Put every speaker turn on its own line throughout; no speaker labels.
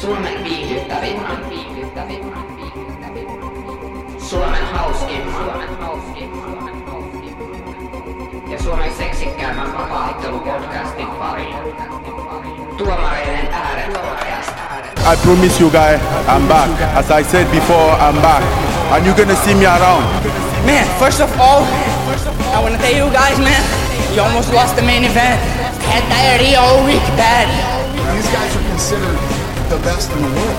Suomen viihdettä vitman, viihdettä vitman, viihdettä vitman. Suomen hauskin, Suomen hauskin, Suomen hauskin. Ja Suomen seksikkäämmän vapaattelupodcastin pariin. Tuomareiden ääret podcast.
I promise you guys, I'm back. As I said before, I'm back. And you're gonna see me around.
Man, first of all, I want to thank you guys, man. You almost lost the main event. Had diarrhea all week, bad.
These guys are considered the best in the world.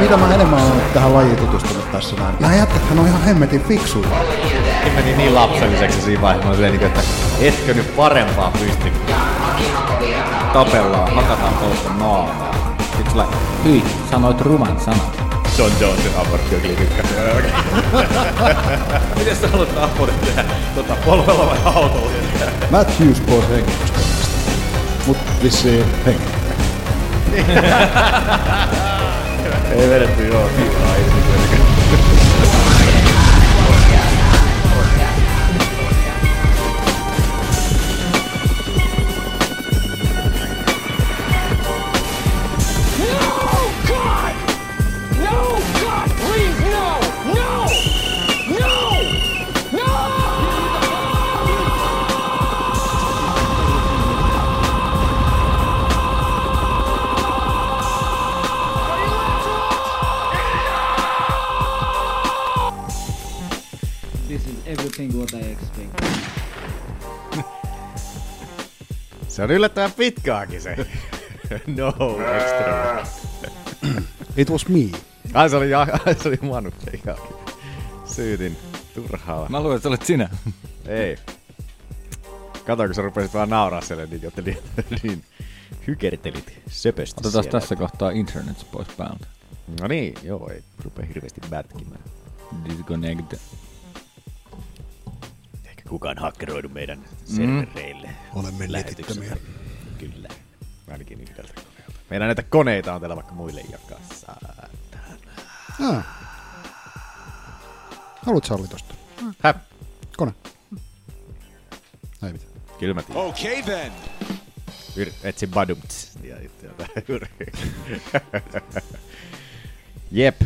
Mitä mä enemmän olen tähän lajiin tutustunut tässä näin? Nämä jätkäthän on ihan hemmetin fiksuja.
Se meni niin lapselliseksi siinä vaiheessa, mä olin silleen, että etkö nyt parempaa pysty tapellaan, hakataan toista naamaa. Sitten sillä, hyi, sanoit ruman sanan.
John Jonesin aborttiokli tykkäsin.
Miten sä haluat abortin tehdä? Tota, polvella vai autolla?
Matt Hughes pois hengitystä. Mut vissiin hengitystä.
Ei vedetty joo.
This is everything what I expect.
Se on yllättävän pitkaakin se.
No, extra.
It was me.
Ai se oli, ja- ai, se oli Manu Seikaakin. Syytin turhaa.
Mä luulen, että olet sinä.
Ei. Kato, kun sä rupesit vaan nauraa siellä, niin joten niin, niin hykertelit söpösti
Otetaan
siellä.
tässä kohtaa internet pois päältä.
No niin, joo, ei rupea hirveästi mätkimään.
Disconnect.
Eikä kukaan hakkeroidu
Mm.
meidän servereille.
Olemme
Lähetyksestä.
letittömiä.
Kyllä. Ainakin yhdeltä koneelta. Meidän näitä koneita on täällä vaikka muille jakaa. Saatana.
Ah. Haluat sä Olli tosta?
Häh?
Kone. Ei mitään.
Kyllä mä tiedän.
Okay then.
Yr- etsi badumts. Ja sieltä yr- Jep.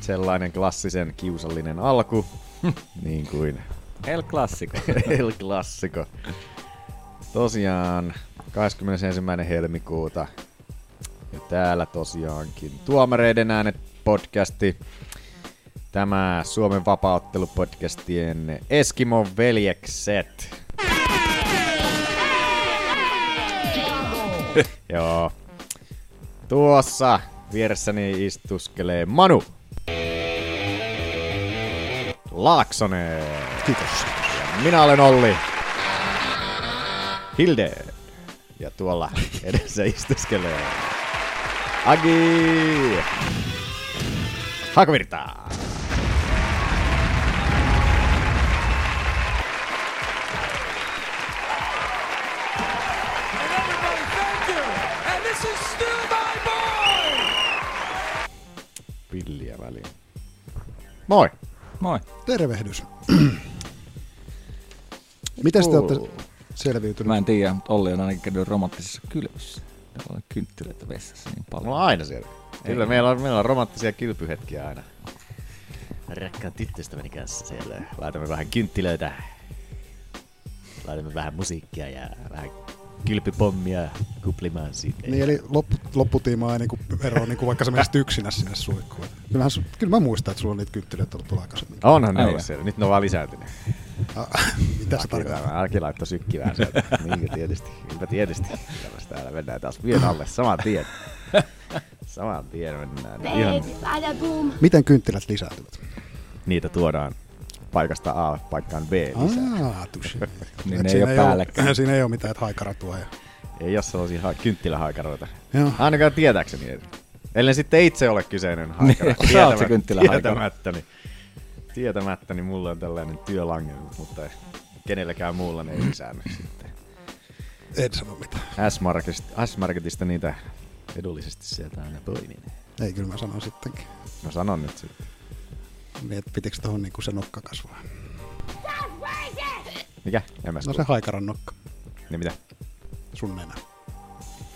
Sellainen klassisen kiusallinen alku. niin kuin
El Clasico.
El Clasico. Tosiaan 21. helmikuuta. Ja täällä tosiaankin Tuomareiden äänet podcasti. Tämä Suomen vapauttelupodcastien Eskimon veljekset. Joo. Tuossa vieressäni istuskelee Manu. Laaksonen.
Kiitos.
Minä olen Olli. Hilde. Ja tuolla edessä istuskelee Agi. Hakavirta. Pilliä väliin. Moi.
Moi.
Tervehdys. Miten te olette
kuuluu?
selviytynyt?
Mä en tiedä, mutta Olli on ainakin käynyt romanttisessa kylvyssä. Täällä on kynttilöitä vessassa niin paljon.
Mulla on aina siellä. Kyllä, meillä on, meillä on romanttisia kylpyhetkiä aina. Rakkaan tyttöystäväni kanssa siellä. Laitamme vähän kynttilöitä. Laitamme vähän musiikkia ja vähän kylpypommia kuplimaan sinne.
Niin, eli loppu, lopputiima ei niinku eroa, niinku vaikka sä menisit yksinä sinne suihkuun. Kyllähän, su- kyllä mä muistan, että sulla on niitä kynttilöitä ollut tuolla aikaisemmin. Ah,
Onhan ne
Aivan.
ollut siellä. Nyt ne on vaan lisääntynyt.
Mitä se
Aki-
tarkoittaa?
Aki laittoi sykkivään sieltä. niin tietysti. Kyllä tietysti. Tällaista Täällä mennään taas vien alle saman tien. Saman tien mennään. Ihan
Miten kynttilät lisääntyvät?
niitä tuodaan paikasta A paikkaan B lisää.
Ah, tushi.
Niin
Et
ne ei
siinä
oo
oo-
päällekkäin.
Siinä ei ole mitään, että haikaratua. Ja...
Ei ole sellaisia ha- kynttilähaikaroita.
Joo.
Ainakaan tietääkseni. ei. Ellen sitten itse ole kyseinen haikara.
Niin, sä oot se
Tietämä-
kynttilähaikara.
Tietämättäni. Tietämättäni mulla on tällainen työlangelma, mutta ei- kenelläkään muulla ne ei lisäänny sitten.
En sano mitään.
S-marketista, S-marketista niitä edullisesti sieltä aina poimin.
Ei, kyllä mä sanon sittenkin.
No sanon nyt sitten.
Niin, että pitikö tuohon niinku se nokka kasvaa?
Mikä? En mä
No
no
se haikaran nokka.
Niin mitä?
Sun nenä.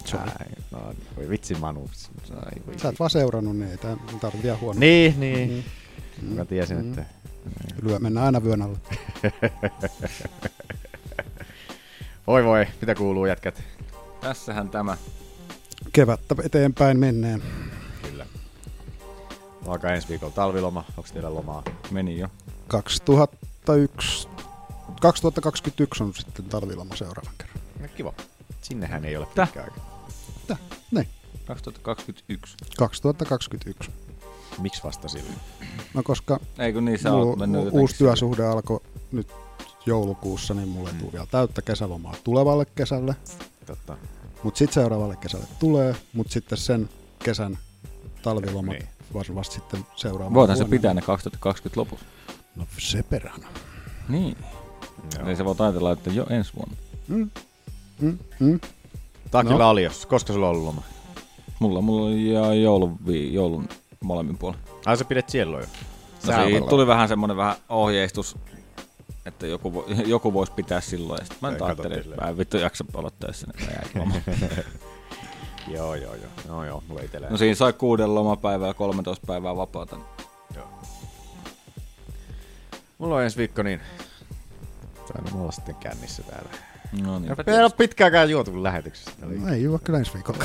sovi.
Ai, no, voi vitsi Manu. Ai, voi
Sä et
vitsi.
vaan seurannut, niin ei tää tarvitse vielä huono.
Niin, niin.
Mm-hmm.
Mä tiesin, että...
Lyö, mennään aina vyön alle.
Voi voi, mitä kuuluu jätkät?
Tässähän tämä.
Kevättä eteenpäin menneen.
Kyllä. Alkaa ensi viikolla talviloma. Onko teillä lomaa?
Meni jo.
2001, 2021 on sitten talviloma seuraavan kerran.
No kiva. Sinnehän ei ole
Täh.
pitkä aika.
Tää, niin. näin.
2021.
2021.
Miksi vasta silloin?
No koska
Ei kun niin, sä
mulla,
oot mennyt
mu-
jotenkin
uusi työsuhde alkoi nyt joulukuussa, niin mulle mm. tuli vielä täyttä kesälomaa tulevalle kesälle.
Totta.
Mutta sitten seuraavalle kesälle tulee, mutta sitten sen kesän talvilomat
Niin.
niin. vasta sitten seuraavana
Voidaan se
vuonna.
pitää ne 2020 lopussa.
No se perhana.
Niin. Joo. Eli se voi ajatella, että jo ensi vuonna.
Tää no. kyllä oli jos. Koska sulla on ollut loma?
Mulla, mulla oli ja joulun, vii- joulun molemmin puolin.
Ai sä pidät silloin jo.
No
Sä
siitä
olet-
tuli vähän semmoinen vähän ohjeistus, että joku, vo, joku voisi pitää silloin. Ja sitten mä nyt
Ei,
ajattelin,
katsottiin
että mä en vittu jaksa olla töissä, niin mä jäänkin lomaan.
Joo, joo, joo. No joo, mulla itellä.
No siinä sai kuuden lomapäivää ja 13 päivää vapaata.
Mulla on ensi viikko niin... Täällä mulla sitten kännissä täällä.
No niin.
Ei ole pitkäänkään juotu lähetyksessä. Eli
No ei juo kyllä ensi viikolla.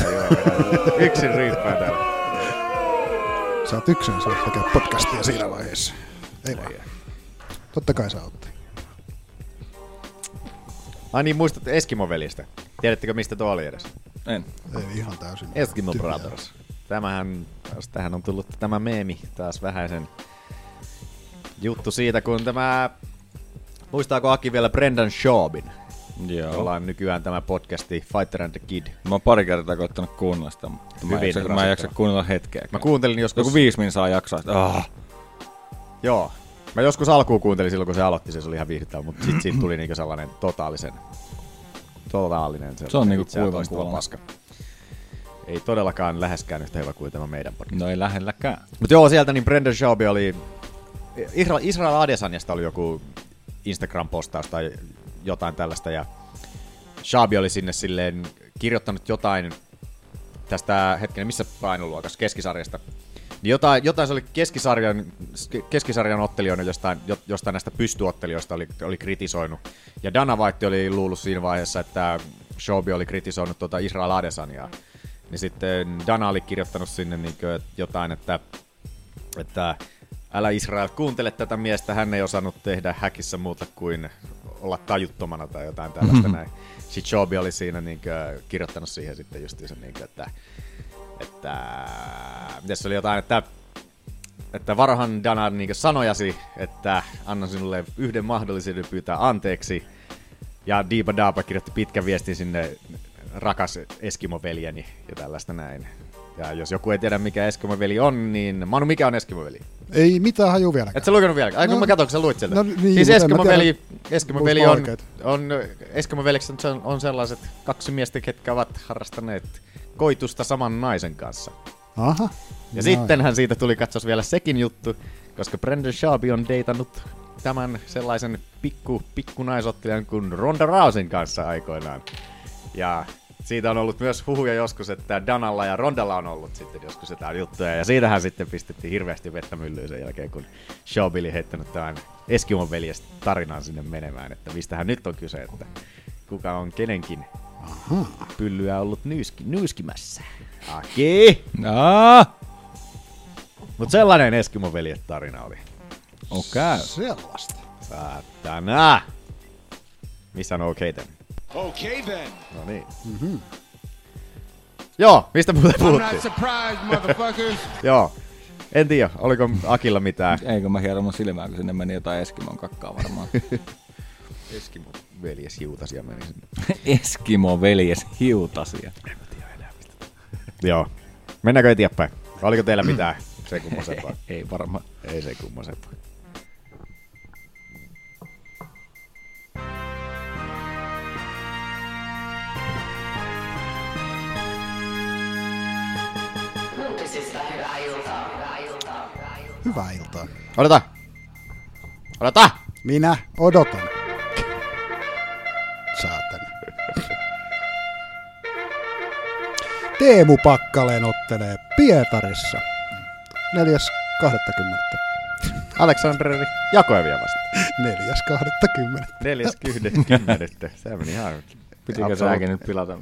Yksin riippää täällä.
Sä oot yksin, sä oot tekee podcastia siinä vaiheessa. Ei vaan. Totta kai sä oot.
Ai niin, muistat Eskimo-veljestä. Tiedättekö mistä tuo oli edes?
En.
Ei ihan täysin.
Eskimo
Tyhjää.
Brothers. Tämähän, tähän on tullut tämä meemi taas vähäisen juttu siitä, kun tämä, muistaako Aki vielä Brendan Shawbin, jolla
Joo.
on nykyään tämä podcasti Fighter and the Kid.
Mä oon pari kertaa koittanut kuunnella sitä, mutta mä en,
Hyvin
jaksa, mä en
rasittava.
jaksa kuunnella hetkeä.
Mä kuuntelin joskus,
Joku viisi min saa jaksaa. Sitä. Ah.
joo, mä joskus alkuun kuuntelin silloin, kun se aloitti, se oli ihan viihdyttävä, mutta sitten siitä tuli niinku sellainen totaalisen, totaalinen
Se on
sellainen
niinku
itseään
kuivan
toistuva
kuulonen.
paska. Ei todellakaan läheskään yhtä hyvä kuin tämä meidän podcast.
No ei lähelläkään.
Mutta joo, sieltä niin Brendan Schaub oli... Israel, Israel Adesanjasta oli joku Instagram-postaus tai jotain tällaista, ja Schaub oli sinne silleen kirjoittanut jotain tästä, hetkinen, missä painoluokassa, keskisarjasta. Niin jotain, jotain se oli keskisarjan, keskisarjan ottelijoina jostain, jo- jostain näistä pystyottelijoista oli, oli kritisoinut. Ja Dana White oli luullut siinä vaiheessa, että Shobi oli kritisoinut tuota Israel Adesaniaa. Niin sitten Dana oli kirjoittanut sinne niin jotain, että, että älä Israel kuuntele tätä miestä, hän ei osannut tehdä häkissä muuta kuin olla tajuttomana tai jotain tällaista näin. Sitten Shobi oli siinä niin kirjoittanut siihen sitten justiinsa, niin kuin, että, että miten se oli jotain, että että varahan Dana niin sanojasi, että annan sinulle yhden mahdollisuuden pyytää anteeksi. Ja Diipa Daapa kirjoitti pitkän viestin sinne, rakas Eskimo-veljeni ja tällaista näin. Ja jos joku ei tiedä, mikä Eskimo-veli on, niin Manu, mikä on Eskimo-veli?
Ei mitään haju vieläkään.
Et sä lukenut vielä? Ai, no,
No,
mä katsoin, kun sä luit sieltä.
no niin,
siis
mutta en mä
Eskimo-veli,
tiedä,
Eskimo-veli
muista
on,
oikeet.
on, Eskimo-veljeksi on, on sellaiset kaksi miestä, ketkä ovat harrastaneet koitusta saman naisen kanssa.
Aha.
Ja sittenhän siitä tuli katsos vielä sekin juttu, koska Brendan Schaub on deitannut tämän sellaisen pikku, pikkunaisottelijan kuin Ronda Rouseyn kanssa aikoinaan. Ja siitä on ollut myös huhuja joskus, että Danalla ja Rondalla on ollut sitten joskus jotain juttuja. Ja siitähän sitten pistettiin hirveästi vettä myllyyn sen jälkeen, kun Schaub oli heittänyt tämän Eskimon veljestä tarinan sinne menemään, että mistähän nyt on kyse, että kuka on kenenkin pyllyä ollut nyyski, nyyskimässä. Aki!
Ah!
Mutta sellainen Eskimo-veljet tarina oli.
Okei.
Sellaista.
Saatana! Missä on okei okay then?
Okay then.
No niin. Mm-hmm. Joo, mistä muuten puhuttiin?
surprised, motherfuckers.
Joo. En tiedä, oliko Akilla mitään.
Eikö mä hieron mun silmää, kun sinne meni jotain Eskimon kakkaa varmaan.
Veljes hiutasia meni sinne.
Eskimo veljes hiutasia.
Joo. Mennäänkö eteenpäin? Oliko teillä mitään? Se kummosempaa.
Ei varmaan.
Ei se kummosempaa.
Uutisista hyvää iltaa, hyvää iltaa, hyvää iltaa.
Hyvää iltaa.
Odota! Odota!
Minä odotan. Saatana. Teemu Pakkaleen ottelee Pietarissa 4.20.
Aleksanderi Jakoevia vastaan.
4.20.
40. Se meni ihan...
Pitikö sääkin nyt pilata?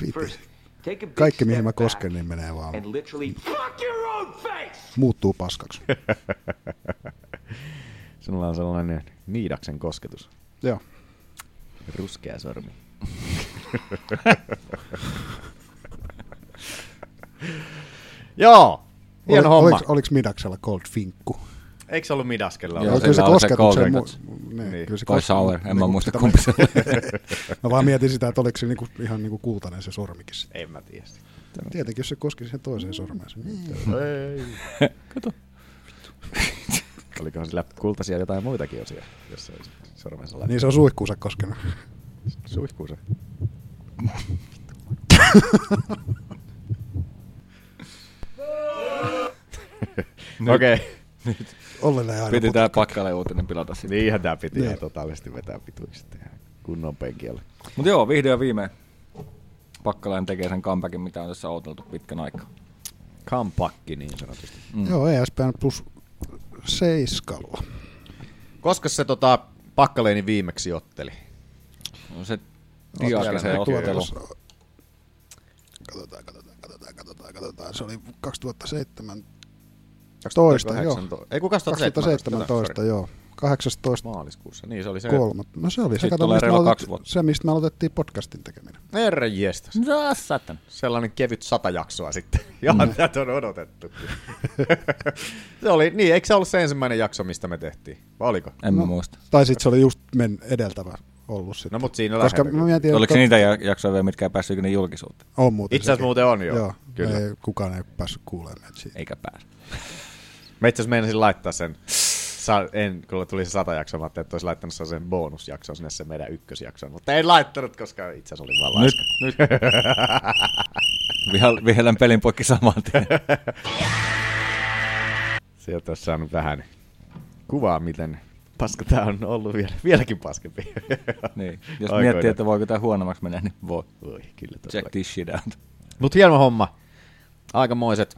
Piti. Kaikki mihin mä kosken, niin menee vaan. Muuttuu paskaksi.
Sinulla on sellainen niidaksen kosketus.
Joo.
Ruskea sormi. Joo, hieno
Oli-
homma.
Oliks, oliks Midaksella cold finkku?
Eikö se ollut Midaskella?
Joo,
Joo,
se-
kyllä se
oli se Cold
kosketuksen...
Records.
mu- niin,
Niin.
kyllä se
Koi
kos-
Sauer, en mä
niinku
muista
sitä-
kumpi se oli.
Mä vaan mietin sitä, että oliko se niinku, ihan niinku kultainen se sormikin. sitten.
En mä tiedä. sitä.
Tietenkin, jos se koski siihen toiseen sormeen. se-
Olikohan sillä kultaisia jotain muitakin osia, jos se olisi sormensa laittanut
Niin se on suihkuunsa koskenut.
suihkuun se. Okei. Okay.
Ollelle aina.
Piti tää pakkaleen uutinen pilata sitten.
Niinhän tää piti ihan
Niin.
totaalisesti vetää pituiksi sitten kunnon penkiällä.
Mut joo, vihdoin ja viimein. Pakkalainen tekee sen comebackin, mitä on tässä odoteltu pitkän aikaa.
Kampakki niin sanotusti.
Joo, E ESPN plus seiskalla.
Koska se tota, Pakkaleini viimeksi otteli?
No se
siellä
Dias se
näkyy
ottelu.
tuossa. Katsotaan, katsotaan, katsotaan, katsotaan, katsotaan. Se oli 2017, joo.
2018. Ei kun 2017.
2017, joo. 18.
Maaliskuussa. Niin se oli se.
Kolmat. No se oli se,
Siitä
kato,
tulee
mistä me
reilu kaksi
aloitettiin-
vuotta.
se, mistä me aloitettiin podcastin tekeminen.
Herranjestas.
No satan.
Sellainen kevyt sata jaksoa sitten.
Mm.
Johan tätä on odotettu. se oli, niin, eikö se ollut se ensimmäinen jakso, mistä me tehtiin? Vai oliko?
En mä muista.
Tai sitten se oli just men edeltävä ollut sitten.
No mut siinä
Koska
lähellä
mä mietin,
Oliko se niin- niitä ja- jaksoja vielä, mitkä ei päässyt ikinä julkisuuteen?
On muuten
Itse asiassa
sekin.
muuten on, joo.
joo.
Kyllä.
Kyllä. Ei, kukaan ei päässyt kuulemaan meitä siitä.
Eikä pääs.
Mä itse asiassa meinasin laittaa sen, sa- en, kun tuli se sata jaksoa, mä ajattelin, että olisi laittanut sen bonusjakson sinne se meidän ykkösjaksoon, mutta en laittanut, koska itse asiassa oli vaan
Nyt,
laiska.
nyt. Vihal- Vihellän pelin poikki saman tien.
Sieltä olisi saanut vähän kuvaa, miten paska tää on ollut vielä, vieläkin paskempi.
Niin. Jos
Aikoinaan.
miettii, että voiko tämä huonommaksi mennä, niin voi.
Voi, kyllä
Check
todellakin.
this shit out.
Mutta hieno homma. Aikamoiset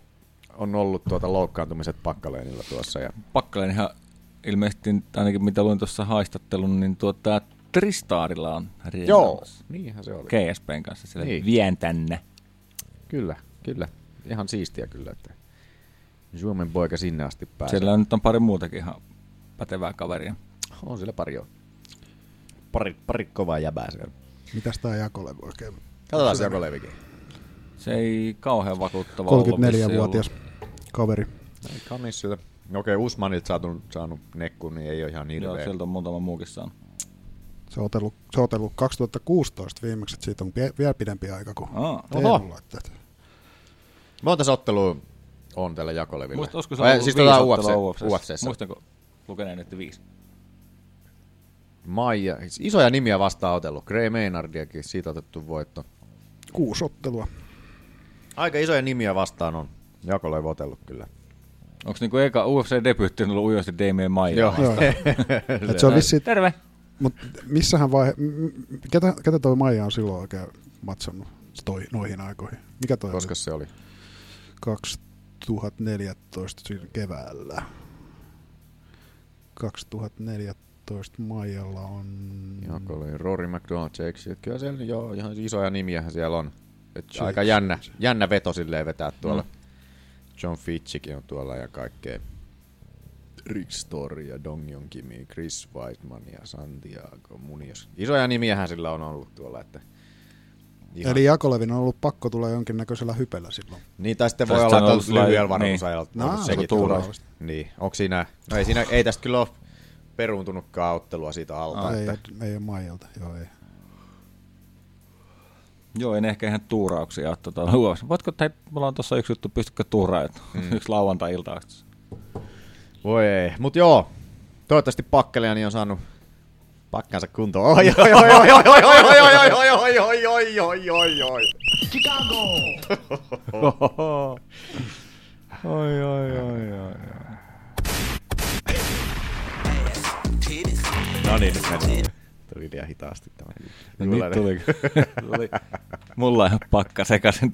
on ollut tuota loukkaantumiset pakkaleenilla tuossa. Ja
Pakkalainen ihan ilmeisesti, ainakin mitä luin tuossa haistattelun, niin tuota, Tristaarilla on rientämässä.
niinhän se oli. Okay.
KSPn kanssa sille
Niin.
niin. vien tänne.
Kyllä, kyllä. Ihan siistiä kyllä, että Suomen poika sinne asti pääsee.
Siellä on nyt on pari muutakin ihan pätevää kaveria.
On siellä pari on. Pari, pari kovaa jäbää siellä.
Mitäs tää jakole voi oikein?
Katsotaan se joko levikin.
Se ei kauhean vakuuttava ollut.
34-vuotias
vissiin
kaveri.
Kanissilta. Okei, Usmanilta saanut, saanut nekku, niin ei ole ihan
ollut. Joo,
hirveä.
sieltä on muutama muukin saanut.
Se on otellut, se on otellut 2016 viimeksi, että siitä on pie- vielä pidempi aika kuin
Aa.
Teemulla. että- että-
Monta ottelua on tällä jakolevillä?
Muista, olisiko se
Ai,
ollut
siis
viisi
tota
ottelua
UFC,
UFC:ssä?
UFCssä.
Muistanko lukeneen nyt viisi?
Maija, siis isoja nimiä vastaan otellut. Gray Maynardiakin, siitä otettu voitto.
Kuusi ottelua.
Aika isoja nimiä vastaan on Jakolev otellut kyllä.
Onko niinku eka UFC-debyytti ollut ujosti Damien Maija?
Joo. Et se on vissiin,
Terve!
mut missähän vaihe, m- m- ketä, ketä toi Maija on silloin oikein matsannut toi, noihin aikoihin? Mikä toi
Koska
Koska...
se oli?
oli? 2014 siinä keväällä. 2014 Maijalla on...
Jakolev, Rory McDonald, Jake Shield. Kyllä siellä, joo, ihan isoja nimiähän siellä on. Et aika jännä, jännä veto silleen vetää
Mm.
tuolla. John Fitchikin on tuolla ja kaikkea. Rick Story ja Dong Yong Kimi, Chris Weidman ja Santiago Munios. Isoja nimiähän sillä on ollut tuolla, että ihan-
Eli Jakolevin on ollut pakko tulla jonkinnäköisellä hypellä silloin.
Niin, tai sitten
Tai
voi
sit
olla,
se on
että
ollut
on lyhyellä
sellainen-
varoitusajalta.
niin.
ollut
Aa,
sekin
se on
tuolla.
tuuraus.
Niin, onko siinä, no ei, siinä, ei tästä kyllä ole peruuntunutkaan ottelua siitä alta.
Ai, ei,
että,
ei ole Maijalta, joo ei.
Joo, en ehkä ihan tuurauksia ole tuota, luossa. Voitko, tai mulla on tuossa yksi juttu, pystytkö tuuraa, että mm. yksi lauantai-ilta olisi.
voi ei, mut joo, toivottavasti pakkelijani on saanut pakkansa kuntoon. Oi, oi, oi, oi, oi, oi, oi, oi, oi, oi, oi, oi, oi, oi, oi, oi.
Oi, oi, oi, oi.
No niin, nyt mennään. Tuli liian hitaasti tämä.
No, nyt tuli, tuli Mulla on ihan pakka sekaisin.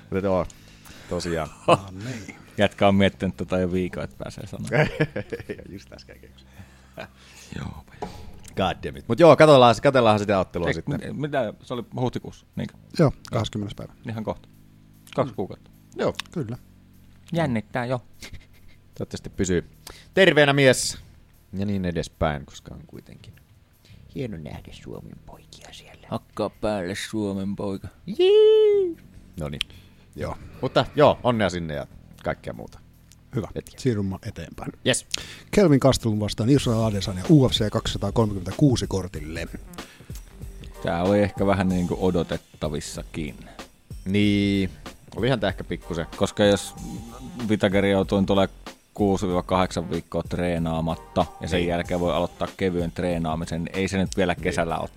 Mutta joo, tosiaan.
Jätkä on miettinyt tota jo viikon, että pääsee sanomaan.
ja just äsken keksin. Goddammit. Mutta joo, katsellaan, katsellaan sitä ottelua
Eik,
sitten.
mit- Mitä, se oli huhtikuussa, niinkö?
Joo, 20. päivä.
Ihan kohta. Kaksi kuukautta.
Joo.
Kyllä.
Jännittää jo.
Toivottavasti pysyy terveenä mies. Ja niin edespäin, koska on kuitenkin hieno nähdä Suomen poikia siellä.
Hakkaa päälle Suomen poika.
No niin.
Joo.
Mutta joo, onnea sinne ja kaikkea muuta.
Hyvä.
Hetki.
Siirrymme eteenpäin.
Yes.
Kelvin Kastelun vastaan Israel Adesanya UFC 236 kortille.
Tää oli ehkä vähän niin kuin odotettavissakin.
Niin, olihan tää ehkä pikkusen.
Koska jos Vitageri joutuu tuolla 6-8 viikkoa treenaamatta ja sen
Niin.
jälkeen voi aloittaa kevyen treenaamisen, niin ei se nyt vielä kesällä ole.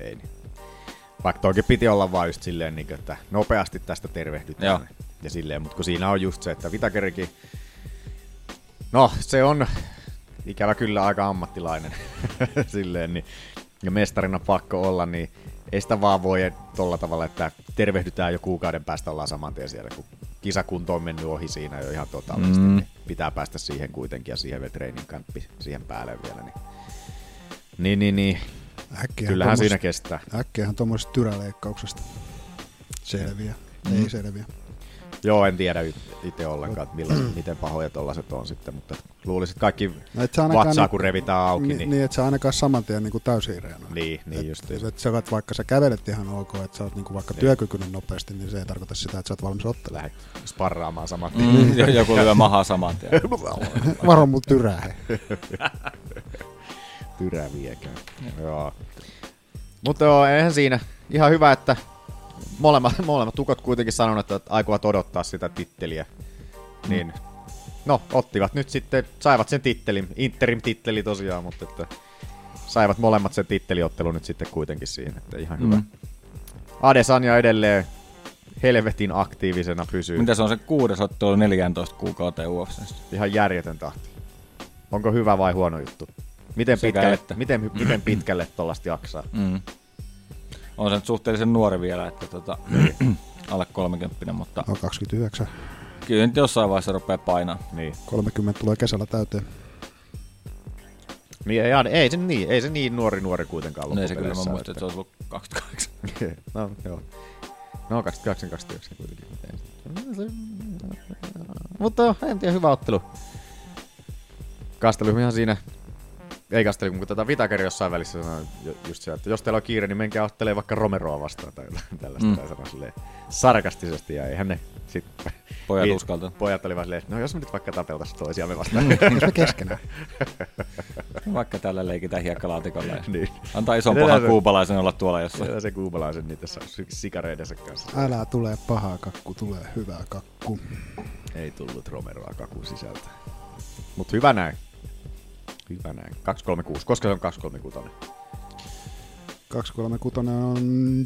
Ei niin. Vaikka toikin piti olla vaan just silleen, niin että nopeasti tästä tervehdytään.
Joo.
Ja silleen, mutta kun siinä on just se, että Vitakerikin, no se on ikävä kyllä aika ammattilainen silleen, niin, ja mestarina pakko olla, niin ei sitä vaan voi tolla tavalla, että tervehdytään jo kuukauden päästä ollaan saman tien siellä, kun kisakunto on mennyt ohi siinä jo ihan totaalisesti, mm. niin pitää päästä siihen kuitenkin ja siihen vielä training campi siihen päälle vielä, niin niin, niin, niin.
Äkkiä
kyllähän siinä kestää.
Äkkiähän tuommoisesta tyräleikkauksesta selviä. Mm. Ei selviä.
Joo, en tiedä itse ollenkaan, että millä, miten pahoja tollaset on sitten, mutta luulisin, että kaikki
No, et sä ainakaan
vatsaa,
nyt-
kun revitään auki, niin, niin,
niin et sä ainakaan saman tien niin täyshiireänä.
niin, niin just
Et, et sä oot, vaikka sä kävelet ihan ok, että sä oot niinku vaikka työkykyinen nopeasti, niin se ei tarkoita sitä, että sä oot valmis ottelemaan.
lähdet sparraamaan saman tien.
Mm, jo- joku lyö mahaa saman tien.
Niin.
Varo mut tyrää. hei.
Tyrä viekään. Joo. Mutta joo, eihän siinä. Ihan hyvä, että molemmat, molemmat tukot kuitenkin sanonut, että aikovat odottaa sitä titteliä. Niin, no, ottivat nyt sitten, saivat sen tittelin, interim-titteli tosiaan, mutta että saivat molemmat sen titteliottelun nyt sitten kuitenkin siihen, että ihan hyvä. Mm. Adesanya edelleen helvetin aktiivisena pysyy.
Mitä se on se kuudes ottelu 14 kuukauteen UFCstä?
Ihan järjetön tahti. Onko hyvä vai huono juttu? Miten
Sekä
pitkälle,
että.
miten, miten pitkälle tollasta jaksaa?
Mm. On se nyt suhteellisen nuori vielä, että tota, alle 30, mutta
No.
On 29.
kyllä nyt jossain vaiheessa rupeaa painaa.
Niin.
30 tulee kesällä täyteen.
Niin, ei, aina- ei, se niin, ei se niin nuori nuori kuitenkaan
No ei se kyllä mä
loppupeleissä
muistan,
ole,
että se on ollut 28.
no, joo. No 28, 29 kuitenkin. Ei se- se- Mutta joo, en tiedä, hyvä ottelu. Kastelyhmihan siinä, ei kasteli, kun tätä Vitakeri jossain välissä sanoi ju- just se, että jos teillä on kiire, niin menkää ottelee vaikka Romeroa vastaan tai jotain tällaista, mm. tai sanoi silleen sarkastisesti, ja eihän ne sit...
Pojat
vi-
uskaltanut.
Pojat oli vaan silleen, että no jos me nyt vaikka tapeltais toisiamme vastaan.
Mm.
Jos me keskenään.
Vaikka täällä leikitään hiekkalaatikolla. ja-
niin.
Antaa ison
Jätetään
pahan
se-
kuupalaisen olla tuolla jossain.
Siellä se kuubalaisen niitä sa- sy- sikareidensa kanssa.
Älä tulee pahaa kakku, tulee hyvää kakku.
Ei tullut Romeroa kakun sisältä. Mut hyvä näin. Hyvä näin. 236. Koska se on 236?
236 on...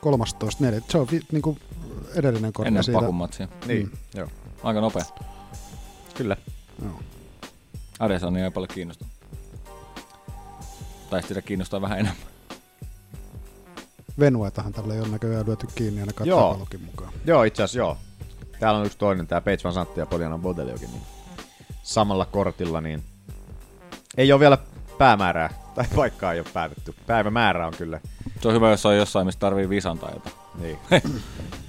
13. neljä- Se on vi, niinku edellinen kortti
Ennen
siitä.
pakummatsia.
Niin. Mm. Joo.
Aika nopea.
Kyllä.
Joo.
Adesania ei niin paljon kiinnosta. Tai sitä kiinnostaa vähän enemmän.
Venuetahan tälle ei ole näköjään lyöty kiinni ainakaan
Joo.
tapalokin mukaan.
Joo, itse asiassa joo. Täällä on yksi toinen, tää Page Van Santti ja Poliana Boteliokin. Niin samalla kortilla, niin ei ole vielä päämäärää. Tai paikkaa ei ole päätetty. Päivämäärä on kyllä.
Se on hyvä, jos on jossain, missä tarvii visan tai jotain.
Niin.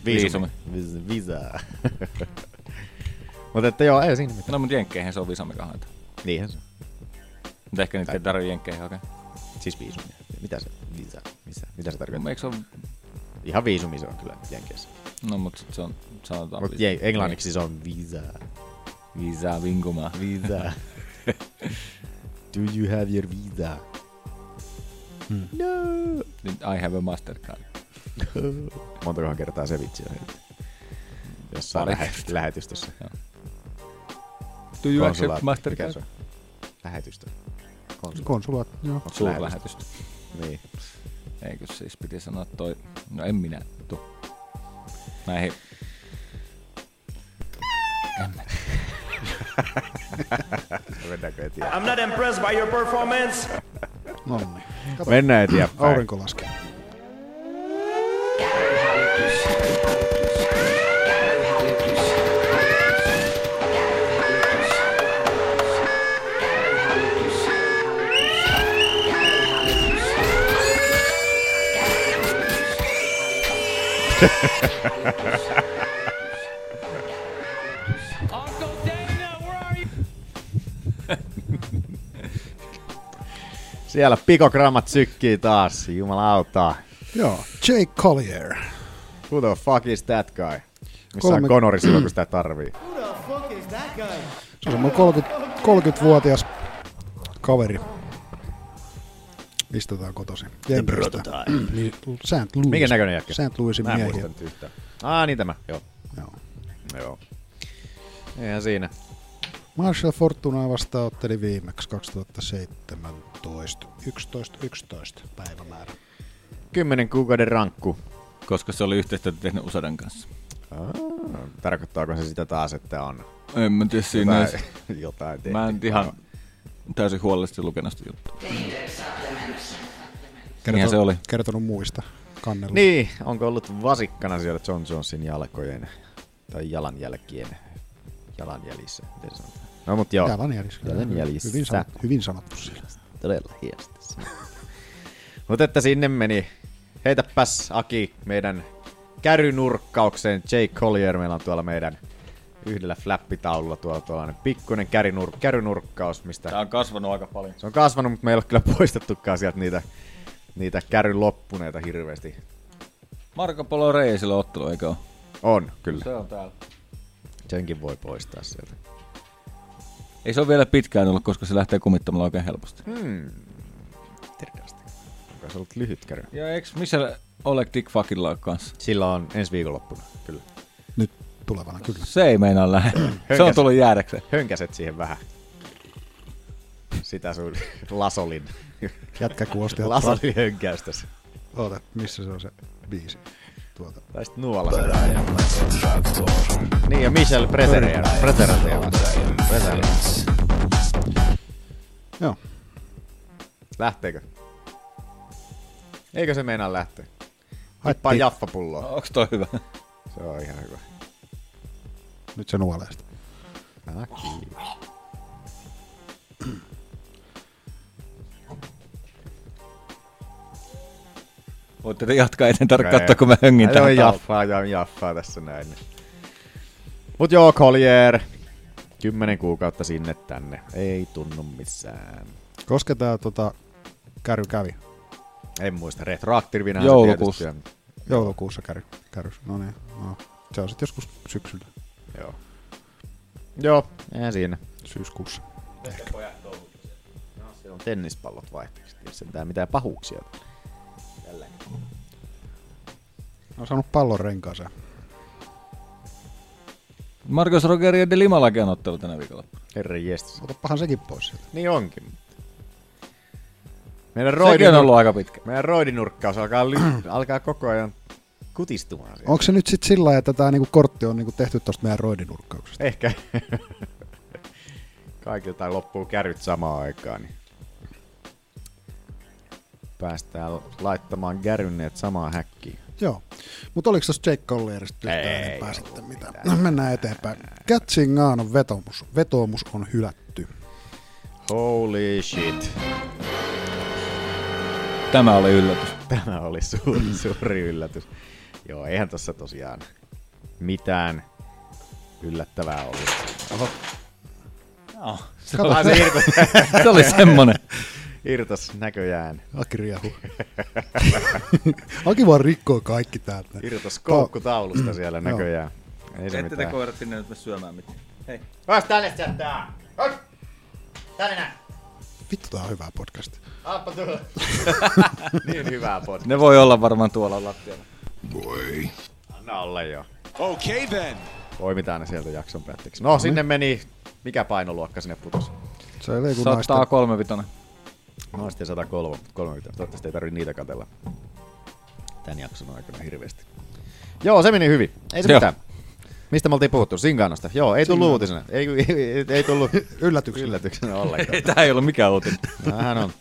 Viisumi.
Vis- Visaa. Mutta että joo, ei siinä mitään.
No, mutta jenkkeihin se on visa, mikä haetaan.
Niinhän se on.
Mutta ehkä niitä ei tarvii jenkkeihin hakea.
Siis viisumi. Mitä se, visa, mitä, mitä se tarkoittaa?
Eikö se on...
Ihan viisumi se on kyllä Jenkeissä.
No, mutta sit se on... Sanotaan...
Mutta
vi- Niin.
englanniksi se on visa.
Visa vinkumaa.
Visa. Do you have your visa?
Nyt niin, I have a mastercard.
Montakohan kertaa se vitsi on heitetty? Jossain
Pari
lähe- lähetystössä.
Do
Konsulaatti.
you accept
Mikä se
mastercard?
on? Lähetystö. Konsulaatti.
Konsulaat, joo.
Onks lähetystö?
Suurlähetystä.
Niin.
Eikö siis piti sanoa toi... No en minä tu. Näihin... En mä.
Mennäänkö eteenpäin?
I'm not impressed by your performance.
No niin. Kato,
Mennään eteenpäin.
aurinko laskee.
Siellä pikogrammat sykkii taas, jumalauta.
Joo, Jake Collier.
Who the fuck is that guy? Missä
Kolme-
on Conori silloin, kun sitä tarvii?
Se on semmoinen 30, 30-vuotias kaveri. Mistä tää on kotosi? Jenkeistä. Niin, St. Louis.
Minkä näköinen jätkä?
St. Louisin
Mä en
miehiä.
muista nyt yhtään. Ah, niin tämä, joo.
Joo.
joo. Eihän siinä.
Marshall Fortunaa vastaan otteli viimeksi 2017. 11-11 päivämäärä.
Kymmenen kuukauden rankku.
Koska se oli yhteistyötä tehnyt Usadan kanssa.
Tarkoittaako se sitä taas, että on
En mä tiedä siinä.
jotain,
edes-
jotain tehty?
Mä en ihan täysin huolellisesti lukenut sitä juttua. Niinhän
Kertonut,
se oli.
Kertonut muista. Kannella.
Niin, onko ollut vasikkana siellä John Johnson jalkojen tai jalanjälkien jalanjäljissä? Miten se sanotaan? No mut joo.
Jalanjäljissä.
Jalanjäljissä.
Hyvin, sanottu, hyvin sanottu siellä.
Todella hienosti. Mutta että sinne meni. Heitäpäs Aki meidän kärynurkkaukseen. Jake Collier meillä on tuolla meidän yhdellä flappitaululla tuolla tuollainen pikkuinen kärinur- kärynurkkaus,
Tää
mistä
on kasvanut aika paljon.
se on kasvanut, mutta me ei ole kyllä poistettukaan sieltä niitä, niitä käryn loppuneita hirveästi.
Marko Polo Reisillä ottelu, eikö ole?
On, kyllä.
Se on täällä.
Senkin voi poistaa sieltä.
Ei se ole vielä pitkään ollut, koska se lähtee kumittamalla oikein helposti.
Terkasti. Onko se ollut lyhyt käry?
Ja eks missä Oleg Dick Fakilla ole kanssa?
Sillä on ensi viikonloppuna, kyllä.
Nyt tulevana kyllä.
Se ei meinaa lähteä. se on tullut jäädäkseen.
Hönkäset siihen vähän. Sitä sun lasolin.
Jätkä kuosti.
Lasolin hönkäystä.
Oota, missä se on se biisi? Tuota.
Tai sitten nuola sen. Niin ja Michel Preterian. Preterian.
Joo.
Lähteekö? Eikö se meinaa lähteä? Hyppää
Haettiin.
jaffapulloa.
Onks toi hyvä?
Se on ihan hyvä.
Nyt se nuolee sitä.
Aki.
Voitte te jatkaa ennen tarkkautta, kun mä höngin
Joo,
tähän tauon.
jaffaa ja jaffaa tässä näin. Mut joo, Collier. Kymmenen kuukautta sinne tänne. Ei tunnu missään.
Koska tää tota, käry kävi?
En muista, retroaktiivinen
Joulukuussa.
Joulukuussa käry. Kärys. No niin. No. Se on sitten joskus syksyllä.
Joo. Joo, eihän siinä.
Syyskuussa.
Se on tennispallot vaihteeksi. Ei sentään mitään pahuuksia.
Ne on saanut pallon renkaaseen.
Marcos Rogerio de Limalakin on ottelu tänä viikolla.
Herra jestas.
Otapahan sekin pois sieltä.
Niin onkin. Meidän
Sekin on
roidinur-
ollut aika pitkä.
meidän roidinurkkaus alkaa, ly- alkaa koko ajan kutistumaan. Siellä.
Onko se nyt sitten sillä lailla, että tämä niinku kortti on niinku tehty tuosta meidän roidinurkkauksesta?
Ehkä. Kaikilta loppuu kärryt samaan aikaan. Niin päästään laittamaan kärynneet samaan häkkiin.
Joo. Mutta oliko tuossa Jake Collierista
Ei
yhtään enempää
ollut
sitten mitään? No, mennään eteenpäin. Katsingaanon vetomus. Vetomus on hylätty.
Holy shit.
Tämä oli yllätys.
Tämä oli suuri, suuri yllätys. Joo, eihän tossa tosiaan mitään yllättävää ollut.
Se
Kato.
oli,
Ai se irtos,
se oli semmonen.
irtos näköjään.
Aki riehu. Aki vaan rikkoo kaikki täältä.
Irtos koukkutaulusta siellä näköjään. Ei se mitään.
koirat sinne nyt syömään mitään. Hei.
Pääs tänne sieltä! Hop! Tänne näin!
Vittu, tää on hyvä podcast.
Appa tulla! niin hyvää pod.
Ne voi olla varmaan tuolla lattialla.
Anna olla jo. Okay then. Poimitaan ne sieltä jakson päätteeksi. No, sinne meni. Mikä painoluokka sinne putosi?
Se ei kun naisten
103 vitonen.
Naisten 103, 30. Toivottavasti ei tarvitse niitä katella tämän jakson aikana hirveästi. Joo, se meni hyvin. Ei se
Joo.
mitään. Mistä me oltiin puhuttu? Singaanosta. Joo, ei tullut uutisena. Ei, ei, ei, ei tullut
yllätyksenä.
yllätyksenä ollenkaan.
Tää ei ollut mikään uutinen.
Vähän on.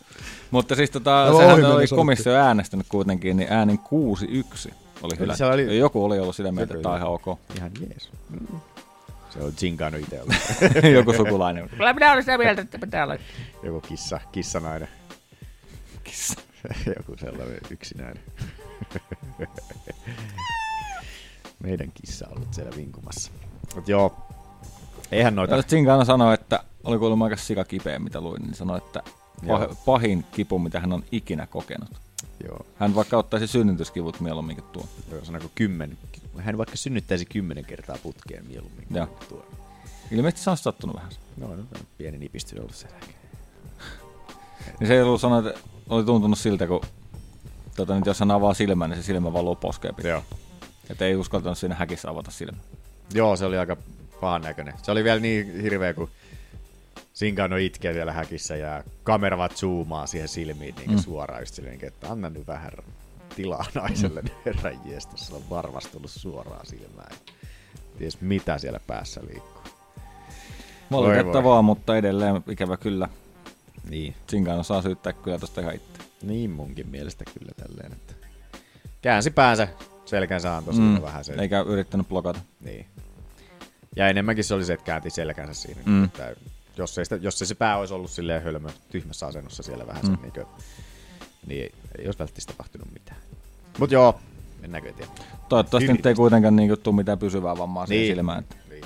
Mutta siis tota,
No,
no,
ohi
sehän
meni
oli
se
komissio äänestänyt kuitenkin, niin äänin 6-1 oli hylätty.
siellä oli-
Ja Joku oli ollut sitä mieltä,
Joku
että tämä on
joo.
ihan ok.
Ihan jees. Mm. Se on Zingaano itse ollut.
Joku sukulainen.
Kyllä minä olen sitä mieltä, että pitää olla.
Joku kissa, kissanainen. Kissa. Joku sellainen yksinäinen. meidän kissa ollut siellä vinkumassa. Mut joo, eihän noita...
Ja Tsinkana sanoi, että oli kuulemma aika sika kipeä, mitä luin, niin sanoi, että
Joo.
pah, pahin kipu, mitä hän on ikinä kokenut.
Joo,
Hän vaikka ottaisi synnytyskivut mieluummin kuin tuo.
joo sanoko kymmen. Hän vaikka synnyttäisi kymmenen kertaa putkeen mieluummin. kuin
Joo.
Tuo.
Ilmeisesti se on sattunut vähän.
No, no, pieni nipistys ollut sen jälkeen.
Niin se ei ollut sanonut, että oli tuntunut siltä, kun tota, nyt jos hän avaa silmän, niin se silmä valuu poskeen. pitkin. Että ei uskaltanut siinä häkissä avata silmää.
Joo, se oli aika pahan näköinen. Se oli vielä niin hirveä, kun Sinkano itkee siellä häkissä ja kamera vaan zoomaa siihen silmiin niin mm. suoraan just silleen, että anna nyt vähän tilaa naiselle, mm. herran jestas, se on varmastunut suoraan silmään. Ties mitä siellä päässä liikkuu.
Valitettavaa, mutta edelleen ikävä kyllä.
Niin.
Tsinkano saa syyttää kyllä tosta ihan itse.
Niin munkin mielestä kyllä tälleen, että käänsi päänsä, selkänsä antoi mm. vähän sen.
Eikä yrittänyt blokata.
Niin. Ja enemmänkin se oli se, että käänti selkänsä siinä. Mm. Että jos, ei sitä, jos ei se pää olisi ollut silleen hölmö, tyhmässä asennossa siellä vähän mm. niin, kuin, niin ei, ei olisi välttämättä tapahtunut mitään. Mut joo, mennäänkö eteenpäin.
Toivottavasti nyt ei
Hirveästi.
kuitenkaan niin tule mitään pysyvää vammaa niin.
Niin.
silmään. Että.
Niin.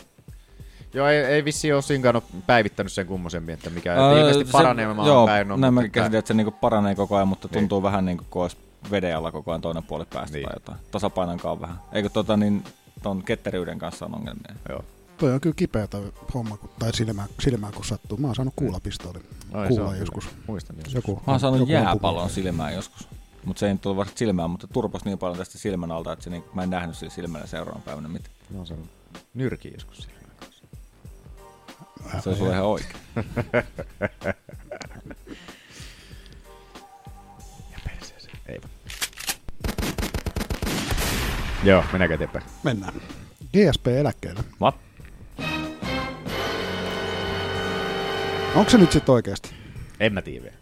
Joo, ei, ei vissiin ole Sinkano päivittänyt sen kummosemmin, että mikä
Öö,
öö, ilmeisesti
se-
paranemaan
Joo,
päin on.
näin mä
mutta että-
käsitin, että se niinku paranee koko ajan, mutta tuntuu vähän niin kuin olisi veden alla koko ajan toinen puoli päästä
Niin.
tai jotain. Tasapainonkaan vähän. Eikö tota niin, ton ketteryyden kanssa on ongelmia.
Joo.
Toi on kyllä kipeätä homma, kun, tai silmää, silmää kun sattuu. Mä oon saanut kuulapistoolin.
Ai, se on
Kuulla
kyllä.
joskus.
Muistan joskus.
Joku,
Mä oon saanut
joku
jääpallon silmään joskus. Mutta se ei nyt tullut vasta silmään, mutta turpas niin paljon tästä silmän alta, että se niin, mä en nähnyt sillä silmällä seuraavan päivänä mitään.
Mä oon saanut nyrkiä joskus silmään kanssa.
Se olisi ollut ihan oikein.
Ja perseeseen. Ei vaan. Joo, mennäänkö eteenpäin?
Mennään. GSP eläkkeelle.
Mä?
Onko se nyt sitten oikeasti?
En mä tiedä vielä.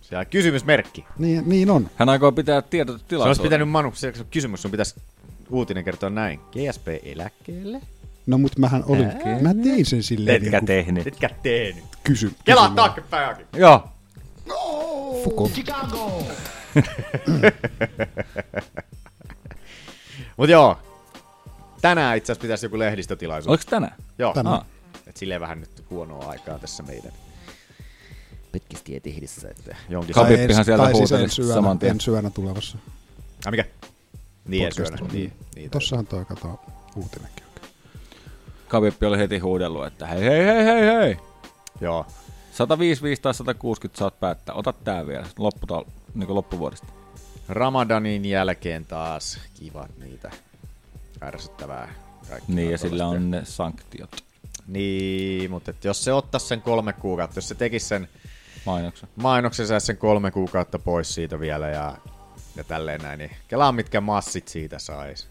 Siellä on kysymysmerkki.
Niin, niin on.
Hän aikoo pitää tiedot
Se olisi
tilaisuuden.
pitänyt, Manu, se se kysymys sun pitäisi uutinen kertoa näin. GSP eläkkeelle?
No mut mähän olin. Mä tein sen silleen.
Etkä
niin kuin
tehnyt.
Etkä tehnyt.
Kysy.
Kelaa
kysymään.
taaksepäin Aki.
Joo.
Mut joo. Tänään itse asiassa pitäisi joku lehdistötilaisuus.
Oliko tänään?
Joo.
Tänään.
Ah. Et silleen vähän nyt huonoa aikaa tässä meidän pitkistiä tehdissä. Että jonkin
Kap-
Tai
Habibbihan
ens-
sieltä
tai siis
huuteli
ensi yönä-
saman tien.
Ensi yönä tulevassa.
Ai Ah, mikä? Niin, ensi yönä.
Podcast.
Niin, niin.
Tossahan toi kato uutinenkin.
Kavippi oli heti huudellut, että hei hei hei hei hei.
Joo.
155 tai 160 saat päättää. Ota tää vielä lopputal, niin loppuvuodesta.
Ramadanin jälkeen taas kivat niitä ärsyttävää. kaikkea
Niin, ja
tuollaista.
sillä on ne sanktiot
Niin, mutta et jos se ottaisi sen kolme kuukautta, jos se tekisi sen
mainoksen.
mainoksen, saisi sen kolme kuukautta pois siitä vielä ja, ja tälleen näin, niin kelaa mitkä massit siitä saisi.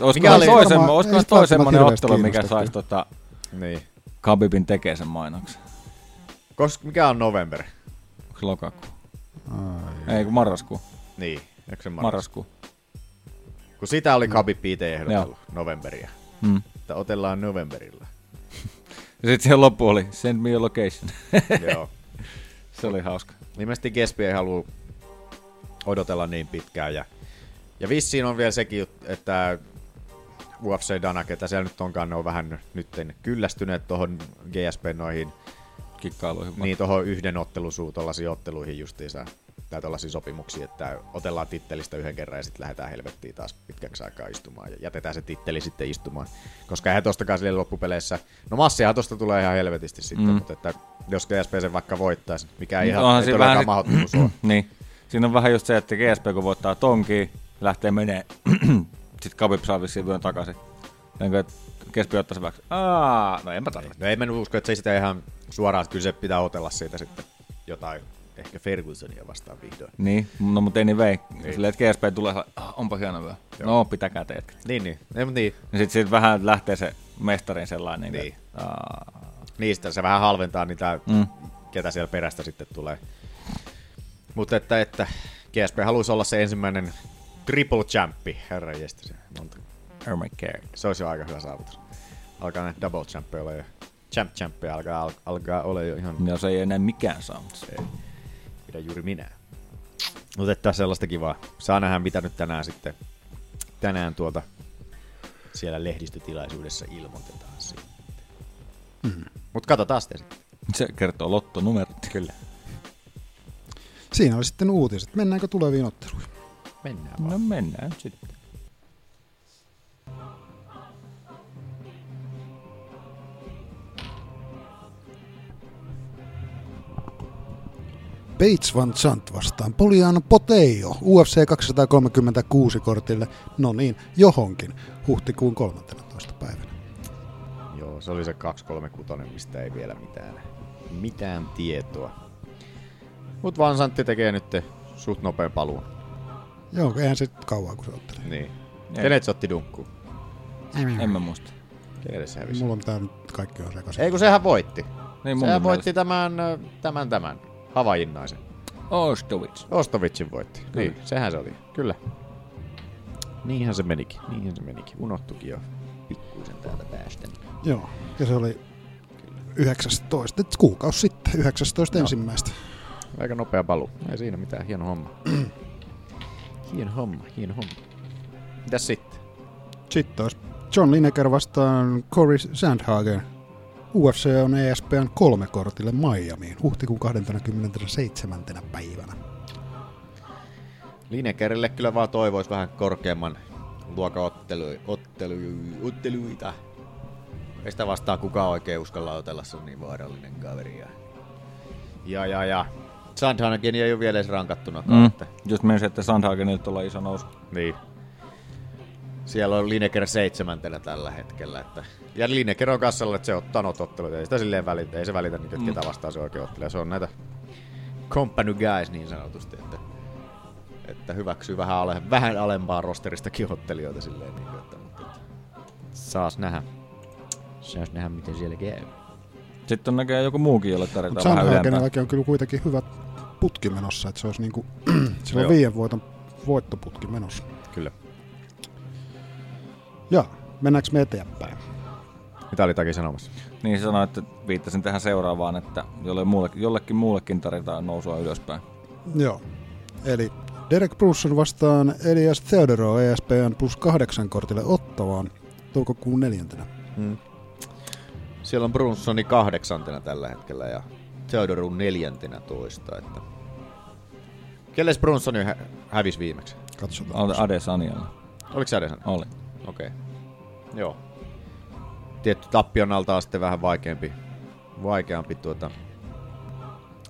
Olisiko
Mikä
se
oli-
toisen,
varmaan-
olisiko
ei
se
sitä
toisen
välttämättä
semmoinen
hirveästi
ottelu, mikä
kiinnosta
saisi tota,
Niin.
Khabibin tekee sen mainoksen?
Kos, mikä on november?
Onko se lokakuu? Ei, kun marraskuu.
Niin, eikö se marras?
Marraskuu.
Kun sitä oli Khabib itse ehdotellut, novemberia.
Mm.
Että otellaan novemberilla.
Ja sitten siihen loppu oli Send me a location.
Joo.
se oli hauska.
Ilmeisesti Gespi ei halua odotella niin pitkään. Ja, ja vissiin on vielä sekin, jut- että UFC Dana, ketä siellä nyt onkaan, ne on vähän nyt kyllästyneet tuohon GSP noihin,
Kikkailuihin. vaan.
niin tuohon yhden ottelusuun, tuollaisiin otteluihin justiinsa, tai tuollaisiin sopimuksiin, että otellaan tittelistä yhden kerran ja sitten lähdetään helvettiin taas pitkäksi aikaa istumaan ja jätetään se titteli sitten istumaan. Koska eihän tostakaan sille loppupeleissä, no massiahan tosta tulee ihan helvetisti sitten, mm. mutta että jos GSP sen vaikka voittaisi, mikä ei
Mutta
ihan,
onhan
ei
siinä
todellakaan
vähän-
mahdottomuus ole.
niin. Siinä on vähän just se, että GSP kun voittaa tonkiin, lähtee menee, sitten Khabib saa vissiin vyön takaisin. Niin kuin, että GSP ottaa se vaikka, Aa, no en mä tarvitse.
No ei mä nyt usko, että se sitä ihan suoraan, että kyllä se pitää otella siitä sitten jotain, ehkä Fergusonia vastaan vihdoin.
Niin, no mutta anyway, niin. silleen, että GSP tulee, sillä, ah, onpa hieno vyö. No, pitäkää teet.
Niin, niin. Ei, mut niin.
Ja sitten sit vähän lähtee se mestarin sellainen, niin.
Niin.
että, aa,
Niistä se vähän halventaa niitä, mm. ketä siellä perästä sitten tulee. Mutta että, että GSP haluaisi olla se ensimmäinen triple champi, herra jästä se. monta-
oh my god.
Se olisi jo aika hyvä saavutus. Alkaa näitä double champeja olla jo. Champ champia alkaa, al- alkaa olla jo ihan
No se ei enää mikään saa, mutta se
mitä juuri minä. Mutta että sellaista kivaa. Saa nähdä, mitä nyt tänään sitten tänään tuolta siellä lehdistötilaisuudessa ilmoitetaan sitten.
Mm-hmm.
Mm. Mutta katsotaan sitten.
Se kertoo lottonumerot. Kyllä.
Siinä oli sitten uutiset. Mennäänkö tuleviin otteluihin?
Mennään vaan.
No mennään sitten.
Bates Van Chant vastaan Poliano Poteio UFC 236 kortille, no niin, johonkin, huhtikuun 13. päivänä.
Joo, se oli se 236, mistä ei vielä mitään, mitään tietoa. Mut vaan Santti tekee nyt suht nopean paluun.
Joo, eihän se kauan kun se ottelee.
Niin. Kenet se otti dunkkuun? Mm.
En mä muista.
Kenelle se hävisi?
Mulla on tää nyt kaikki on sekaisin.
Ei kun sehän voitti.
Niin mun
sehän
mielestä.
voitti tämän, ö, tämän, tämän. Havajinnaisen.
Ostowitz.
Ostovicin voitti. Niin, sehän se oli. Kyllä. Niinhän se menikin. Niinhän se menikin. Unohtukin jo pikkuisen täältä päästä.
Joo, ja se oli 19, et kuukausi sitten, 19 no. ensimmäistä.
Aika nopea palu. Ei siinä mitään. Hieno homma. hieno homma, hieno homma. Mitäs sitten?
Sitten olisi John Lineker vastaan Corey Sandhagen. UFC on E ESPN kolme kortille Miamiin huhtikuun 27. päivänä.
Linekerille kyllä vaan toivois vähän korkeamman luokan ottelu, ottelu, otteluita. Ei sitä vastaan kukaan oikein uskalla otella, se on niin vaarallinen kaveri. Ja, ja, ja. ja. Sandhanakin ei ole vielä edes rankattunakaan. Mm.
Mm.
Että,
Just menisin, että Sandhagenilta tulee iso nousu.
niin. Siellä on Lineker seitsemäntenä tällä hetkellä. Että, ja Lineker on kassalla, että se ottaa noita otteluita. Ei sitä silleen välitä, ei se välitä niitä, että ketä vastaan se oikein ottelee. Se on näitä company guys niin sanotusti, että, että hyväksyy vähän, ale, vähän alempaa rosteristakin ottelijoita silleen. Niin kuin, että, mutta, että, saas nähdä. Saas nähdä, miten siellä käy.
Sitten on näköjään joku muukin, jolle
Mutta
tarjotaan vähän ylempää.
Sandhagenillakin on kyllä kuitenkin hyvä putki menossa, että se olisi niinku, sillä on
Joo.
viiden voiton voittoputki menossa.
Kyllä.
Ja mennäänkö me eteenpäin?
Mitä oli takia sanomassa?
Niin se sanoi, että viittasin tähän seuraavaan, että jolle muulle, jollekin muullekin tarjotaan nousua ylöspäin.
Joo. Eli Derek Brunson vastaan Elias Theodoro E ESPN plus kahdeksan kortille ottavaan toukokuun neljäntenä.
Siellä on Brunsoni kahdeksantena tällä hetkellä ja Theodorun neljäntenä toista. Että... Kelles Brunsoni hä- hävisi viimeksi?
Katsotaan.
Ade- Adesanialla.
Oliko se edes?
Oli.
Okei. Okay. Joo. Tietty tappion alta on sitten vähän vaikeampi, vaikeampi tuota,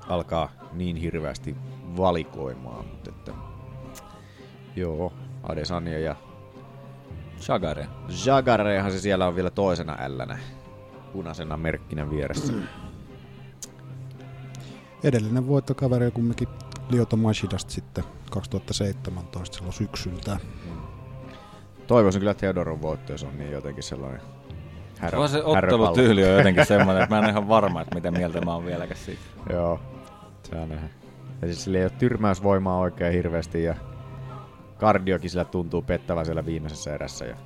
alkaa niin hirveästi valikoimaan, mutta että, joo, Adesanya ja
Chagare.
Jagarehan se siellä on vielä toisena ällänä, punaisena merkkinä vieressä.
Edellinen voittokaveri on kumminkin Lyoto Machidasta sitten 2017 silloin syksyltä.
Toivoisin kyllä Theodoron voittoa, jos on niin jotenkin sellainen härä,
Vaan se
härpällä.
ottelutyyli on jotenkin semmoinen, että mä en ole ihan varma, että mitä mieltä mä oon vieläkään siitä.
Joo, saa nähdä. Ja siis sillä ei ole tyrmäysvoimaa oikein hirveästi ja kardiokin sillä tuntuu pettävän siellä viimeisessä erässä. Ja...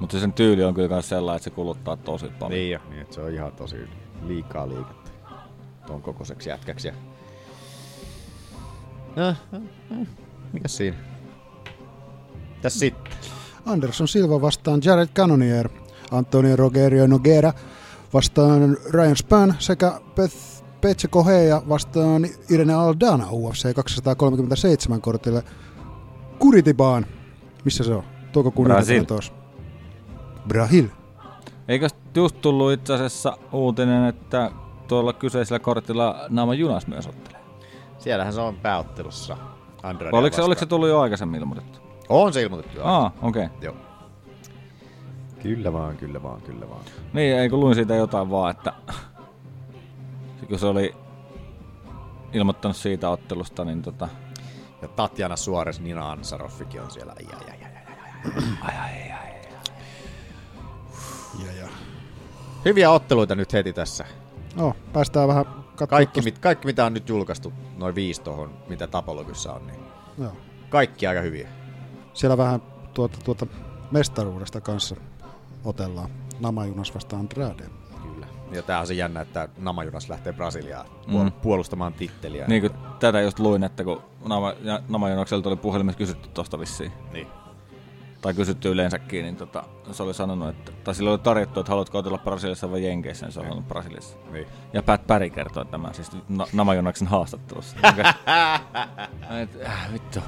Mutta se sen tyyli on kyllä myös sellainen, että se kuluttaa tosi paljon.
Niin jo, niin että se on ihan tosi liikaa liikettä tuon kokoiseksi jätkäksi. Ja... No, no, no, mikäs siinä? Tässä sitten.
Anderson Silva vastaan Jared Cannonier, Antonio Rogerio Noguera vastaan Ryan Spann sekä Beth Petse Koheja vastaan Irene Aldana UFC 237 kortille Kuritibaan. Missä se on? Toukokuun
Brasil.
14. Brahil.
Eikö just tullut itse asiassa uutinen, että tuolla kyseisellä kortilla Naama Junas myös ottelee?
Siellähän se on pääottelussa. Andrade
Oliko se, oliko se tullut jo aikaisemmin ilmoitettu?
On se ilmoitettu. joo.
Aa, okei. Okay.
Joo. Kyllä vaan, kyllä vaan, kyllä vaan.
Niin, ei kun luin siitä jotain vaan, että se, kun se oli ilmoittanut siitä ottelusta, niin tota,
Ja Tatjana Suores, Nina Ansaroffikin on siellä. Ai, ai, ai, ai, ai, ai, ai, ai, ai, ai.
Ja, ja.
Hyviä otteluita nyt heti tässä.
No, päästään vähän katsomaan.
Kaikki,
tosta-
mit, kaikki mitä on nyt julkaistu, noin viisi tohon, mitä Tapologissa on, niin
Joo.
kaikki aika hyviä.
Siellä vähän tuota, tuota mestaruudesta kanssa otellaan. Namajunas vastaan Andrade.
Kyllä. Ja tää on se jännä, että Namajunas lähtee Brasiliaan mm. puolustamaan titteliä.
niin kuin tätä just luin, että kun Naama, ja- Naama Junakselta oli puhelimessa kysytty tosta vissiin.
niin.
tai kysytty yleensäkin, niin tota, se oli sanonut, että, tai sillä oli tarjottu, että haluatko otella Brasiliassa vai Jenkeissä, niin se on ollut Brasiliassa.
Niin.
Ja Pat Päri kertoi tämän, siis na- Namajonaksen haastattelussa. Mä et, äh, vittu.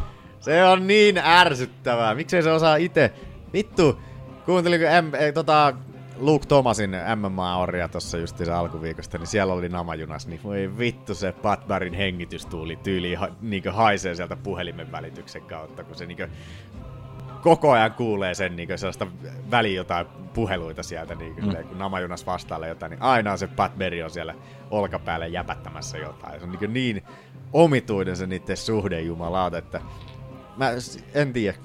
Se on niin ärsyttävää. Miksei se osaa itse? Vittu, kuuntelin kun M, eh, tota, Luke Thomasin MMA-orja tuossa justiinsa alkuviikosta, niin siellä oli namajunas, niin voi vittu se Patbarin hengitystuuli tyyli ha, niinkö haisee sieltä puhelimen välityksen kautta, kun se niinkö koko ajan kuulee sen niinkö sellaista väli jotain puheluita sieltä, niinkö, mm. kun namajunas vastailee jotain, niin aina se Patberi on siellä olkapäällä jäpättämässä jotain. Se on niinkö niin omituinen se niiden suhde, jumalauta, että mä s- en tiedä.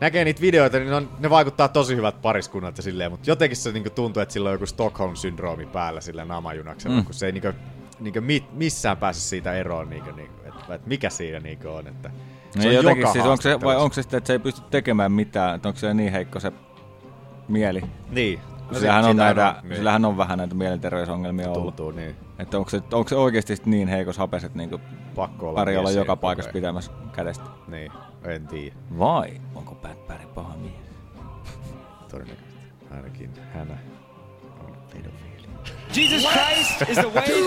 Näkee niitä videoita, niin on, ne vaikuttaa tosi hyvät pariskunnat ja silleen, mutta jotenkin se niinku tuntuu, että sillä on joku Stockholm-syndroomi päällä sillä namajunaksella, mm. kun se ei niinku, niinku mit, missään pääse siitä eroon, niinku, niinku, että et mikä siinä niinku on. Että se
Niin
on
jotenkin
joka
siis onko se, vai
haastattelussa.
onko se sitten, että se ei pysty tekemään mitään, että onko se niin heikko se mieli?
Niin.
No sillähän, on
sitä
näitä,
niin.
sillähän on vähän näitä mielenterveysongelmia ollut.
tuntuu niin.
Että onko se, onko se oikeasti sit niin heikos hapes, että niinku
Pakko olla
Päri olla
mies
joka
siinä
paikassa
koko ajan.
pitämässä kädestä?
Niin, en tiedä.
Vai onko Pat Päri paha mies?
Todennäköisesti. Ainakin hänä on pedofiili.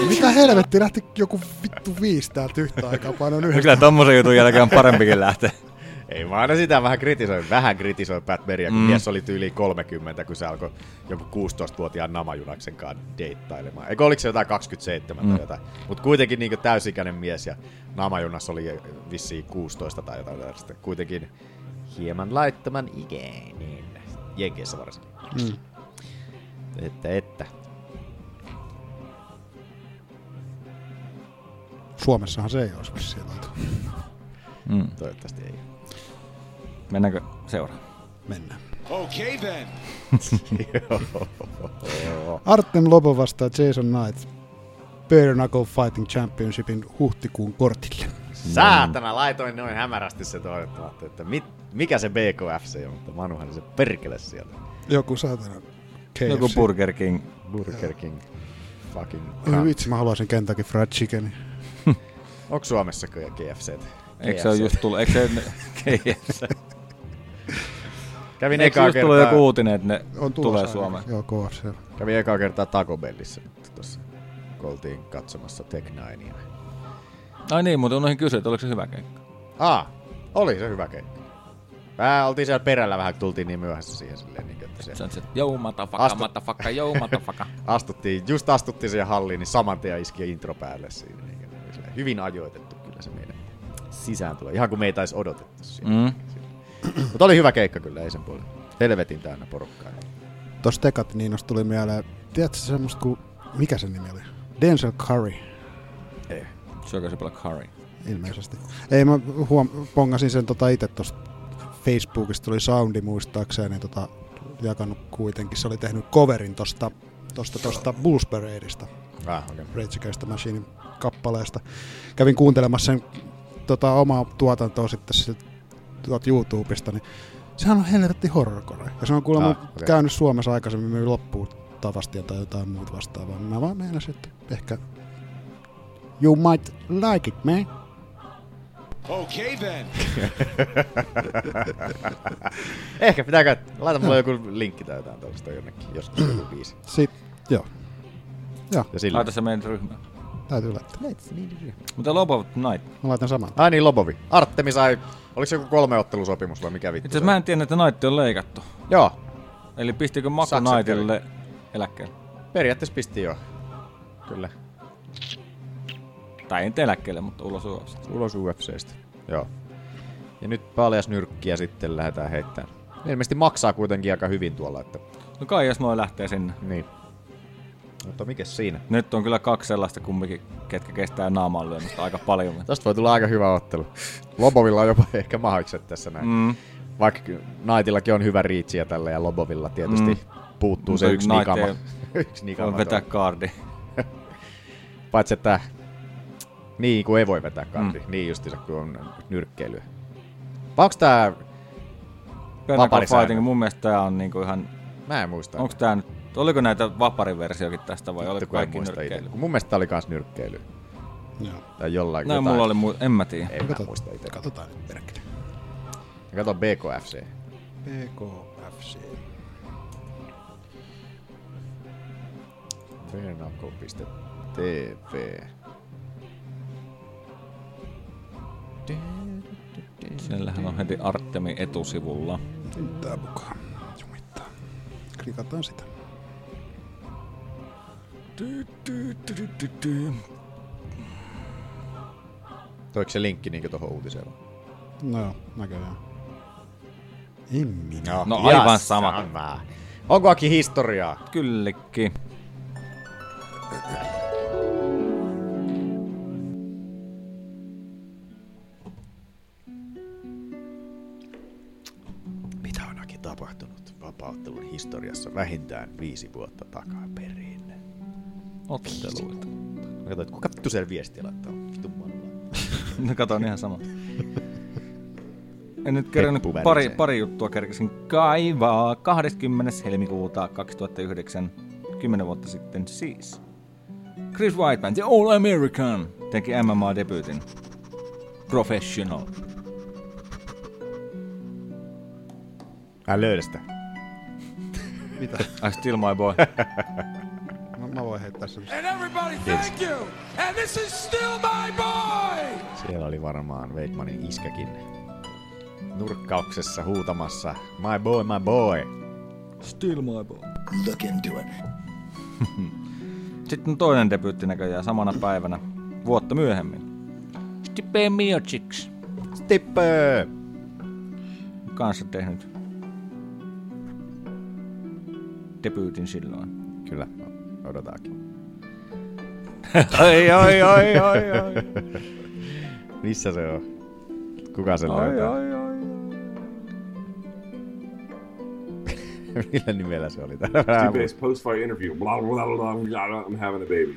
Mitä helvetti, lähti joku vittu viisi täältä yhtä aikaa painon
No
yhdestä.
kyllä tommosen jutun jälkeen on parempikin lähteä.
Ei mä aina sitä vähän kritisoin. Vähän kritisoin Pat Berryä, kun mm. mies oli tyyli 30, kun se alkoi jonkun 16-vuotiaan namajunaksen kanssa deittailemaan. Eikö oliko se jotain 27 mm. tai jotain? Mutta kuitenkin niin täysikäinen mies ja namajunas oli vissiin 16 tai jotain tällaista. Kuitenkin hieman laittoman ikäinen. Jenkeissä varsinkin. Mm. Että, että.
Suomessahan se ei olisi vissiin laitu.
Toivottavasti ei.
Mennäänkö seuraavaan?
Mennään.
Okay then.
Artem Lobo vastaa Jason Knight Bare Knuckle Fighting Championshipin huhtikuun kortille.
Saatana, laitoin noin hämärästi se toivottavasti, että mit, mikä se BKFC on, mutta Manuhan se perkele sieltä.
Joku saatana KFC.
Joku Burger King.
Burger King. Fucking.
Oi vitsi, mä haluaisin Kentucky Fried Chicken.
Onko Suomessa kyllä KFC?
Eikö se ole just tullut? Eikö se KFC?
Kävin
Eikö se
ekaa
just tullut joku
kertaa,
uutinen, että ne
On tulossa
tulee
ainakin.
Suomeen?
Joo, KFC.
kävin ekaa kertaa Taco Bellissä nyt tossa. Kun oltiin katsomassa Tech Ninea.
Ai niin, mutta unohdin kysyä, että oliko se hyvä keikka?
Ah, oli se hyvä keikka. Vähän oltiin siellä perällä vähän, kun tultiin niin myöhässä siihen silleen, niin että se
Se on se, jou matafaka,
Astu-
matafaka, jou matafaka.
astuttiin, just astuttiin siihen halliin, niin saman tien iski intro päälle siinä. Niin kuin, oli silleen hyvin ajoitettu kyllä se meidän sisään tulee, ihan kuin me ei taisi odotettu siinä.
Mm.
Mutta oli hyvä keikka kyllä, ei sen puolella. Helvetin täynnä porukkaa.
Tuossa Tekat Niinosta tuli mieleen, tiedätkö semmoista kuin, mikä sen nimi oli? Denzel Curry,
Ei.
Syökö se paljon curry?
ilmeisesti. Ei, mä huom- pongasin sen tota itse tuosta Facebookista tuli soundi muistaakseen, niin tota, jakanut kuitenkin. Se oli tehnyt coverin tosta, tosta, tosta Bulls Paradeista.
Ah, okei. Okay.
Rage Against the Machinein kappaleesta. Kävin kuuntelemassa sen tota, omaa tuotantoa sitten sit, tuot YouTubesta, niin sehän on helvetti horrorcore. Ja se on kuulemma
Ah,
ah,
okei.
okay. käynyt Suomessa aikaisemmin myy loppuun tavastia tai jotain muuta vastaavaa. Mä vaan meinasin, että ehkä you might like it, man.
Okay then.
Ehkä pitää käydä. Laita mulle joku linkki tai jotain tällaista jonnekin, joskus joku biisi.
Sitten, joo,
Ja sillä.
Laita se meidän ryhmään.
täytyy laittaa.
Mutta Lobo Night.
Mä laitan saman.
Ai niin, Lobovi. Arttemi sai, oliko se joku kolme ottelusopimus vai mikä vittu?
Itse
se
asiassa mä
oli?
en tiennyt, että Night on leikattu.
Joo,
Eli pistikö Maku
Sakset
Nightille eläkkeelle?
periaatteessa pisti joo. Kyllä.
Tai ei nyt eläkkeelle, mutta ulos ulos.
Ulos UFCstä. Joo. Ja nyt paljas nyrkkiä sitten lähdetään heittämään. Ilmeisesti maksaa kuitenkin aika hyvin tuolla, että
No kai jos noi lähtee sinne.
niin. Mutta mikäs siinä?
Nyt on kyllä kaksi sellaista kumminkin, ketkä kestää naaman lyömistä aika paljon.
Tästä voi tulla aika hyvä ottelu. Lobovilla on jopa ehkä mahikset tässä näin.
Mm.
Vaikka Naitillakin on hyvä riitsi ja tällä ja Lobovilla tietysti
Mm.
puuttuu se
Mutta
yksi
Knight
nikama.
ei-
yksi nikama.
Voi vetää
tuolla.
kaardi.
Paitsi että niin kuin ei voi vetää kardi. Mm. Niin justiinsa kun on nyrkkeilyä. Vai onks tää,
Penaka
Vaparisäännöt.
Fighting, mun mielestä tää on niinku ihan...
mä en muista.
Onks tää nyt... Oliko näitä vapariversiokin tästä vai oliko
Vittu, kun en
kaikki
muista itse.
nyrkkeily?
Kun Mun mielestä tää oli kans nyrkkeily.
Joo.
Tai jollain
No mulla oli mu... En mä tiedä.
En mä
Katot-
muista itse.
Katsotaan nyt perkele.
Ja kato BKFC.
E PKFC.
Fernako.tv.
Siellähän on heti Artemin etusivulla.
Tää mukaan. Jumittaa. Klikataan sitä.
Toiko se linkki niinkö tohon uutiseen? vai?
No joo, näköjään. En minä.
No
ja
aivan sama.
sama. Onko Aki historiaa?
Kyllekin.
Mitä on Aki tapahtunut vapauttelun historiassa vähintään viisi vuotta takaperin?
Otteluita.
Mä katsoin, että kuka vittu sen viesti laittaa? Vittu malla.
No kato, on ihan sama. En nyt kerännyt
Peppu
pari,
värisee.
pari juttua kerkesin kaivaa 20. helmikuuta 2009, 10 vuotta sitten siis. Chris Whiteman, The All American, teki MMA-debyytin. Professional.
Hän löydä sitä.
I still my boy.
Mä, mä voin heittää sen.
Siellä oli varmaan Veitmanin iskäkin nurkkauksessa huutamassa My boy, my boy!
Still my boy. Look into it. Sitten toinen debyytti näköjään samana päivänä, vuotta myöhemmin. Stipe Miocic.
Stippö!
kanssa tehnyt debyytin silloin.
Kyllä, no, odotaakin.
Ai, ai, ai, ai, ai.
Missä se on? Kuka sen
ai,
löytää?
ai, ai.
Millä nimellä se oli täällä?
Two-based post-fight interview. Blah, blah, blah, blah, I'm having a baby.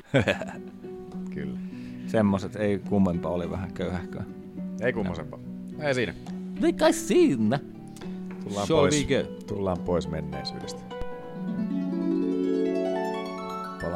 Kyllä.
Semmoset ei kummempaa, oli vähän köyhähköä.
Ei kummosempaa. Ei siinä.
Mikä siinä?
Tullaan
Shall
pois,
we go?
tullaan pois menneisyydestä.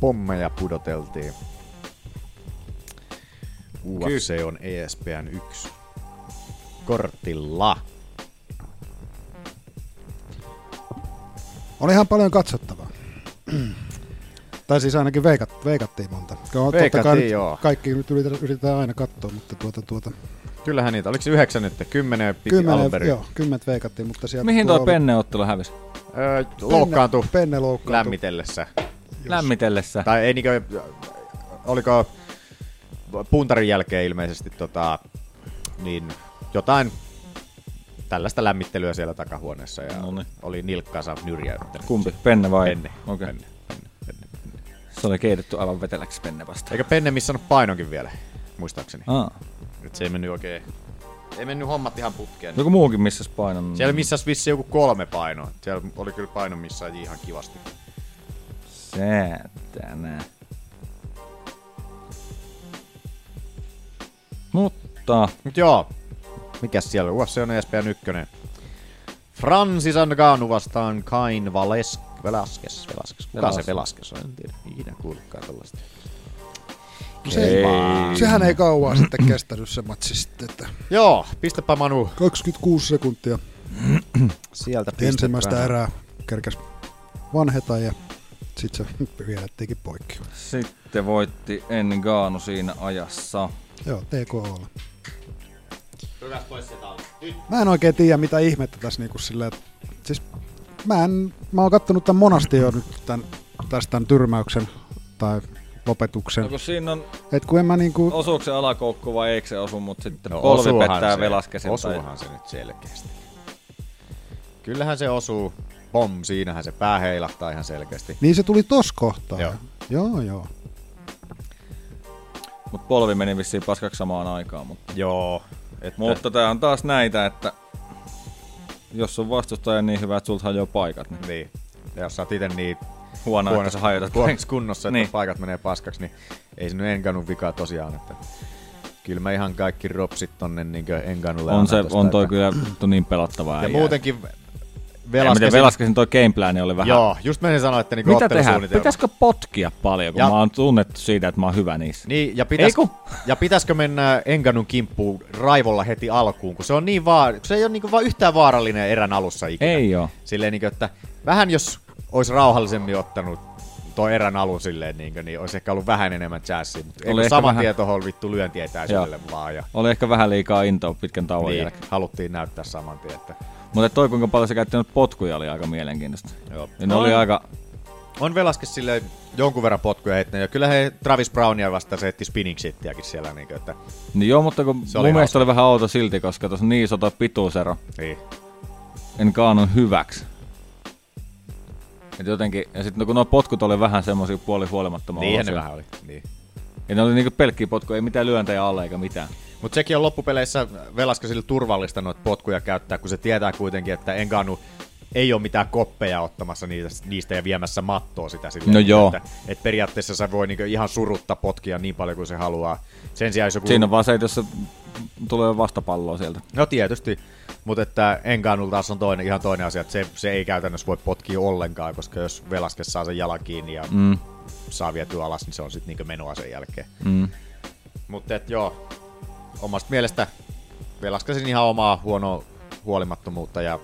pommeja pudoteltiin. UFC on E ESPN 1. Kortilla.
Oli ihan paljon katsottavaa. tai siis ainakin veikat, veikattiin monta. Joo, totta
Veikattiin,
kai nyt
joo.
Kaikki nyt yritetään, yritetään aina katsoa, mutta tuota, tuota,
Kyllähän niitä. Oliko se yhdeksän nyt? Kymmenen piti Kymmenen, alun
kymmenen,
perin.
joo, kymmenet veikattiin, mutta siellä...
Mihin
tuo
toi
oli-
penneottelu hävisi?
Öö,
Penne-
loukkaantui
Penne loukkaantui.
lämmitellessä.
Lämmitellessä.
Tai ei niinkö, oliko puntarin jälkeen ilmeisesti tota, niin jotain tällaista lämmittelyä siellä takahuoneessa ja
Noniin.
oli nilkkaansa nyrjäyttänyt.
Kumpi? Penne vai?
Penne.
Okei.
Penne. Penne. Penne.
Se oli keitetty aivan veteläksi penne vasta.
Eikö Penne missannut painonkin vielä, muistaakseni?
Aa.
Nyt Ah. se ei mennyt oikein. No. Ei mennyt hommat ihan putkeen.
Joku muukin missä painon.
Siellä missäs vissi joku kolme painoa. Siellä oli kyllä paino missä ihan kivasti.
Säätänä. Mutta
Mut joo. Mikäs siellä? UFC on ESPN 1. Francis Ngannou vastaan Kain Vales... Velaskes, Velaskes. Kuka
Velas-
se Velaskes on? En tiedä. Ikinä kuullutkaan tällaista.
No Se, sehän ei kauan sitten kestänyt se matsi sitten, että
Joo, pistäpä Manu
26 sekuntia
sieltä
ensimmäistä erää kerkes vanheta ja sitten se viedettiinkin poikki.
sitten voitti Engaano siinä ajassa.
Joo, TKOlla. Mä en oikein tiedä mitä ihmettä tässä niinku silleen, että- siis mä, en, mä oon kattonut tämän monasti jo nyt tämän, tästä tämän tyrmäyksen tai lopetuksen.
No kun siinä on,
Et kun en mä niinku,
osuuko se alakoukku vai eikö se osu, mutta sitten no, polvi
osuuhan
pettää
se.
velaskesin.
Osuuhan se nyt selkeästi. Kyllähän se osuu. Pom, siinähän se pää heilahtaa ihan selkeästi.
niin se tuli tos kohtaa.
Joo.
joo. joo.
Mutta polvi meni vissiin paskaksi samaan aikaan, mutta
Joo. Että,
Mutta tää on taas näitä, että jos on vastustaja niin hyvä, että sulta hajoaa paikat, niin
Niin. Ja jos sä oot ite niin
huono, että
huonossa,
sä hajotat.
huonossa kunnossa, että
Niin.
niin. paikat menee paskaksi, niin ei sinne Enganun vikaa tosiaan. Että kyllä mä ihan kaikki ropsit tonne niin Enganulle
On,
annan
se,
tosta,
on toi
että-
kyllä on niin pelattavaa.
Ja
äijää.
muutenkin
Ja miten
velaskasin.
velaskasin toi gameplan oli vähän...
Joo, just mä sen sanoin, että niinku
Mitä tehdään?
ottelusuunnitelma.
Pitäisikö potkia paljon, kun
Ja-
mä oon tunnettu siitä, että mä oon hyvä niissä?
Niin, ja,
Ei
pitäis,
kun-
ja pitäisikö mennä Enganun kimppuun raivolla heti alkuun, kun se, on niin vaar, kun se ei ole niin vaan yhtään vaarallinen erän alussa ikinä.
Ei oo.
Silleen, niin kuin, että vähän jos olisi rauhallisemmin ottanut tuo erän alun silleen, niin, kuin, niin olisi ehkä ollut vähän enemmän chanssia, mutta
Oli
ei
ehkä
sama
vähän-
vähän... tieto on vittu lyöntiä täysille
Joo.
vaan ja
Oli ehkä vähän liikaa intoa pitkän tauon niin.
niin,
jälkeen.
haluttiin näyttää saman tien, että
Mutta toi, kuinka paljon sä käyttänyt potkuja, oli aika mielenkiintoista.
Joo.
Ja ne oli aika...
on velaske sille jonkun verran potkuja heittänyt ja kyllä he Travis Brownia vastaan se heitti spinning shittiäkin siellä, niin kuin, että
Niin joo, mutta kun
Se
mun
oli
mielestä
hauska.
oli vähän outo silti, koska tuossa on niin iso toi pituusero.
niin.
en kaanon hyväksi. Et jotenkin, ja sitten kun nuo potkut oli vähän semmoisia puolihuolimattomia.
Niinhän ne
olosia.
vähän oli. Niin.
Ja ne oli niinku pelkkiä potkuja, ei mitään lyöntejä alle eikä mitään.
Mutta sekin on loppupeleissä Velaska sille turvallista noita potkuja käyttää, kun se tietää kuitenkin, että Enganu ei ole mitään koppeja ottamassa niitä, niistä ja viemässä mattoa sitä silleen.
No
että-
joo.
Että, että periaatteessa sä voi niinku ihan surutta potkia niin paljon kuin se haluaa. Sen sijaan jos joku...
Mm. Siinä on vaan se, että jos se tulee vastapalloa sieltä.
No tietysti, mutta että Enganu taas on toinen, ihan toinen asia, että se, se ei käytännössä voi potkia ollenkaan, koska jos Velaske saa sen jalan kiinni ja mm. saa vietyä alas, niin se on sitten niinku menoa sen jälkeen.
Mm.
Mutta et joo, omasta mielestä velaskasin ihan omaa huonoa huolimattomuutta ja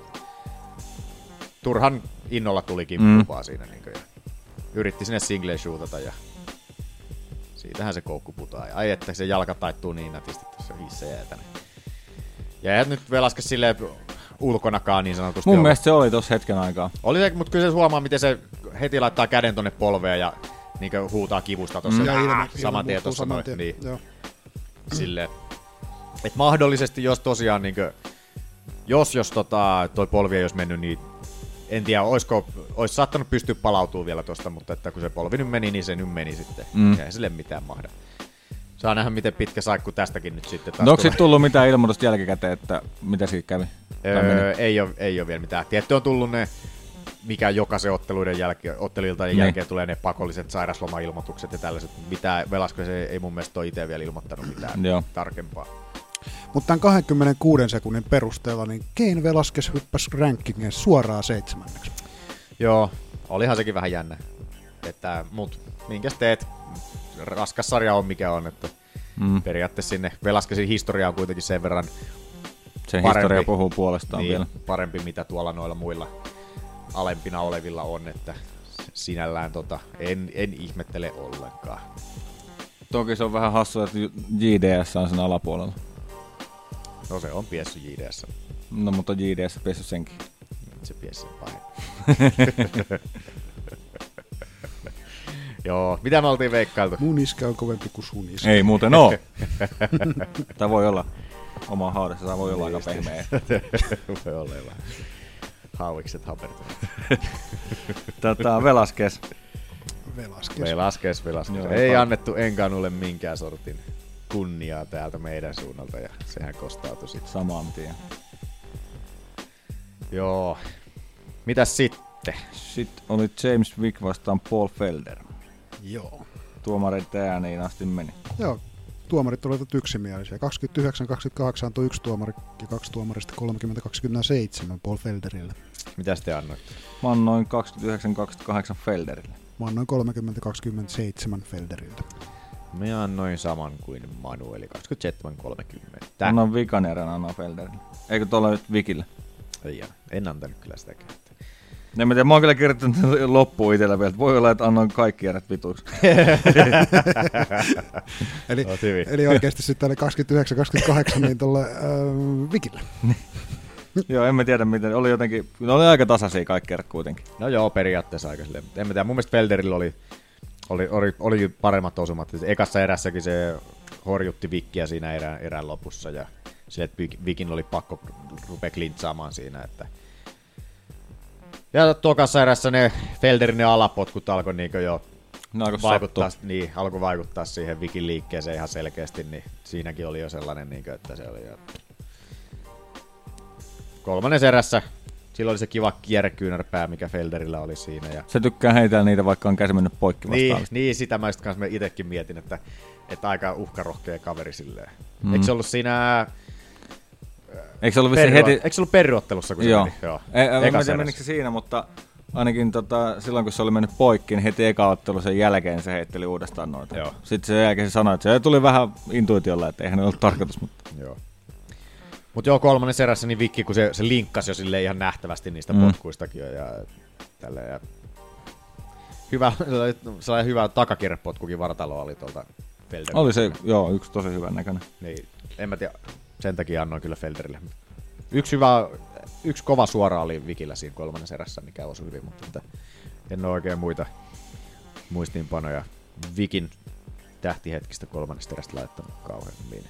turhan innolla tulikin
Mm.
mm. siinä. Niin ja yritti sinne singleen shootata ja siitähän se koukku putaa. Ja ai että se jalka taittuu niin nätisti tuossa hissä jäätänä. Ja eihän nyt velaskas silleen ulkonakaan niin sanotusti.
Mun
ollut.
mielestä se oli tossa hetken aikaa.
Oli se, mutta kyllä se huomaa, miten se heti laittaa käden tonne polveen ja niin huutaa kivusta tuossa. Mm.
Ja ilme,
saman
ilme
tien
muuttuu
tuossa
saman
noin.
tien.
Niin
Joo.
sille, että mahdollisesti jos tosiaan niin jos, jos tota, toi polvi ei olisi mennyt, niin en tiedä, olisiko, olisi saattanut pystyä palautumaan vielä tosta, mutta että kun se polvi nyt meni, niin se nyt meni sitten. Mm. Ja ei sille mitään mahda. Saa nähdä, miten pitkä saikku tästäkin nyt sitten taas
No onko
tulee.
sit tullut mitään ilmoitusta jälkikäteen, että mitä siitä kävi? Tai meni?
Öö, ei, ole, ei ole vielä mitään. Tietty on tullut ne, mikä jokaisen otteluiden jälke, otteluilta
Niin.
niin. jälkeen tulee ne pakolliset sairaslomailmoitukset ja tällaiset. Mitä Velasko se ei mun mielestä ole itse vielä ilmoittanut mitään
Joo.
tarkempaa.
Mutta tämän 26 sekunnin perusteella niin Kane Velasquez hyppäsi rankingin suoraan seitsemänneksi.
Joo, olihan sekin vähän jännä. Että, mut, minkäs teet? Raskas sarja on mikä on, että
Mm.
mm. periaatteessa sinne Velaskesin historia on kuitenkin sen verran
Se
parempi.
historia puhuu puolestaan niin. vielä.
niin, parempi, mitä tuolla noilla muilla alempina olevilla on, että sinällään tota, en, en ihmettele ollenkaan.
Toki se on vähän hassua, että JDS on sen alapuolella.
No se on piessu JDS,
No mutta JDS pesi senkin.
se piessi on pahempi. Joo, mitä me oltiin veikkailtu?
Mun iskä on kovempi kuin sun iskä.
Ei muuten oo. Tää voi olla oma haudassa, tää voi olla aika pehmeä.
Voi olla hyvä. Hauikset hapertavat. Tota,
Tätä velaskes.
Velasquez.
Velaskes, Velaskes.
Joo,
Joo, ei
pa-
annettu Enkanulle minkään sortin kunniaa täältä meidän suunnalta ja sehän kostautui sit.
Saman tien.
Joo. Mitäs sitten?
Sitten oli James Wick vastaan Paul Felder.
Joo.
Tuomarit ääniin asti meni.
Joo. Tuomarit olivat yksimielisiä. 29-28 antoi yksi tuomari ja kaksi tuomarista 30-27 Paul Felderille.
Mitäs te annoitte?
Mä annoin 29-28 Felderille.
Mä annoin 30-27 Felderille.
Minä annoin saman kuin Manu, eli 27.30.
Tää. Annoin vikan erän, annoin Felderille. Eikö tuolla nyt Vikille?
Ei, anna. en antanut kyllä sitäkään.
En mä tiedä, mä oon kyllä kirjoittanut loppuun itsellä vielä. että Voi olla, että annoin kaikki erät vituiksi.
Eli,
Oot hyvin.
eli oikeasti sitten oli 29-28 niin tuolle ähm, Vikille.
Joo, en mä tiedä miten. Oli jotenkin, ne oli aika tasaisia kaikki erät kuitenkin.
No joo, periaatteessa aika silleen. En mä tiedä, mun mielestä Felderillä oli, oli, oli, oli paremmat osumat. Ekassa erässäkin se horjutti vikkiä siinä erään, erään lopussa ja sille, että Vik- vikin oli pakko rupea klintsaamaan siinä. Että. Ja tokassa erässä ne Felderin ne alapotkut alkoi niin jo
Ne alkoi
vaikuttaa,
sattua.
niin, alkoi vaikuttaa siihen vikin liikkeeseen ihan selkeästi, niin siinäkin oli jo sellainen, niin kuin, että se oli jo kolmannes erässä. Silloin oli se kiva kierrekyynärpää, mikä Felderillä oli siinä. Ja...
Se tykkää heitellä niitä, vaikka on käsi mennyt poikki
Niin,
vastaan.
niin, sitä mä sitten kanssa itsekin mietin, että, että aika uhkarohkea kaveri silleen. Mm. Eikö se ollut siinä
Eikö se ollut vissiin
perua,
heti...
heti... eikö se ollut perruottelussa, kun se
Joo.
meni? Joo.
Ei, mä en
Ekassa
tiedä,
erässä.
menikö se siinä, mutta ainakin tota, silloin, kun se oli mennyt poikki, niin heti eka ottelu sen jälkeen se heitteli uudestaan noita.
Joo.
Sitten sen jälkeen se sanoi, että se tuli vähän intuitiolla, että eihän ne ollut tarkoitus, mutta
Joo. Mutta joo, kolmannen serässä niin Vikki, kun se, se linkkasi jo sille ihan nähtävästi niistä mm. potkuistakin jo ja tällä ja hyvä, sellainen hyvä takakirrepotkukin vartalo oli tuolta Felderiltä.
oli se, joo, yksi tosi hyvän näköinen.
Niin, en mä tiedä, sen takia annoin kyllä Felderille. Yksi hyvä, yksi kova suora oli Vikillä siinä kolmannen erässä, mikä osui hyvin, mutta että en ole oikein muita muistiinpanoja Vikin tähtihetkistä kolmannesta erästä laittanut kauheammin.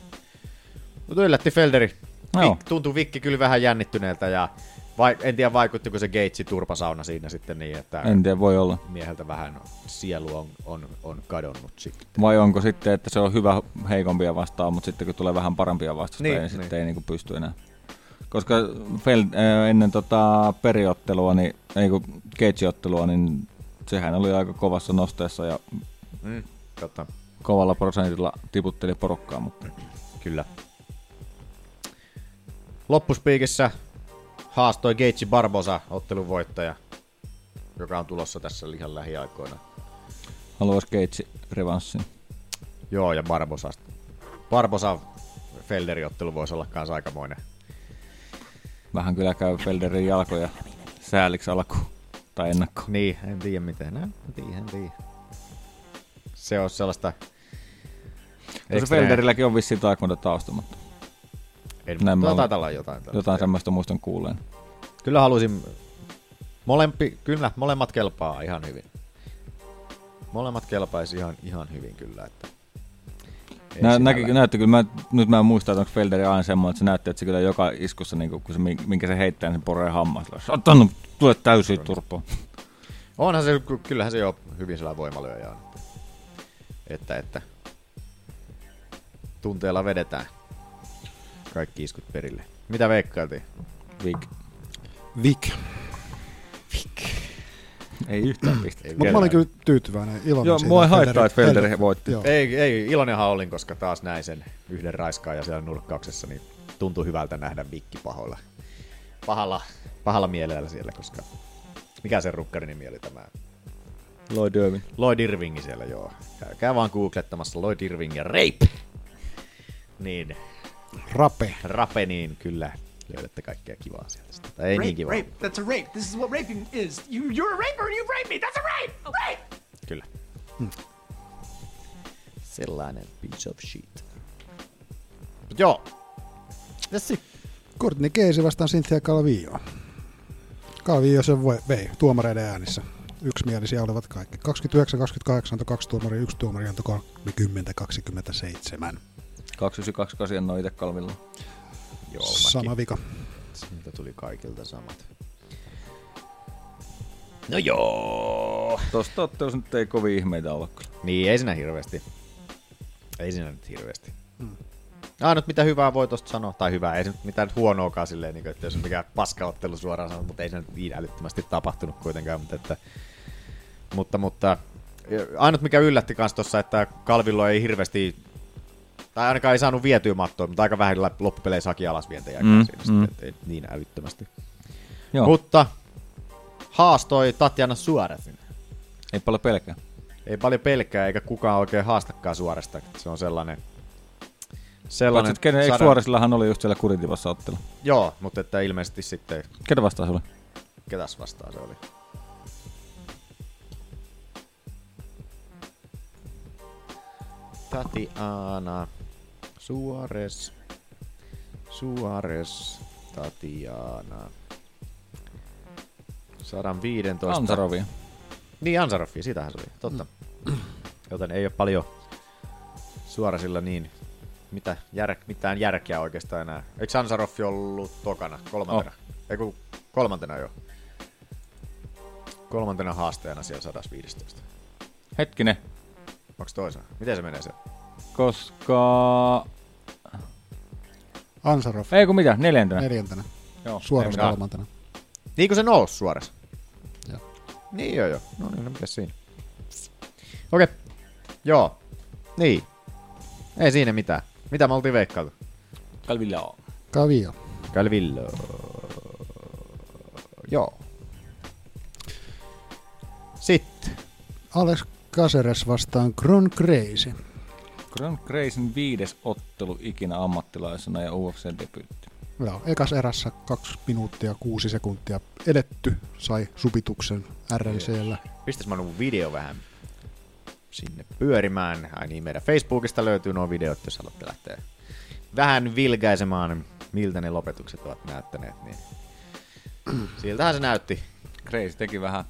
Mutta yllätti Felderi.
Joo.
Vik, tuntui Vikki kyllä vähän jännittyneeltä ja vai, en tiedä vaikuttiko se Gatesi turpasauna siinä sitten niin, että
En tiedä, voi olla.
mieheltä vähän sielu on, on, on kadonnut sitten.
Vai onko sitten, että se on hyvä heikompia vastaan, mutta sitten kun tulee vähän parempia vastustajia,
Niin,
niin, niin, sitten
niin.
ei niinku pysty enää. Koska Feld, äh, ennen tota periottelua, niin, ei kun keitsioottelua, niin sehän oli aika kovassa nosteessa ja
Mm, totta.
kovalla prosentilla tiputteli porukkaa, mutta
Kyllä. Loppuspiikissä haastoi Gaethje Barbosa, ottelun voittaja, joka on tulossa tässä ihan lähiaikoina.
haluaisi Keitsi revanssin.
Joo, ja Barbosa. Barbosa Felderin ottelu voisi olla kans aikamoinen.
Vähän kyllä käy Felderin jalkoja sääliksi alkuun tai ennakkoon.
Niin, en tiedä miten. No, en tiedä, en tiedä. Se on sellaista...
Se Felderilläkin on vissiin taekwondo tausta, mutta
En,
näin mä
no,
olen-
taitaa olla jotain. tällaista.
jotain semmoista muistan kuulleen.
Kyllä haluaisin... Molempi, kyllä, molemmat kelpaa ihan hyvin. Molemmat kelpaisi ihan, ihan hyvin kyllä. Että ei
Nä,
sinällään.
näki, näytti kyllä, mä, nyt mä en muista, että onko Felderi aina semmoinen, että se näytti, että se kyllä joka iskussa, niin kun se, min- minkä se heittää, niin se poree hammas. Satanu, tule täysin turpoon.
Onhan se, ky- kyllähän se jo hyvin sillä voimalyöjä on. Että, että tunteella vedetään kaikki iskut perille. Mitä veikkailtiin?
Vik.
Vik.
Ei yhtään pistettä.
Ei,
Mutta mä
vielä.
olin kyllä tyytyväinen. Iloinen
Joo,
siitä,
mua ei
että
haittaa, että Felderi voitti.
Joo.
ei, ei, ilonenhan olin, koska taas näin sen yhden raiskaan ja siellä nurkkauksessa, niin tuntui hyvältä nähdä Vikki pahoilla. Pahalla, pahalla mielellä siellä, koska mikä sen rukkarin nimi oli tämä?
Lloyd Irving.
Lloyd Irvingi siellä, joo. Käykää vaan googlettamassa Lloyd Irving ja rape. Niin,
Rape.
rape, niin kyllä löydätte kaikkea kivaa sieltä. Sitä. Tai ei niin kivaa.
rape. That's a rape. This is what raping is. You, you're a raper and you rape me. That's a rape. Rape. Hmm.
Kyllä. Sellainen piece of shit. Mut joo. Mitäs sit?
Courtney Keisi vastaan Cynthia Calvio. Calvio sen voi, vei tuomareiden äänissä. Yksimielisiä olivat kaikki. 29, 28, antoi kaksi tuomaria, yksi tuomari antoi 30, 27.
2928 on itse kalvilla.
Joo,
Sama vika.
Niitä tuli kaikilta samat. No joo.
Tosta ottelussa nyt ei kovin ihmeitä ole kyllä.
Niin, ei siinä hirveästi. Ei siinä nyt hirveästi. Hmm. Ainut mitä hyvää voi tosta sanoa, tai hyvää, ei se nyt mitään nyt huonoakaan silleen, niin kuin, että jos on mikään paskaottelu suoraan sanoa, mutta ei se nyt niin älyttömästi tapahtunut kuitenkaan, mutta että, mutta, mutta äh, ainut mikä yllätti kans tossa, että Kalvillo ei hirveästi, tai ainakaan ei saanut vietyä mattoa, mutta aika vähän lä- loppupeleissä haki alasvientejä mm, siinä mm. No. Sitten, että ei niin älyttömästi.
Joo, Mut.
Mutta haastoi Tatjana Suorasin
ei paljon pelkää.
ei paljon pelkää, eikä kukaan oikein haastakaan suorasta. Se on sellainen...
Paitsi,
sellainen
että kenen, eikö
sadan-
suorisillahan oli just siellä kuritivassa ottelu?
Joo, mutta että ilmeisesti sitten
Ketä vastaan sulle?
ketäs vastaan se oli. Tatiana Suores. Suores Tatiana. 115.
Ansarovia.
Niin, Ansaroffi, sitähän se oli, totta. Joten ei ole paljon suora sillä niin mitä, jär, mitään järkeä oikeastaan enää. Eikö Ansaroffi ollut tokana, kolmantena? Oh. Eiku, kolmantena jo. Kolmantena haasteena siellä 115.
Hetkinen,
Onks toisena? Miten se menee se?
koska...
Ansaroff
Ei kun mitä, neljäntenä. Äh.
neljäntenä.
Joo,
suorassa
ei mitään.
kolmantena.
Niin kuin se nousi suorassa.
Joo.
Niin joo joo. No niin, no mitäs siinä? Okei. Okay. Joo. Niin. Ei siinä mitään. Mitä me oltiin veikkailtu?
Kalvilla.
Kavio.
Calvillo. Joo. Sitten.
Alex Caceres vastaan Gron Crazy.
Grand Grayson viides ottelu ikinä ammattilaisena ja UFC debyytti.
Joo, ekas erässä 2 minuuttia 6 sekuntia edetty, sai supituksen RNCllä.
Pistäis mä mun video vähän sinne pyörimään. Ai niin, meidän Facebookista löytyy nuo videot, jos haluatte lähteä vähän vilkaisemaan, miltä ne lopetukset ovat näyttäneet. Niin. Siltähän se näytti.
Crazy teki vähän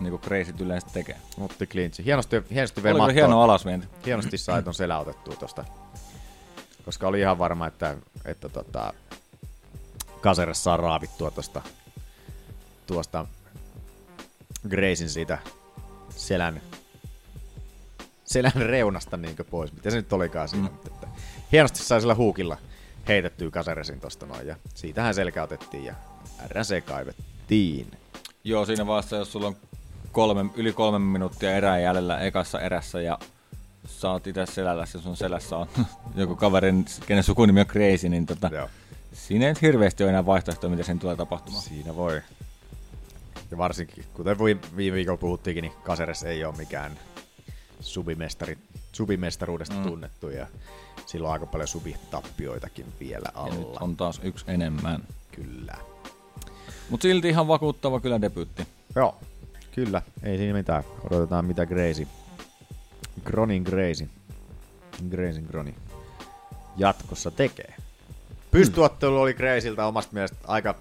niin kuin Crazy yleensä tekee.
Otti klintsi. Hienosti, hienosti vei
Oliko
mattoon.
hieno alasvienti?
hienosti sai ton selä otettua tosta. Koska oli ihan varma, että, että tota, Kaseres saa raavittua tosta, tuosta Greisin siitä selän, selän reunasta niinkö pois. Mitä se nyt olikaan siinä. Mm. Että, hienosti sai sillä huukilla heitettyä Kaseresin tosta noin. Ja siitähän selkä otettiin ja RC kaivettiin.
Joo, siinä vaiheessa, jos sulla on kolme, yli kolme minuuttia erää jäljellä ekassa erässä ja sä oot itse selälässä, sun selässä on joku kaverin, kenen sukunimi on Crazy, niin tota,
Joo.
siinä ei nyt hirveästi ole enää vaihtoehtoja, mitä sen tulee tapahtumaan.
Siinä voi. Ja varsinkin, kuten vi- viime viikolla puhuttiinkin, niin Kaseres ei ole mikään subimestari, subimestaruudesta mm. tunnettu ja sillä on aika paljon subitappioitakin vielä
Ja nyt
alla.
on taas yksi enemmän.
Kyllä.
Mutta silti ihan vakuuttava kyllä debyytti.
Joo, kyllä. Ei siinä mitään. Odotetaan mitä Gracie. Gronin Gracie. Gracin Groni jatkossa tekee. Pystyottelu oli Graciltä omasta mielestä aika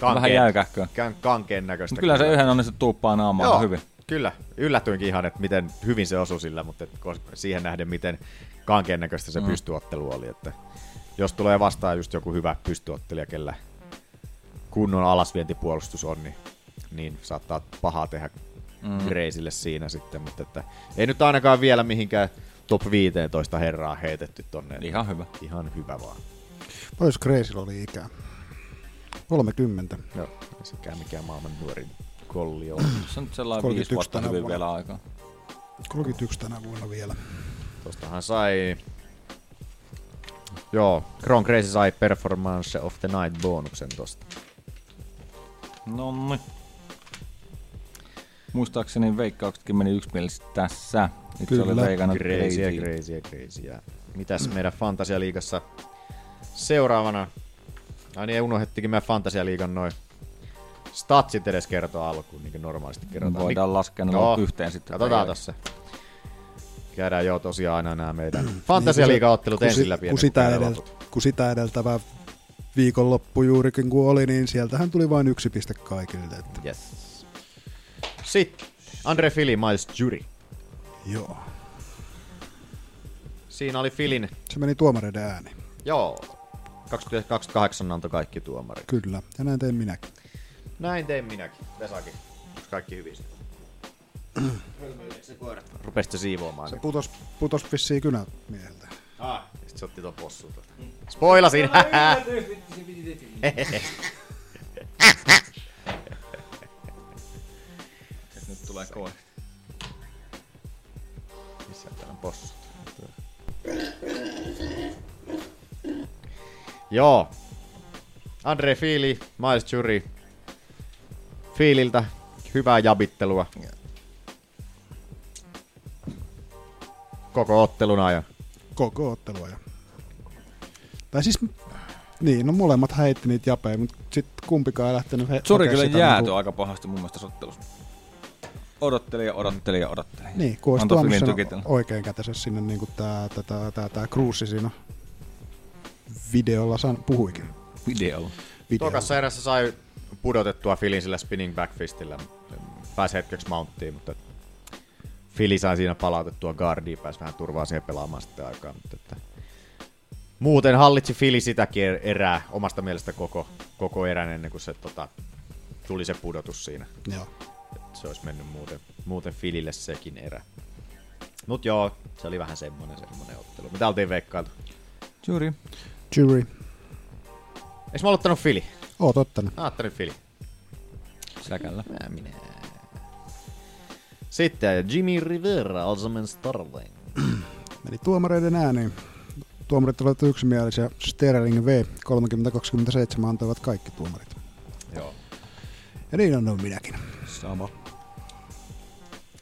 kankeen,
Vähän jäykähköä.
kan- kankeen näköistä.
Mut kyllä se yhden onnistut tuuppaa naamaa aika hyvin.
Kyllä, yllätyinkin ihan, että miten hyvin se osui sillä, mutta et kos- siihen nähden, miten kankeen näköistä se mm. pystyottelu oli. Että jos tulee vastaan just joku hyvä pystyottelija, kellä kunnon alasvientipuolustus on, niin, niin saattaa pahaa tehdä mm. Greisille siinä sitten. Mutta että ei nyt ainakaan vielä mihinkään top 15 herraa heitetty tonne. että
Ihan hyvä.
Ihan hyvä vaan.
Paljon Crazylla oli ikää? 30.
Joo. Ei sekään mikään maailman nuorin kolli ole.
Se on nyt sellainen viisi
31
vuotta
tänä
hyvin
vuonna.
vielä aikaa.
31 tänä vuonna vielä.
Tostahan sai... Joo, Kron Crazy sai Performance of the Night bonuksen tosta.
No niin. Muistaakseni veikkauksetkin meni yksimielisesti tässä. Itse
Kyllä.
oli veikannut
Crazy,
Crazy.
crazy, crazy. Mitäs meidän Fantasialiigassa seuraavana? Ai niin, unohdettikin meidän Fantasialiigan noin statsit edes kertoa alkuun, niin kuin normaalisti kerrotaan.
Voidaan
Mik-
laskea ne
Joo,
yhteen sitten.
Katsotaan tässä. Käydään jo tosiaan aina nämä meidän
Kun
Fantasialiiga-ottelut
si-
ensin läpi. ennen
Kun
kuin
sitä,
käydään
edel,
loput.
kun sitä edeltävä viikonloppu juurikin kun oli, niin sieltähän tuli vain yksi piste kaikille. Että,
Yes. Sitten Andre Fili, Miles Jury.
joo.
Siinä oli Filin,
Se meni tuomareiden ääni.
joo, 28 antoi kaikki tuomari.
Kyllä, ja näin tein minäkin.
Näin tein minäkin, Vesakin. Onks kaikki hyvin sitten? Rupesitte siivoamaan.
Se
niin.
putos, putos vissiin kynämieheltä.
Ah, sit se otti ton possun tuosta.
Mm.
Spoilasin!
Nyt tulee koe.
Missä täällä on possut? Joo. Andre Fiili, Miles Jury. Fiililtä hyvää jabittelua. Koko ottelun ajan.
Koko ottelua. Ja. Tai siis, niin, no molemmat heitti niitä japeja, mutta sitten kumpikaan ei lähtenyt he-
Sori
hakea
kyllä
sitä
jääty
niinku-
aika pahasti mun mielestä sottelussa. Odotteli ja odotteli ja odotteli.
Niin, kun olisi
Antoi
tuonut
Filin
sen
tukitella.
oikein kätensä sinne, niin kuin tämä tää, tää, tää, tää Cruise siinä videolla san, puhuikin.
Videolla.
Videolla.
Tokassa erässä sai pudotettua Filin sillä spinning backfistillä. Pääsi hetkeksi mounttiin, mutta Fili sai siinä palautettua guardia, pääsi vähän turvaa siihen pelaamaan sitten aikaa. Mutta että muuten hallitsi Fili sitäkin er- erää omasta mielestä koko, koko erän ennen kuin se tota, tuli se pudotus siinä.
Joo.
Et se olisi mennyt muuten, muuten Filille sekin erä. Mut joo, se oli vähän semmonen, semmonen ottelu. Mitä oltiin veikkailtu?
Jury.
Jury.
Eikö mä aloittanut Fili?
Oot ottanut.
Aattanut Fili.
Säkällä.
Mä minä. Sitten Jimmy Rivera, Alzamen Starling.
Meni tuomareiden ääniin. Tuomarit olivat yksimielisiä. Sterling V 30-27 antoivat kaikki tuomarit.
Joo.
Ja niin annoin minäkin.
Sama.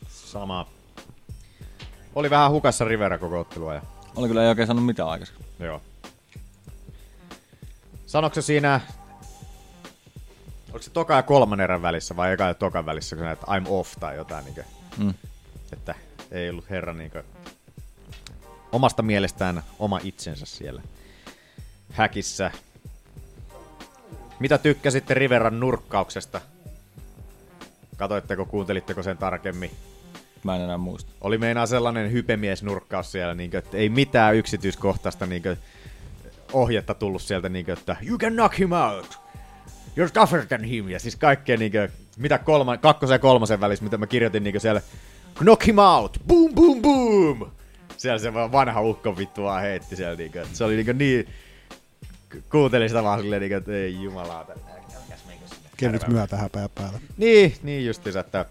Sama. Oli vähän hukassa Rivera koko ottelua ja
Oli kyllä ei oikein sanonut mitään aikaisemmin.
Joo. Sanoksi siinä, oliko se toka ja kolmannen erän välissä vai eka ja tokan välissä, kun näet I'm off tai jotain, niin kuin,
Mm.
että ei ollut herra niin kuin, omasta mielestään oma itsensä siellä häkissä. Mitä tykkäsitte Riveran nurkkauksesta? Katoitteko, kuuntelitteko sen tarkemmin?
Mä en enää muista.
Oli meinaa sellainen hypemiesnurkkaus siellä, niin kuin, että ei mitään yksityiskohtaista niin kuin, ohjetta tullut sieltä, niin kuin, että you can knock him out, you're tougher than him, ja siis kaikkea, niin kuin, mitä kolma, kakkosen ja kolmosen välissä, mitä mä kirjoitin niin kuin siellä, knock him out, boom, boom, boom, siellä se vaan vanha ukko vittu vaan heitti siellä, niin kuin, että se oli niin, kuin, niin kuuntelin sitä vaan silleen, niin kuin, että ei jumalauta, älkääs menkö sinne.
Kevyt myötä häpeä päällä.
Niin, niin justiinsa, että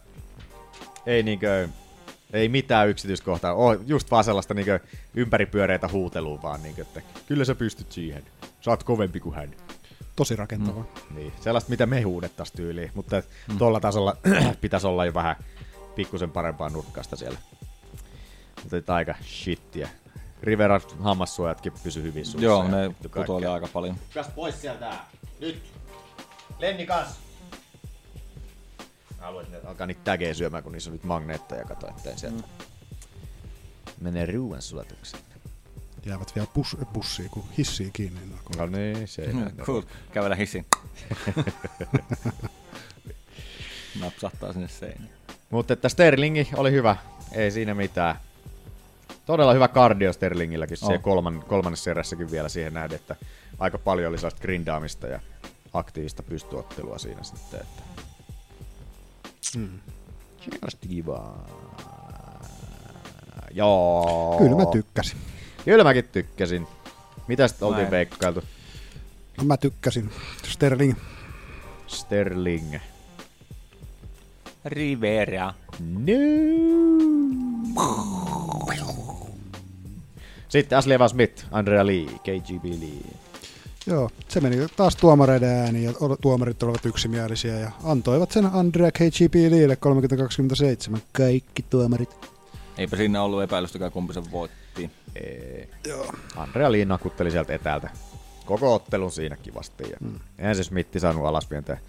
ei niinkö, ei mitään yksityiskohtaa, oh, just vaan sellaista niinkö ympäripyöreitä huutelua vaan niinkö, että kyllä sä pystyt siihen, sä oot kovempi kuin hän.
Tosi rakentavaa.
Niin, sellaista mitä me huudettais tyyliin, mutta mm. tuolla tasolla pitäisi olla jo vähän pikkusen parempaa nurkkasta siellä. Mutta et aika shittiä. Rivera hammassuojatkin pysy hyvin suussa.
Joo,
ja
ne
vittu kaikkea.
putoili aika paljon.
Kas pois sieltä! Nyt! Lenni kas! Mä haluan, että ne alkaa niitä tägejä syömään, kun niissä on nyt magneetteja. Kato, ettei sieltä menee ruuan sulatukseen.
Jäävät vielä pus- bussiin, kun hissiin kiinni. ne alkoi.
No niin, se ei
Mm, Cool. Kävellä hissiin. Napsahtaa sinne seinään.
Mutta että Sterlingi oli hyvä, ei siinä mitään. Todella hyvä kardio Sterlingilläkin oh.
On.
kolman, kolmannessa erässäkin vielä siihen nähden, että aika paljon oli sellaista grindaamista ja aktiivista pystyottelua siinä sitten. Että. Mm. Just kivaa. Joo.
Kyllä mä tykkäsin.
Kyllä mäkin tykkäsin. Mitä sitten oltiin
en.
veikkailtu?
No Mä tykkäsin. Sterling.
Sterling.
Rivera.
Sitten Ashley Evan Smith, Andrea Lee, KGB Lee.
Joo, se meni taas tuomareiden ääni ja ol- tuomarit olivat yksimielisiä ja antoivat sen Andrea KGP Leelle 30-27. Kaikki tuomarit.
Eipä siinä ollut epäilystäkään kumpi sen voitti.
Andrea Lee nakutteli sieltä etäältä koko ottelun siinä kivasti. Ja mm. Eihän se Smith saanut alasvientejä.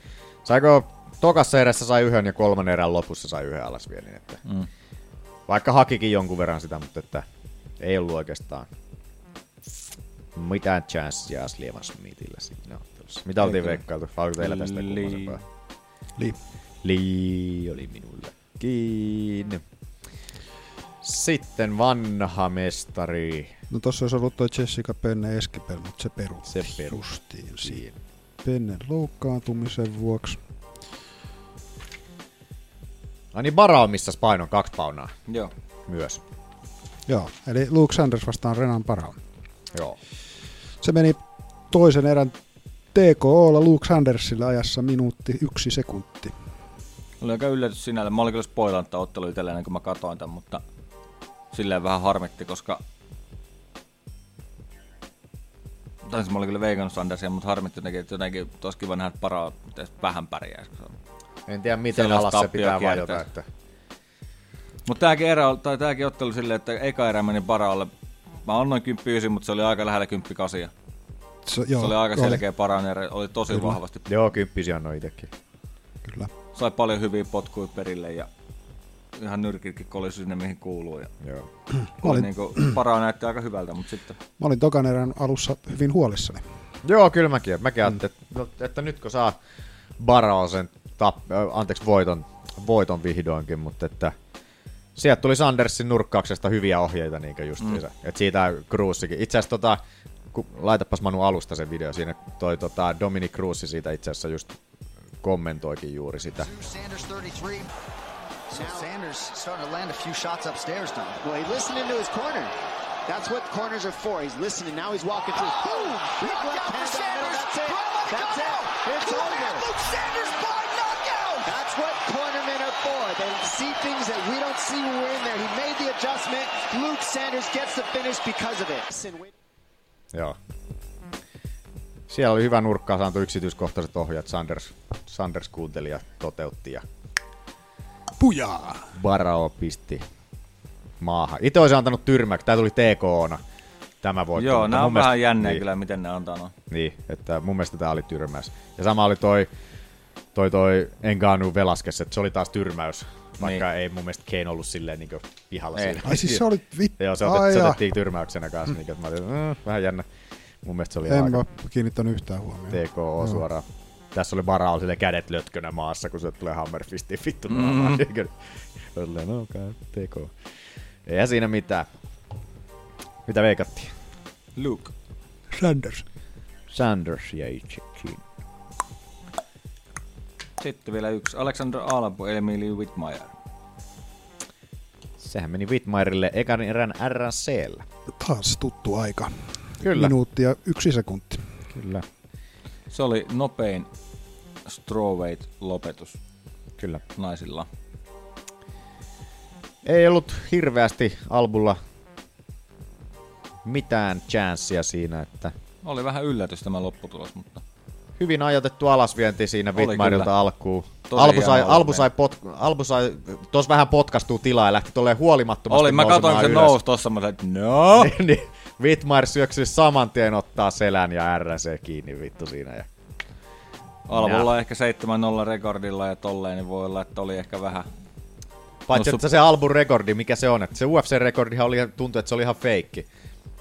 Saiko tokassa erässä sai yhden ja kolmannen erän lopussa sai yhden alasviennin. Että mm. Vaikka hakikin jonkun verran sitä, mutta että ei ollut oikeastaan mitään chanssia Ashley Smithillä siinä ottelussa. Mitä oltiin
Kyllä.
veikkailtu? Oliko teillä tästä
Lee.
kummosempaa?
Li.
Lii oli minullekin. Sitten vanha mestari.
No tossa olisi ollut toi Jessica Penne Eskipel, mutta se peruttiin.
Se perustiin
justiin siitä. Pennen loukkaantumisen vuoksi.
Ai niin, Bara on missä painon kaksi paunaa
Joo.
myös.
Joo, eli Luke Sanders vastaan Renan Parham.
Joo.
Se meni toisen erän TKOlla Luke Sandersilla ajassa minuutti yksi sekunti.
Oli aika yllätys sinällä. Mä olin kyllä spoilannut tämän ottelu itselleen, kun mä katoin tämän, mutta silleen vähän harmitti, koska... Tai siis mä olin kyllä veikannut Sandersia, mutta harmitti jotenkin, että jotenkin olisi kiva nähdä että paraa, että edes vähän pärjäisi.
En tiedä miten
Siellä on
alas se
tappio
pitää
kierteessä.
vajota. Että...
Mutta tääkin, erä, oli- tai tääkin ottelu silleen, että eka erä meni paralle. Mä annoin kymppi ysi, mutta se oli aika lähellä kymppi kasia.
Se,
Se oli aika selkeä paran erä, oli tosi vahvasti.
Joo, kymppisiä annoin itsekin.
Kyllä.
Sai paljon hyviä potkuja perille ja ihan nyrkitkin kolisi sinne mihin kuuluu. Ja
Joo.
oli niin kuin, paraa näytti aika hyvältä, mutta sitten
Mä olin tokan erän alussa hyvin huolissani.
Joo, kyllä mäkin. Mäkin ajattelin, että, no, että nyt kun saa Barao sen tapp- ö, anteeksi, voiton, voiton vihdoinkin, mutta että sieltä tuli Sandersin nurkkauksesta hyviä ohjeita niin justiinsa. Mm. Että siitä Cruisikin. Itse asiassa tota, ku, laitapas Manu alusta sen video. Siinä toi tota, Dominic Cruisi siitä itse asiassa just kommentoikin juuri sitä.
Sanders 33. So Sanders starting to land a few shots upstairs now. Well, he listened into his corner. That's what corners are for. He's listening. Now he's walking through. Boom! Big left hand down the middle. That's it. That's it. It's over. Sanders by knockout. That's what cornermen are for. They see things that we don't see when we're in there. He made the adjustment. Luke Sanders gets the finish because of it.
Joo. Siellä oli hyvä nurkka, saantu yksityiskohtaiset ohjat. Sanders, Sanders kuunteli ja toteutti ja
Pujaa!
Varao pisti maahan. Itse olisin antanut tyrmäksi, tämä tuli TKona tämä voitto.
Joo,
mutta
nämä on
mun mielestä-
vähän jännää
niin,
kyllä, miten ne antaa noin.
Niin, että mun mielestä tämä oli tyrmäys. Ja sama oli toi, toi, toi Enganu Velaskes, että se oli taas tyrmäys, vaikka ei mun mielestä Kane ollut silleen niin pihalla
Niin. Ei.
siinä.
Ai siis se oli vittu.
Joo, se,
Ai
otet, se
jaa.
otettiin tyrmäyksenä kanssa, niin että mä olin, mm, vähän jännä. Mun mielestä se oli
En
aika
mä kiinnittänyt yhtään huomioon.
TKO
Joo.
suoraan. Tässä oli varaa sille kädet lötkönä maassa, kun se tulee hammerfistiin vittu niin
Mm.
naamaan. Mm. no, okay, TKO. Eihän siinä mitään. Mitä veikattiin?
Luke.
Sanders.
Sanders jäi tsekkiin.
Sitten vielä yksi. Alexander Albu, Emily Whitmire.
Sehän meni Whitmirelle ekan erän RCllä.
Taas tuttu aika.
Kyllä.
Minuutti ja yksi sekunti.
Kyllä.
Se oli nopein strawweight lopetus.
Kyllä.
Naisilla.
Ei ollut hirveästi Albulla mitään chanssia siinä, että
Oli vähän yllätys tämä lopputulos, mutta
hyvin ajoitettu alasvienti siinä
Oli kyllä.
Wittmairilta alkuun.
Tosi
Albu sai,
hieno
albu,
alasvienti.
sai pot, albu sai, tos vähän potkastuu tilaa ja lähti tolleen huolimattomasti
Oli, mä katsoin, kun se nousi tossa, mä sanoin, että no!
niin, Wittmair syöksyi saman tien ottaa selän ja RC kiinni vittu siinä. Ja...
Alvulla ehkä 7-0 rekordilla ja tolleen, niin voi olla, että oli ehkä vähän...
Paitsi,
No,
että se Albun rekordi, mikä se on. Että se UFC-rekordihan oli, tuntui, että se oli ihan feikki.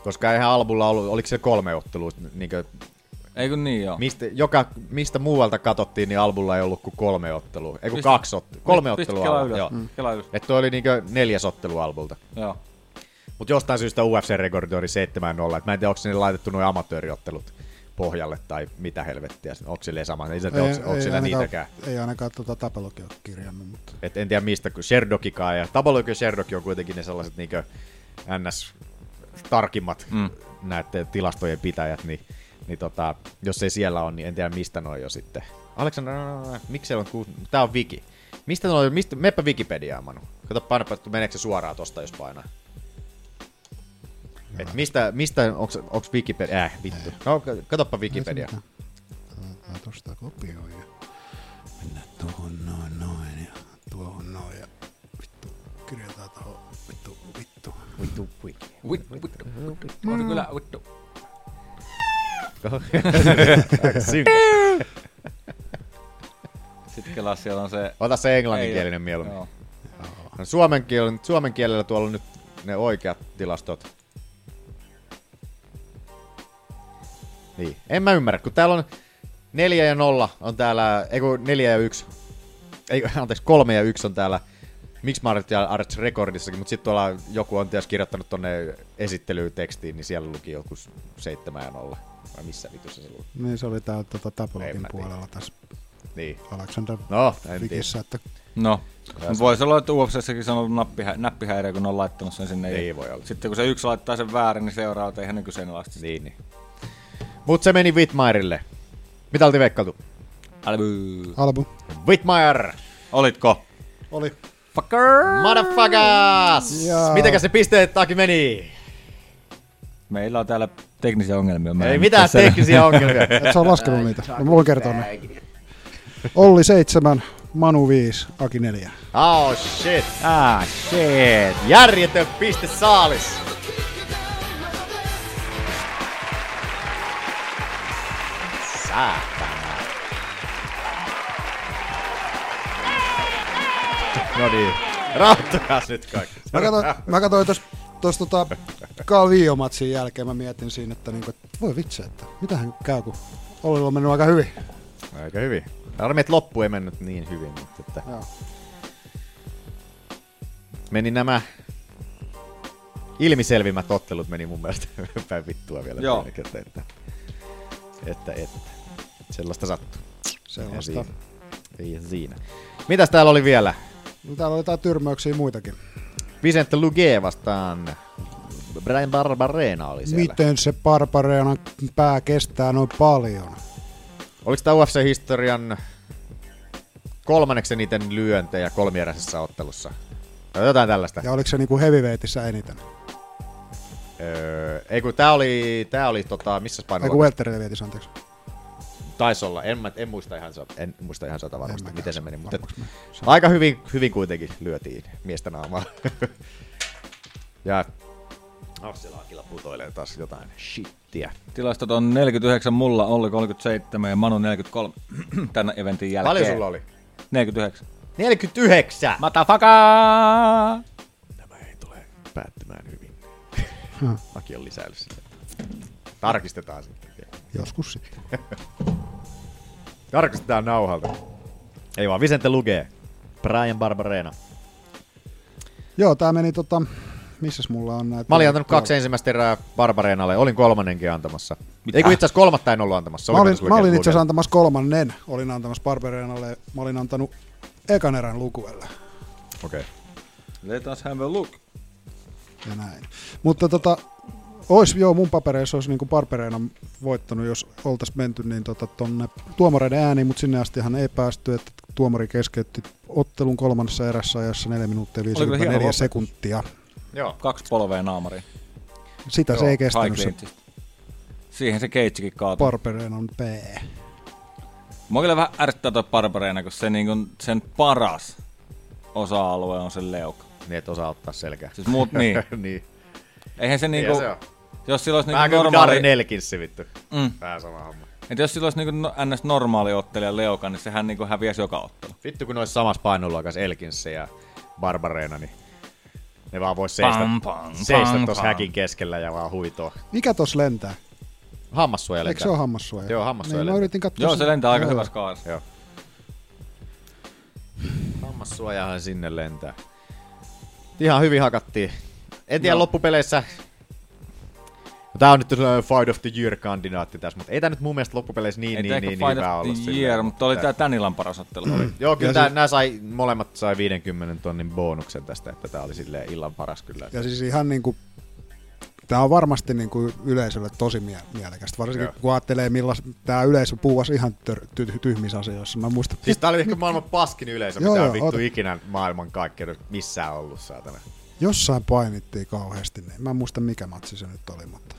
Koska eihän Albulla ollut, oliko se kolme ottelua? Niin kuin,
Eikö niin joo?
mistä, joka, mistä muualta katsottiin, niin Albulla ei ollut kuin kolme ottelua. Ei kun
Pistä-
kaksi ottelua. Kolme
pistä
ottelua.
Kela
alla,
ylös.
Joo.
Mm. Kela ylös.
Että toi oli niin neljäs ottelu Albulta.
Joo.
Mutta jostain syystä UFC-rekordi oli 7-0. Et mä en tiedä, onko sinne laitettu nuo amatööriottelut pohjalle tai mitä helvettiä. Onko sille sama? Ei, ei, onko, onko sillä niitäkään?
Ei ainakaan tuota tapelokin ole kirjannut. Mutta.
Et en tiedä mistä, kun Sherdokikaan ja Taboloki ja Sherdok on kuitenkin ne sellaiset niinkö ns. tarkimmat mm. näette tilastojen pitäjät, niin, niin tota, jos ei siellä ole, niin en tiedä mistä noin jo sitten. no, Aleksander, miksi siellä on kuusi? Tää on Wiki. Mistä noin, mistä, meppä Wikipediaa, Manu. Kato, painapa, että meneekö se suoraan tosta, jos painaa. Et mistä, mistä onks, onks Wikipedia? Äh, vittu. No, katoppa Wikipedia.
Mä tuosta kopioin ja mennään tuohon noin noin ja tuohon noin ja vittu kirjoitetaan tuohon vittu vittu.
Vittu
Vittu, vittu, vittu. On kyllä vittu.
Aika synkkä.
Sitten kelaa siellä on se...
Ota se englanninkielinen mieluummin.
Joo.
No, Suomen, kielen, suomen kielellä tuolla on nyt ne oikeat tilastot. Niin, en mä ymmärrä, kun täällä on 4 ja 0 on täällä, ei kun 4 ja 1, ei kun, anteeksi, 3 ja 1 on täällä Mix Mart ja Arts Recordissakin, mutta sitten tuolla joku on ties kirjoittanut tonne esittelytekstiin, niin siellä luki joku 7 ja 0. Vai missä vitussa se luki?
Niin se oli täällä tuota
En
tapelogin
mä tiedä.
puolella tässä
Niin.
Alexander
No, en
Fikissä, että
No, voisi olla, että UFCssäkin se on ollut nappihä, näppihäiriö, kun ne on laittanut sen sinne.
Ei
Ja
voi olla.
Sitten kun se yksi laittaa sen väärin, niin seuraa, että eihän ne kyseenalaista. sitä.
Niin, niin. Mut se meni Whitmirelle. Mitä oltiin veikkailtu?
Albu.
Albu
Whitmire!
Olitko?
oli
Fucker!
Motherfuckers!
Jaa.
Mitenkä se pisteet taki meni?
Meillä on täällä teknisiä ongelmia. Mä
Ei
en
mitään
tässä-
teknisiä ongelmia.
Et sä oon laskenut niitä. No, mä voin kertoa ne. Olli 7, Manu 5, Aki 4.
Oh shit.
Ah, shit.
Järjetön piste saalis. Saatana. No niin. Rauttakas nyt kaikki.
Mä katsoin, mä katsoin tos, tos tota Kalvio-matsin jälkeen, mä mietin siinä, että niinku, et voi vitsi, että mitähän käy, kun Ollilla on mennyt aika hyvin.
Aika hyvin. Harmi, että loppu ei mennyt niin hyvin, mutta että
Joo.
meni nämä ilmiselvimmät ottelut meni mun mielestä päin vittua vielä.
Joo.
tällä kertaa, Että, että, että, Sellaista sattuu.
Sellaista.
Ei siinä. Ei siinä. Mitäs täällä oli vielä?
Täällä oli jotain tyrmäyksiä muitakin.
Vicente Luge vastaan Brian Barbarena oli siellä.
Miten se Barbareanan pää kestää noin paljon?
Oliko tämä UFC-historian kolmanneksi eniten lyöntejä kolmieräisessä ottelussa? Tai jotain tällaista.
Ja oliko se niinku heavyweightissä eniten?
Öö, ei kun tää oli, tää oli tota, missä
Ei kun
painoluokassa?
welterweightissä, anteeksi.
Taisi olla, en, mä- en, muista ihan, sa- en muista ihan sata varmasti, miten se meni, mutta et, aika hyvin, hyvin kuitenkin lyötiin miestä naamaa. ja Arselakilla putoilee taas jotain shittiä.
Tilastot on 49 mulla, Olli 37 ja Manu 43 tämän eventin jälkeen.
Paljon sulla oli?
49.
49!
Matafaka!
Päättymään hyvin.
Hmm.
Aki on lisäillyt sitä. Tarkistetaan sitten vielä.
Joskus sitten.
Tarkistetaan nauhalta. Ei vaan, Vicente lukee. Brian Barbarena.
Joo, tää meni tota... Missäs mulla on näitä?
Mä olin antanut kaksi ensimmäistä erää Barbareenalle. Olin kolmannenkin antamassa. Mitä? Ei kun itse asiassa kolmatta en ollut antamassa. Se
Mä
oli
olin,
mitä se
mä
lukee-
olin itse asiassa
lukee.
antamassa kolmannen. Olin antamassa Barbareanalle. Mä olin antanut ekan erän lukuelle.
Okei.
Let us have a look.
ja näin. Mutta tota, ois, joo, mun papereissa olisi niin Barbereena voittanut, jos oltaisiin menty niin tota, tonne tuomareiden ääniin, mutta sinne astihan ei päästy, että tuomari keskeytti ottelun kolmannessa erässä ajassa 4 minuuttia
Oli kyllä hieno
54
lopetus.
sekuntia.
Joo.
Kaksi polvea naamari.
Sitä se ei kestänyt
high
se
clinchistä. Siihen se keitsikin kaatui.
Barbereenan pää.
Mua kyllä vähän ärsyttää toi Barbareena, kun se niin kun sen paras osa-alue on sen leuka.
Niin, et osaa ottaa selkää.
Siis muut niin.
niin.
Eihän se niinku...
Niinhän Niin se on.
Jos sillä olisi
Vähän kuin
niinku normaali...
Darren Elkinssi vittu.
Mm.
Vähän sama homma.
Et jos sillä olisi niinku no- ns. normaali ottelija leuka, niin sehän niinku häviäisi joka ottelu.
Vittu kun ne olisi samassa painoluokassa Elkinssi ja Barbareena, niin ne vaan vois seistä,
Pam, pam,
seistä
pam,
tuossa
pam.
häkin keskellä ja vaan huitoa.
Mikä tos lentää?
Hammassuoja
Eikö
lentää.
se ole hammassuoja?
Joo, hammassuoja
Niin, mä
lentää.
yritin katsoa
Joo,
sen-
se lentää aika
Joo.
hyvässä kaaressa.
Joo. Hammassuojahan sinne lentää. Ihan hyvin hakattiin. En tiedä no. loppupeleissä... No, Tää on nyt sellainen Fight of the Year-kandidaatti tässä, mutta ei tää nyt mun mielestä loppupeleissä niin,
Ei
niin,
niin,
niin,
Fight
hyvä
of
ollut.
the Year, mutta oli tää tän illan paras ottelu. oli.
Joo, kyllä
Ja
tää,
siis-
nää sai, molemmat sai 50 tonnin bonuksen tästä, että tää oli silleen illan paras kyllä.
Ja siis ihan niin kuin, tämä on varmasti niin kuin yleisölle tosi mie- mielekästä, varsinkin
Joo.
kun ajattelee, millaista tämä yleisö puuvasi ihan tör- ty- tyhmissä asioissa. Mä muistan,
Siis tää oli ehkä maailman paskin yleisö,
Joo,
mitä on
joo,
vittu
ota.
ikinä maailman kaikkeudessa missään ollut, saatana.
jossain painittiin kauheasti, niin mä en muista mikä matsi se nyt oli, mutta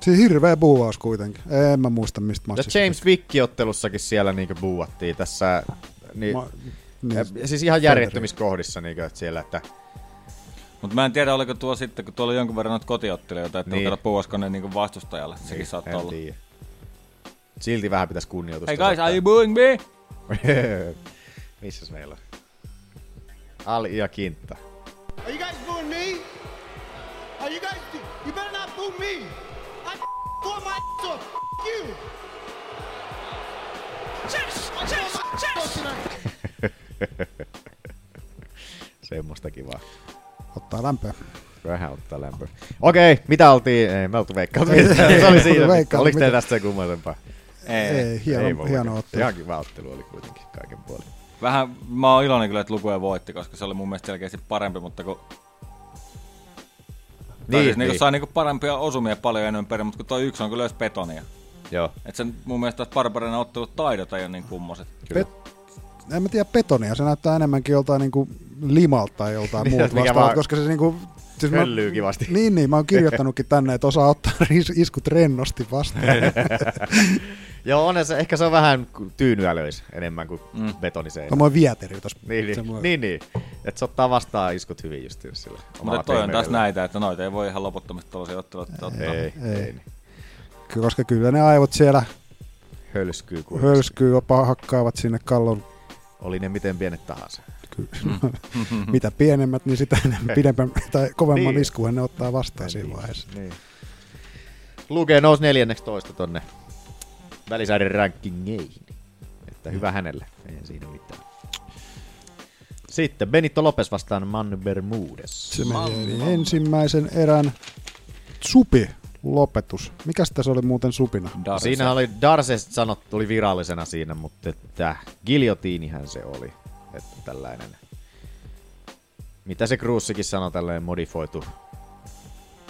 siis hirveä puuvaus kuitenkin. En mä muista mistä
Ja
matsista.
No James Wick-ottelussa siellä niinku buuattiin tässä, niin,
Ma-
Ja
niin,
siis ihan järjettömiskohdissa niin että siellä, että
Mutta mä en tiedä, oliko tuo sitten, kun tuolla oli jonkun verran noita kotiottelijoita, että
Niin.
niin. puhuisiko ne niinku vastustajalle. Sekin saattaa
en
olla.
tiedä. Silti vähän pitäisi kunnioitusta.
Hey guys, are you booing me?
Missäs meillä on? Ali ja Kintta.
Are you guys booing me? Are you guys? You better not boo me. I tore my so you. Chess, chess, chess.
Semmoista kivaa.
Ottaa lämpöä.
Vähän ottaa lämpöä. Okei, mitä oltiin? Ei, me oltu veikkaat. Se oli siinä.
Veikkaat,
Oliko
mitä?
teillä tästä sen kummallisempaa?
Ei.
Ei, hieno, hieno
voi veikata.
ottelu.
Ihan kiva ottelu oli kuitenkin kaiken puolin.
Vähän, mä oon iloinen kyllä, että lukuja voitti, koska se oli mun mielestä selkeästi parempi, mutta kun... Niin, siis, niin. sai niinku parempia osumia paljon enemmän perään, mutta kun toi yksi on kyllä just betonia.
Joo.
Et sen mun mielestä taas Barbarena ottelut taidot ei ole niin kummoset.
Kyllä.
En mä tiedä betonia, se näyttää enemmänkin joltain niin kuin limalta tai joltain
Niin,
muulta
mikä
vastaavalta,
vaan
koska se niin kuin, siis mä-
höllyy kivasti.
Niin, niin, mä oon kirjoittanutkin tänne, että osaa ottaa ris- iskut rennosti vastaan.
Joo, on, se, ehkä se on vähän ku- tyynyälöis enemmän kuin mm. betoniseinä.
No mä oon vieteri tossa.
Niin,
Se mua-
niin, niin, niin. Että se ottaa vastaan iskut hyvin just sillä omalla
Mutta toi on taas
pehmeydellä.
näitä, että noita ei voi ihan loputtomasti tollasia otteluita ottaa.
Ei, ei.
Ei.
ei. niin.
Ky- Koska kyllä ne aivot siellä
Hölskyy kuin Höls.
höyskyy, jopa hakkaavat sinne kallon.
Oli ne miten pienet tahansa.
Ky- Mitä pienemmät, niin sitä enemmän pidempän tai kovemman
Niin.
niin. iskuhan ne ottaa vastaan siinä vaiheessa.
Niin. Lukee nousi neljänneksi toista tonne välisäiden rankingeihin. Että
Mm.
hyvä hänelle, ei siinä mitään. Sitten Benito Lopes vastaan Manu Bermudes.
Se meni ensimmäisen erän supi lopetus. Mikäs tässä oli muuten supina?
Darse.
No Siinä oli Darse sanottu, tuli virallisena siinä, mutta että giljotiinihän se oli. Että tällainen, mitä se Kruussikin sanoi, tällainen modifoitu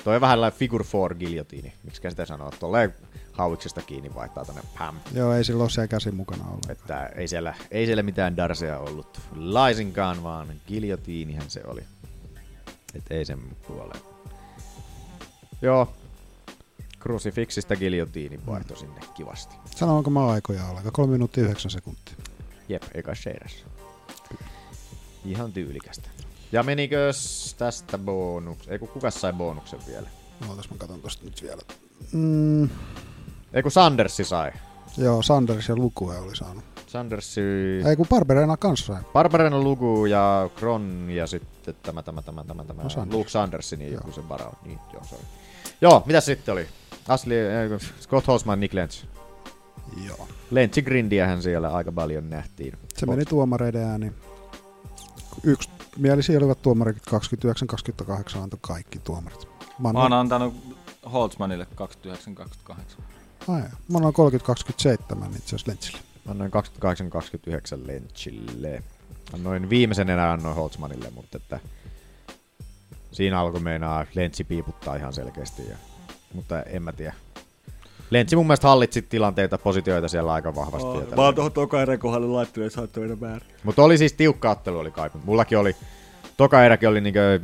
Toi on vähän like figure four giljotiini. Miksi sitä sanoo? Tuolle hauiksesta kiinni vaihtaa tänne pam.
Joo, ei silloin se käsi mukana ollut.
Että ei siellä, ei siellä mitään darseja ollut laisinkaan, vaan giljotiinihän se oli. Et ei sen puoleen. Joo, Crucifixista giljotiinin vaihto sinne kivasti.
Sanoinko mä aikoja ollenkaan? 3 minuuttia 9 sekuntia.
Jep, eka sheiras. Ihan tyylikästä. Ja menikös tästä bonus? Ei kun kuka sai bonuksen vielä?
No, Ootas, mä katson tosta nyt vielä.
Mm. Ei kun Sandersi sai.
Joo, Sanders ja Lukue oli saanut.
Sandersi...
Ei kun Barberena kanssa sai.
Barbarena Lugu ja Kron ja sitten tämä, tämä, tämä, tämä, tämä.
No,
No
Sanders.
Luke Sandersin ja joku sen varau. Niin, joo, sorry. Joo, mitä sitten oli? Ashley, äh, Scott Hosman, Nick Lentz.
Joo.
Lentsi Grindiähän siellä aika paljon nähtiin.
Se meni tuomareiden ääni. Yksi mielisiä olivat tuomarit 29-28 antoi kaikki tuomarit. Mä
Mä oon
annan,
antanut Holtzmanille 29-28.
ai, mä annan 30-27 itse asiassa Lentsille.
Mä annoin 28-29 Lentsille. Annoin viimeisen enää annoin Holtzmanille, mutta että siinä alkoi meinaa Lentsi piiputtaa ihan selkeästi. Ja, mutta en mä tiedä. Lentsi mun mielestä hallitsi tilanteita, positioita siellä aika vahvasti. ja tällä-
tuohon tokaiden kohdalle laittanut ja saattu mennä väärin.
Mutta oli siis tiukka ottelu oli kai. Mullakin oli, toka eräkin oli niinkö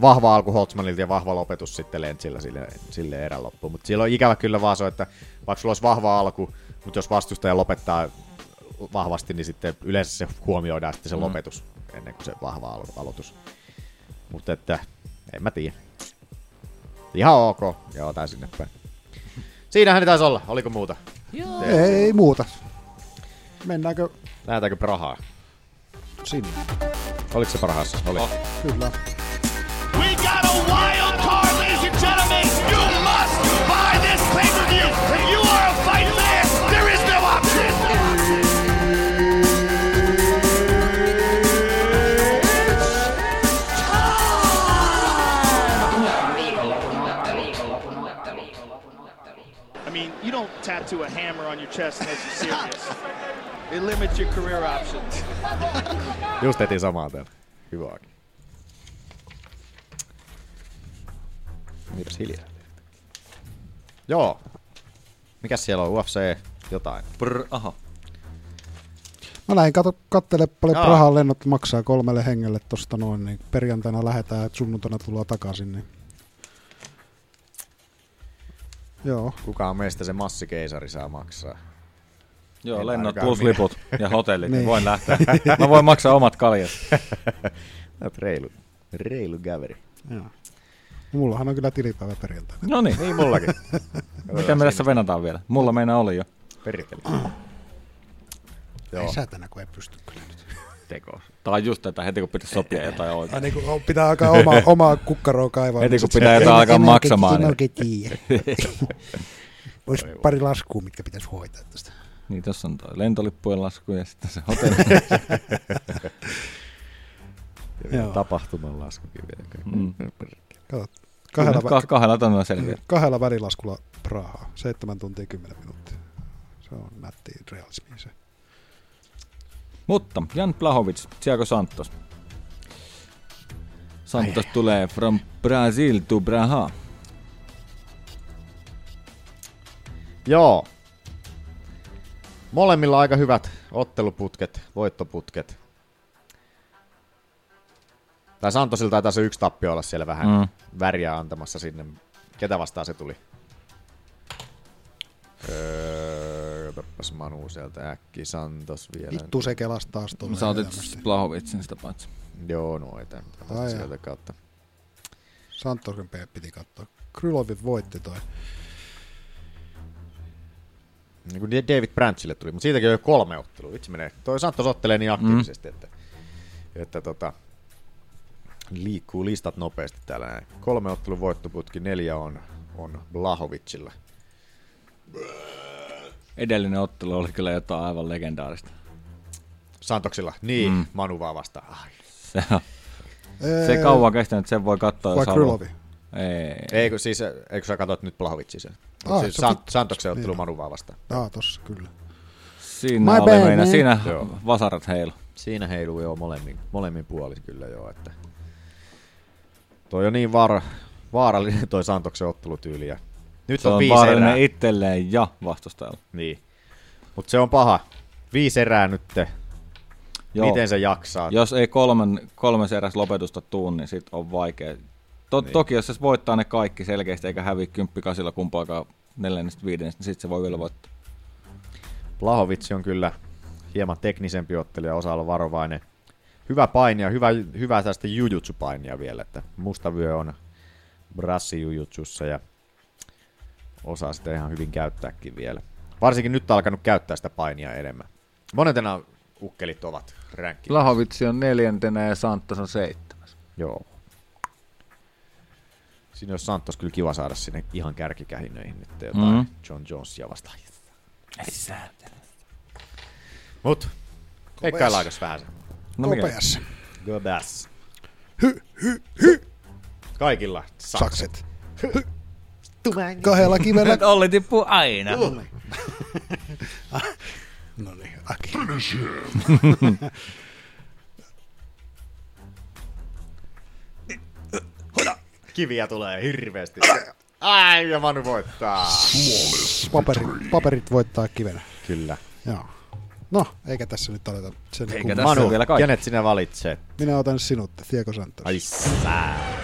vahva alku Holtzmanilta ja vahva lopetus sitten Lentsillä sille, sille erän loppuun. Mutta siellä on ikävä kyllä vaan se, että vaikka sulla olisi vahva alku, mutta jos vastustaja lopettaa vahvasti, niin sitten yleensä se huomioidaan sitten se
Mm.
mm. lopetus ennen kuin se vahva al- aloitus. Mutta että, en mä tiedä. Ihan ok. Joo, tää sinne päin. Siinähän ne taisi olla. Oliko muuta?
Joo. Ei muuta. Mennäänkö
Lähetäänkö Prahaa?
sinne?
Oliko se parhaassa? Oli. Oh.
Kyllä.
We got a wild card, ladies and gentlemen. You must buy this pay-per-view. If you are a fight fan, there is no option.
I mean, you don't tattoo a hammer on your chest unless you're serious. it limits your career options.
Just tehtiin samaa täällä. Hyvä aika. Mitäs hiljaa? Joo. Mikäs siellä on? UFC jotain. Prr, aha.
Mä lähdin katso, kattele paljon
Aa.
Prahan lennot maksaa kolmelle hengelle tosta noin, niin perjantaina lähetään, että sunnuntaina tullaan takaisin, niin Joo.
Kuka on meistä se massikeisari saa maksaa?
Joo,
En
lennot
ainakaan
plus
minä.
liput ja hotellit, niin
Niin.
voin lähteä. Mä voin maksaa omat kaljat.
Oot reilu, reilu gäveri.
Joo. No Mullahan on kyllä tilipäivä perjantaina.
No niin.
Niin mullakin.
Miten me tässä venataan vielä? Mulla meinaa oli jo.
Perkele.
Ei säätänä, kun ei pysty kyllä nyt.
Teko. Tää on just tätä heti kun pitäisi sopia jotain oikein.
Ai niin kun pitää alkaa oma, omaa kukkaroa kaivaa.
Heti
niin
kun
sit
pitää
se-
jotain
En-
alkaa
en oikein-
maksamaan.
en
niin-
oikein tiedä. Olisi pari laskua, mitkä pitäisi hoitaa tästä.
Niin, tossa on toi lentolippujen lasku ja sitten se hotelli.
Ja vielä Tapahtuman laskukin vielä.
Mm.
Kato,
Kahdella,
kahdella, Mm.
Ka-
vä-
kahdella tonnilla selviää.
kahdella välilaskulla Prahaa. 7 tuntia 10 minuuttia. Se on nätti realismi se.
Mutta Jan Blahovic, Thiago Santos. Santos tulee from Brazil to Braha.
Joo. Molemmilla aika hyvät otteluputket, voittoputket. Tai Santosilta taitaa se yksi tappio olla siellä vähän
Mm.
mm. väriä antamassa sinne. Ketä vastaan se tuli? Öö, katsopas Manu sieltä äkki, Santos vielä.
Vittu se kelas taas tulee.
Sä otit
elämästä.
Blahovicin sitä paitsi.
Joo, no ei tämän
Ai jaa.
sieltä kautta.
Santosen pe- piti katsoa. Krylovin voitti toi.
Niin kuin David Branchille tuli, mutta siitäkin on jo kolme ottelua. Vitsi menee. Toi Santos ottelee niin aktiivisesti, mm. että, että tota, liikkuu listat nopeasti täällä näin. Kolme ottelun voittoputki, neljä on, on Blahovicilla.
Edellinen ottelu oli kyllä jotain aivan legendaarista.
Santoksilla, niin, mm. Manu vaan vastaan. Ai.
Se, on, se ei kauan kestänyt, sen voi katsoa,
Vai
jos haluaa.
Krylovi?
Ei.
Ei, kun siis, eikö sä katsoit nyt Blahovicin sen?
Ah,
Ah, siis
se
San,
pit-
Santoksen ottelu
niin.
Manu vaan vastaan.
Ah, tossa kyllä.
Siinä
My
oli
bad, niin.
meina,
man.
siinä
Joo.
vasarat heilu.
Siinä heiluu joo molemmin, molemmin puolin kyllä joo, että toi on niin var, vaarallinen toi Santoksen ottelutyyli. Ja nyt
Se
on,
on
viisi
vaarallinen
erää.
itselleen ja vastustajalle.
Niin. Mutta se on paha. Viisi erää nyt. Miten se jaksaa?
Jos ei kolmen, kolmes eräs lopetusta tuu, niin sit on vaikea. To, niin. Toki jos se voittaa ne kaikki selkeästi eikä häviä kymppikasilla kumpaakaan neljännestä viidennestä, niin sit se voi vielä voittaa.
Plahovitsi on kyllä hieman teknisempi ottelija, osa varovainen. Hyvä painia, hyvä, hyvä tästä jujutsu-painia vielä, että mustavyö on brassi jujutsussa ja osaa sitä ihan hyvin käyttääkin vielä. Varsinkin nyt on alkanut käyttää sitä painia enemmän. Monetena ukkelit ovat ränkki.
Lahovitsi on neljäntenä ja Santtas on seitsemäs.
Joo. Siinä olisi Santos kyllä kiva saada sinne ihan kärkikähinöihin nyt jotain
Mhm.
mm. John Jonesia vastaan. Mut, eikä laikas vähän sen.
No mikä? Kopeas.
Gobeas.
Hy, hy,
hy. Kaikilla sakset.
Kahdella kivellä.
Nyt Olli tippuu aina.
no niin, Aki.
Kiviä tulee hirveästi. Ai, ja Manu voittaa.
paperit, paperit voittaa kivenä.
Kyllä.
Joo. No, eikä tässä nyt aleta sen
Eikä
kummaa.
tässä Manu, vielä kaikki. kenet sinä valitset?
Minä otan sinut, Diego Santos.
Ai sää.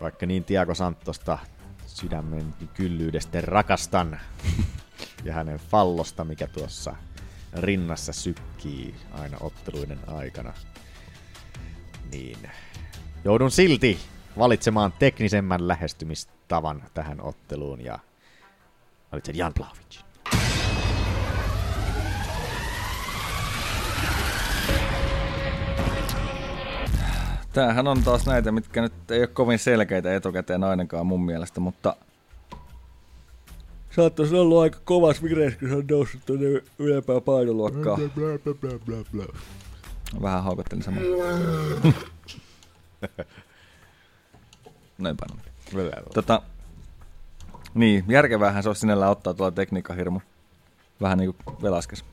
Vaikka niin Tiago Santosta sydämen kyllyydestä rakastan ja hänen fallosta, mikä tuossa rinnassa sykkii aina otteluiden aikana, niin joudun silti valitsemaan teknisemmän lähestymistavan tähän otteluun ja valitsen Jan Blaovic.
Tämähän on taas näitä, mitkä nyt ei ole kovin selkeitä etukäteen ainakaan mun mielestä, mutta
Saattaisi olla aika kovas vireessä, kun se on noussut tuonne y- ylempään painoluokkaan.
vähän haukottelin samaa. Noin paljon. Tota, niin, järkevähän se olisi sinällään ottaa tuolla tekniikkahirmu. Vähän niin kuin velaskes.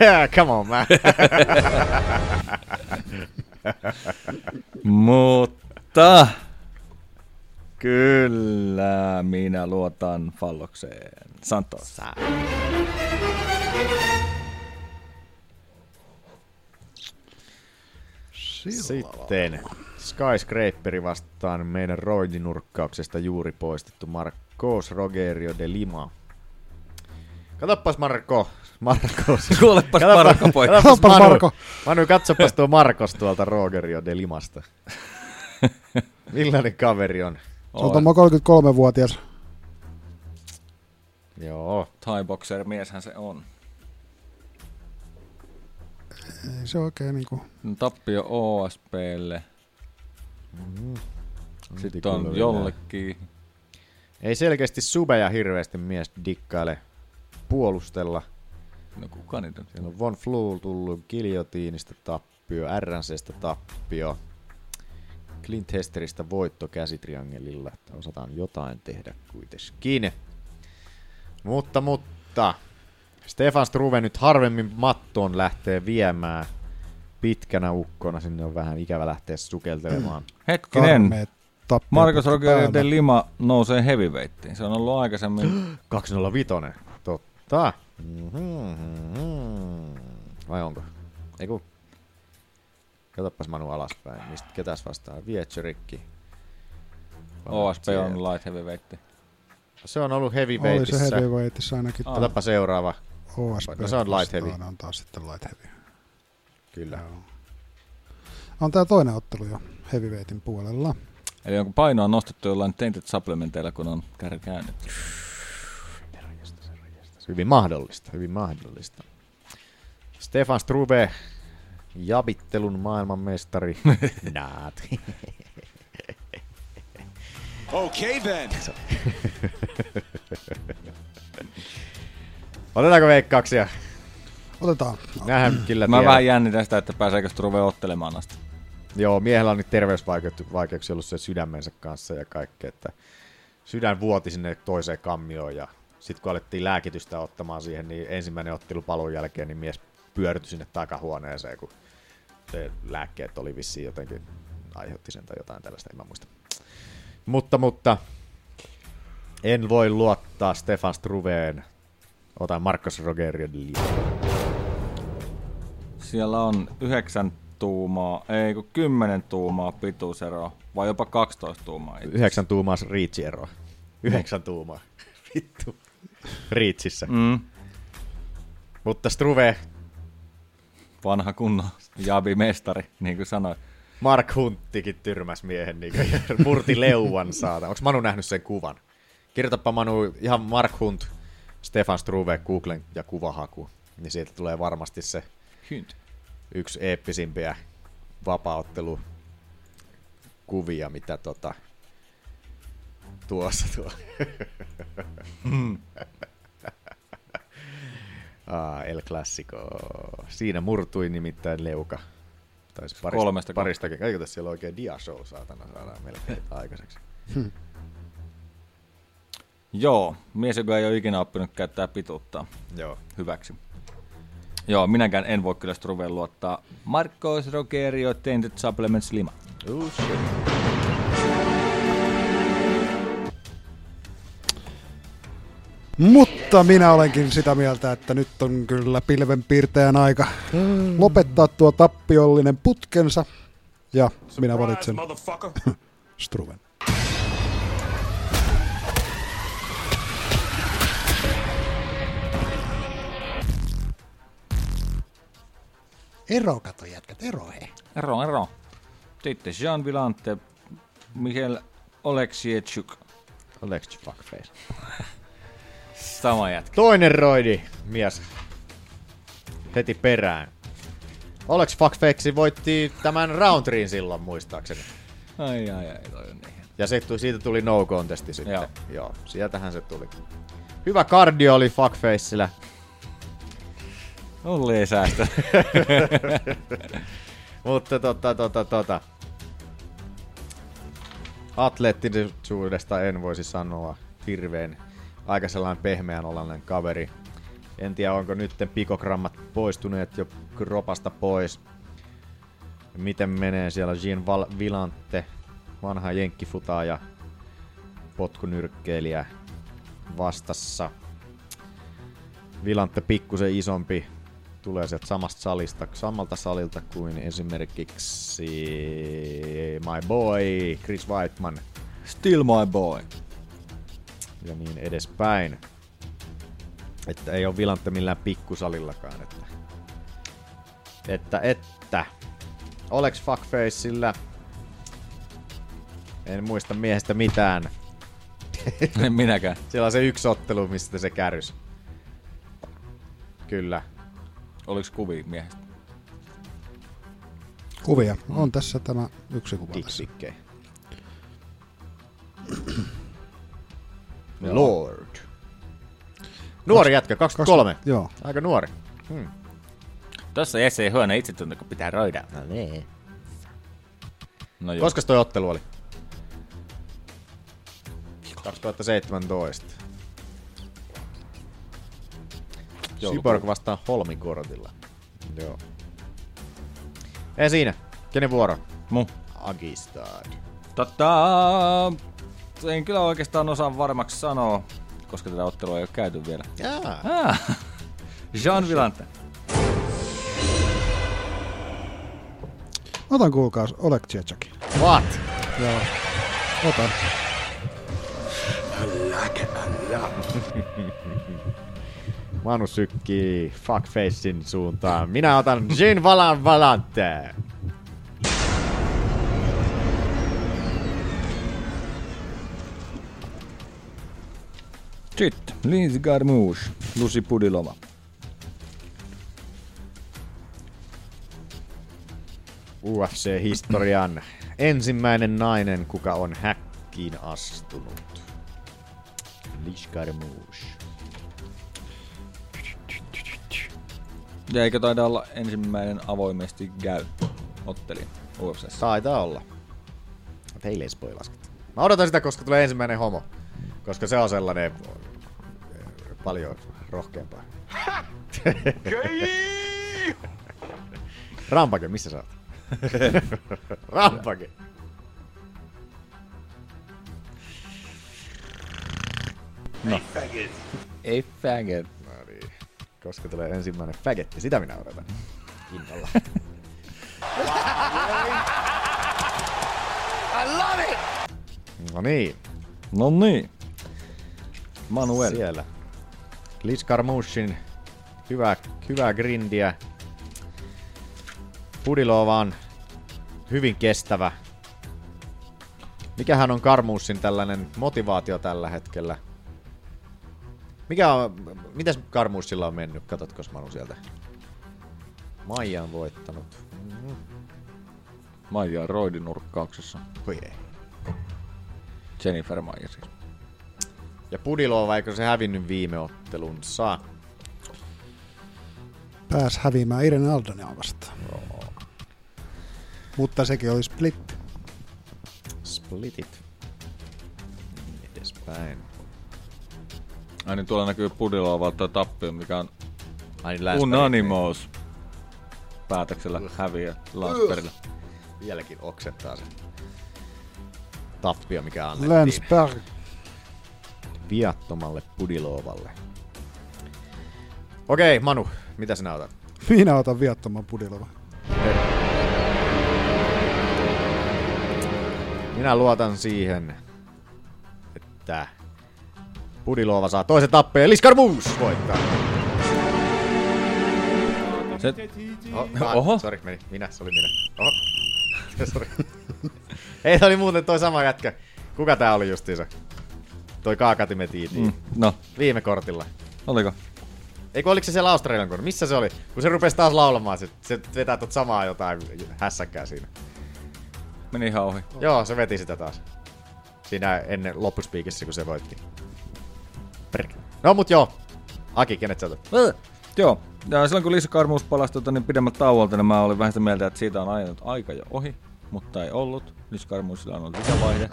Yeah, come on, man.
Mutta kyllä minä luotan fallokseen. Santos.
Sitten Skyscraperi vastaan meidän roidinurkkauksesta juuri poistettu Marcos Rogerio de Lima. Katoppas Marko. Marko.
Kuolepas
Katoppas-
Marko, poika.
katoppas
Kuolepas
Manu.
Marko.
Manu, katsopas tuo Markos tuolta Rogerio de Limasta. Millainen kaveri on?
Otan mä 33-vuotias.
Joo.
Thai boxer mieshän se on.
Ei se oikein niinku...
No, Tappio OSPlle. Mm. Sitten on
Kulovinen.
jollekin.
Ei selkeästi subeja hirveästi mies dikkaile puolustella.
No kuka niitä on?
Siellä on Von Flu tullut Giljotiinista tappio, RNCstä tappio. Clint Hesteristä voitto käsitriangelilla, että osataan jotain tehdä kuitenkin. Mutta, mutta, Stefan Struve nyt harvemmin mattoon lähtee viemään pitkänä ukkona, sinne on vähän ikävä lähteä sukeltelemaan.
Hetkinen.
Karmeet tappiot
Markus
otti
Rogerio
päälle.
de Lima nousee heavyweightiin. Se on ollut aikaisemmin.
205. Totta. Mhm. Vai onko? Ei kun. Katsopas Manu alaspäin. Mistä ketäs vastaan? Vietsörikki.
OSP on light heavyweight.
Se on ollut
Oli se
heavyweightissä.
heavyweightissä ainakin.
Katsopa seuraava.
OSP
Ah, no, Vaikka se on light heavy.
vastaan on taas sitten light heavy.
Kyllä.
On tää toinen ottelu jo heavyweightin puolella.
Eli onko painoa nostettu jollain tainted supplementeilla, kun on kärry käynyt?
Hyvin mahdollista, hyvin mahdollista. Stefan Strube, jabittelun maailmanmestari. Naat.
Okay then.
Otetaanko veikkauksia?
Otetaan.
Nähdään kyllä
Mä
tiedä.
vähän jännitän sitä, että pääseekö Struve ottelemaan asti.
Joo, miehellä on nyt terveysvaikeuksia ollut se sydämensä kanssa ja kaikkea, että sydän vuoti sinne toiseen kammioon ja sitten kun alettiin lääkitystä ottamaan siihen, niin ensimmäinen ottelu paluun jälkeen, niin mies pyörtyi sinne takahuoneeseen, kun ne lääkkeet oli vissiin jotenkin aiheutti sen tai jotain tällaista, en mä muista. Mutta, mutta en voi luottaa Stefan Struveen. Otan Marcos Rogerion liian.
Siellä on 9 tuumaa, ei kun 10 tuumaa pituusero, vai jopa 12 tuumaa. itse asiassa.
Yhdeksän tuumaa Reach-eroa. Yhdeksän tuumaa. Vittu. Reachissä.
Mm.
Mutta Struve.
Vanha kunnon Jabi mestari, niin kuin sanoin.
Mark Hunttikin tyrmäs miehen, niin kuin murti leuan saata. Onko Manu nähnyt sen kuvan? Kirjoitapa Manu ihan Mark Hunt, Stefan Struve, Googlen ja kuvahaku. Niin siitä tulee varmasti se
Hynt.
yksi eeppisimpiä vapaaottelu kuvia, mitä tota, tuossa tuo.
Mm.
ah, El Clasico. Siinä murtui nimittäin leuka. Taisi parista,
Kolmesta kohtaa.
paristakin. Eikö tässä siellä oikein diashow, saatana, saadaan melkein aikaiseksi.
Joo, mies, joka ei ole ikinä oppinut käyttää pituutta
Joo.
hyväksi. Joo, minäkään en voi kyllä Struveen luottaa. Marcos Rogerio Tainted Supplements Lima.
Ooh,
Mutta minä olenkin sitä mieltä, että nyt on kyllä pilvenpiirtäjän aika lopettaa tuo tappiollinen putkensa. Ja minä valitsen Struven. Ero kato jätkät, ero he.
Ero, ero. Sitten Jean Villante, Michel Oleksiechuk.
Oleksiechuk, fuckface.
Sama jätkä.
Toinen roidi mies heti perään. Oleks Fuckfexi voitti tämän roundrin silloin muistaakseni.
Ai, ai, ai, toi on niin.
Ja se, tuli- siitä tuli no contesti sitten. Joo. Joo. Sieltähän se tuli. Hyvä kardio oli Fuckfacella.
Olli ei säästä.
Mutta tota, tota, tota. Atleettisuudesta en voisi sanoa hirveän aika sellainen pehmeän olainen kaveri. En tiedä, onko nytten pikogrammat poistuneet jo kropasta pois. Miten menee siellä Jean Val- Vilante, vanha jenkkifutaaja, potkunyrkkeilijä vastassa. Vilante pikkusen isompi, tulee sieltä samasta salista, samalta salilta kuin esimerkiksi my boy Chris Whiteman
Still my boy.
ja niin edespäin. Että ei ole Vilante millään pikkusalillakaan. Että, että, että. Oleks Fuckfaceillä. En muista miehestä mitään.
En minäkään.
Siellä on se yksi ottelu, mistä se kärys. Kyllä.
Oliks kuvia miehestä?
Kuvia. On tässä tämä yksi kuva. tässä.
Diksikkei. Lord. Nuori jätkä, 23.
Joo.
Aika nuori. Hmm.
Tossa Jesse ei huono itsetunto, kun pitää roida. No niin. No joo.
Koska toi ottelu oli? 2017. Cyborg vastaan Holmikortilla. Joo. Ei siinä. Kenen vuoro?
Mun.
Agistad.
Tota, en kyllä oikeastaan osaa varmaksi sanoa, koska tätä ottelua ei ole käyty vielä.
Jaa.
Ah. Jean Villante.
Otan kuulkaas Oleg Tsechaki.
What?
Joo. Otan.
Manu sykkii fuckfacein suuntaan. Minä otan Jin Valan Valante.
Sitten Lindsay Garmouche, Lucy Pudilova.
UFC-historian ensimmäinen nainen, kuka on häkkiin astunut. Lish Garmouche.
Ja eikö taida olla ensimmäinen avoimesti käy ottelija UFCssä?
Taitaa olla. Teille ei spoi laskettu. Mä odotan sitä, koska tulee ensimmäinen homo. Koska se on sellainen eh, paljon rohkeampaa. Rampake, missä sä oot? Rampake.
No.
Faggot.
Ei faggot.
No niin. Koska tulee ensimmäinen faggotti, sitä minä odotan. Innolla.
I love it.
no niin.
No niin. Manuel.
Siellä. Liz Carmouchin hyvää, hyvää grindiä. Pudilova on hyvin kestävä. Mikähän on Karmuussin tällainen motivaatio tällä hetkellä? Mikä on, mitäs Karmuussilla on mennyt? Katsotko Manu sieltä? Maija on voittanut. Mhm.
Maija on roidinurkkauksessa.
Voi ei.
Jennifer Maija siis.
Ja Pudilova, eikö se hävinnyt viime ottelunsa?
Pääs häviämään Irene Aldania vastaan. Mutta sekin oli split.
Splitit. Niin Edespäin.
Ai niin tuolla näkyy Pudilovalta tappio, mikä on
Ai niin
unanimous. Päätöksellä häviä Lansperille.
Vieläkin oksettaa se tappio, mikä annettiin.
Länsberg.
Viattomalle Pudilovalle. Okei, Manu, mitä sinä otat?
Minä otan viattoman Pudilova.
Minä luotan siihen, että Pudilova saa toisen tappeen ja Liskar Moose voittaa.
Se...
Oh, Oho. Sori, meni. Minä, se oli minä. Oho. Sori. Ei, se oli muuten toi sama jätkä. Kuka tää oli justiinsa? Toi Kaakatimetiiti.
Mm, no.
Viime kortilla.
Oliko?
Eikö oliko se siellä Australian kortilla? Missä se oli? Kun se rupesi taas laulamaan, se, se vetää tot samaa jotain hässäkkää siinä.
Meni ihan ohi.
Joo, se veti sitä taas. Siinä ennen loppuspiikissä, kun se voitti. Prr. No mut joo. Aki, kenet sä otat?
Äh, Joo. Ja silloin kun Lisa Karmuus palasi tota, niin pidemmältä tauolta, niin mä olin vähän sitä mieltä, että siitä on ajanut aika jo ohi. Mutta ei ollut. Lisa Karmuusilla on ollut lisävaihde.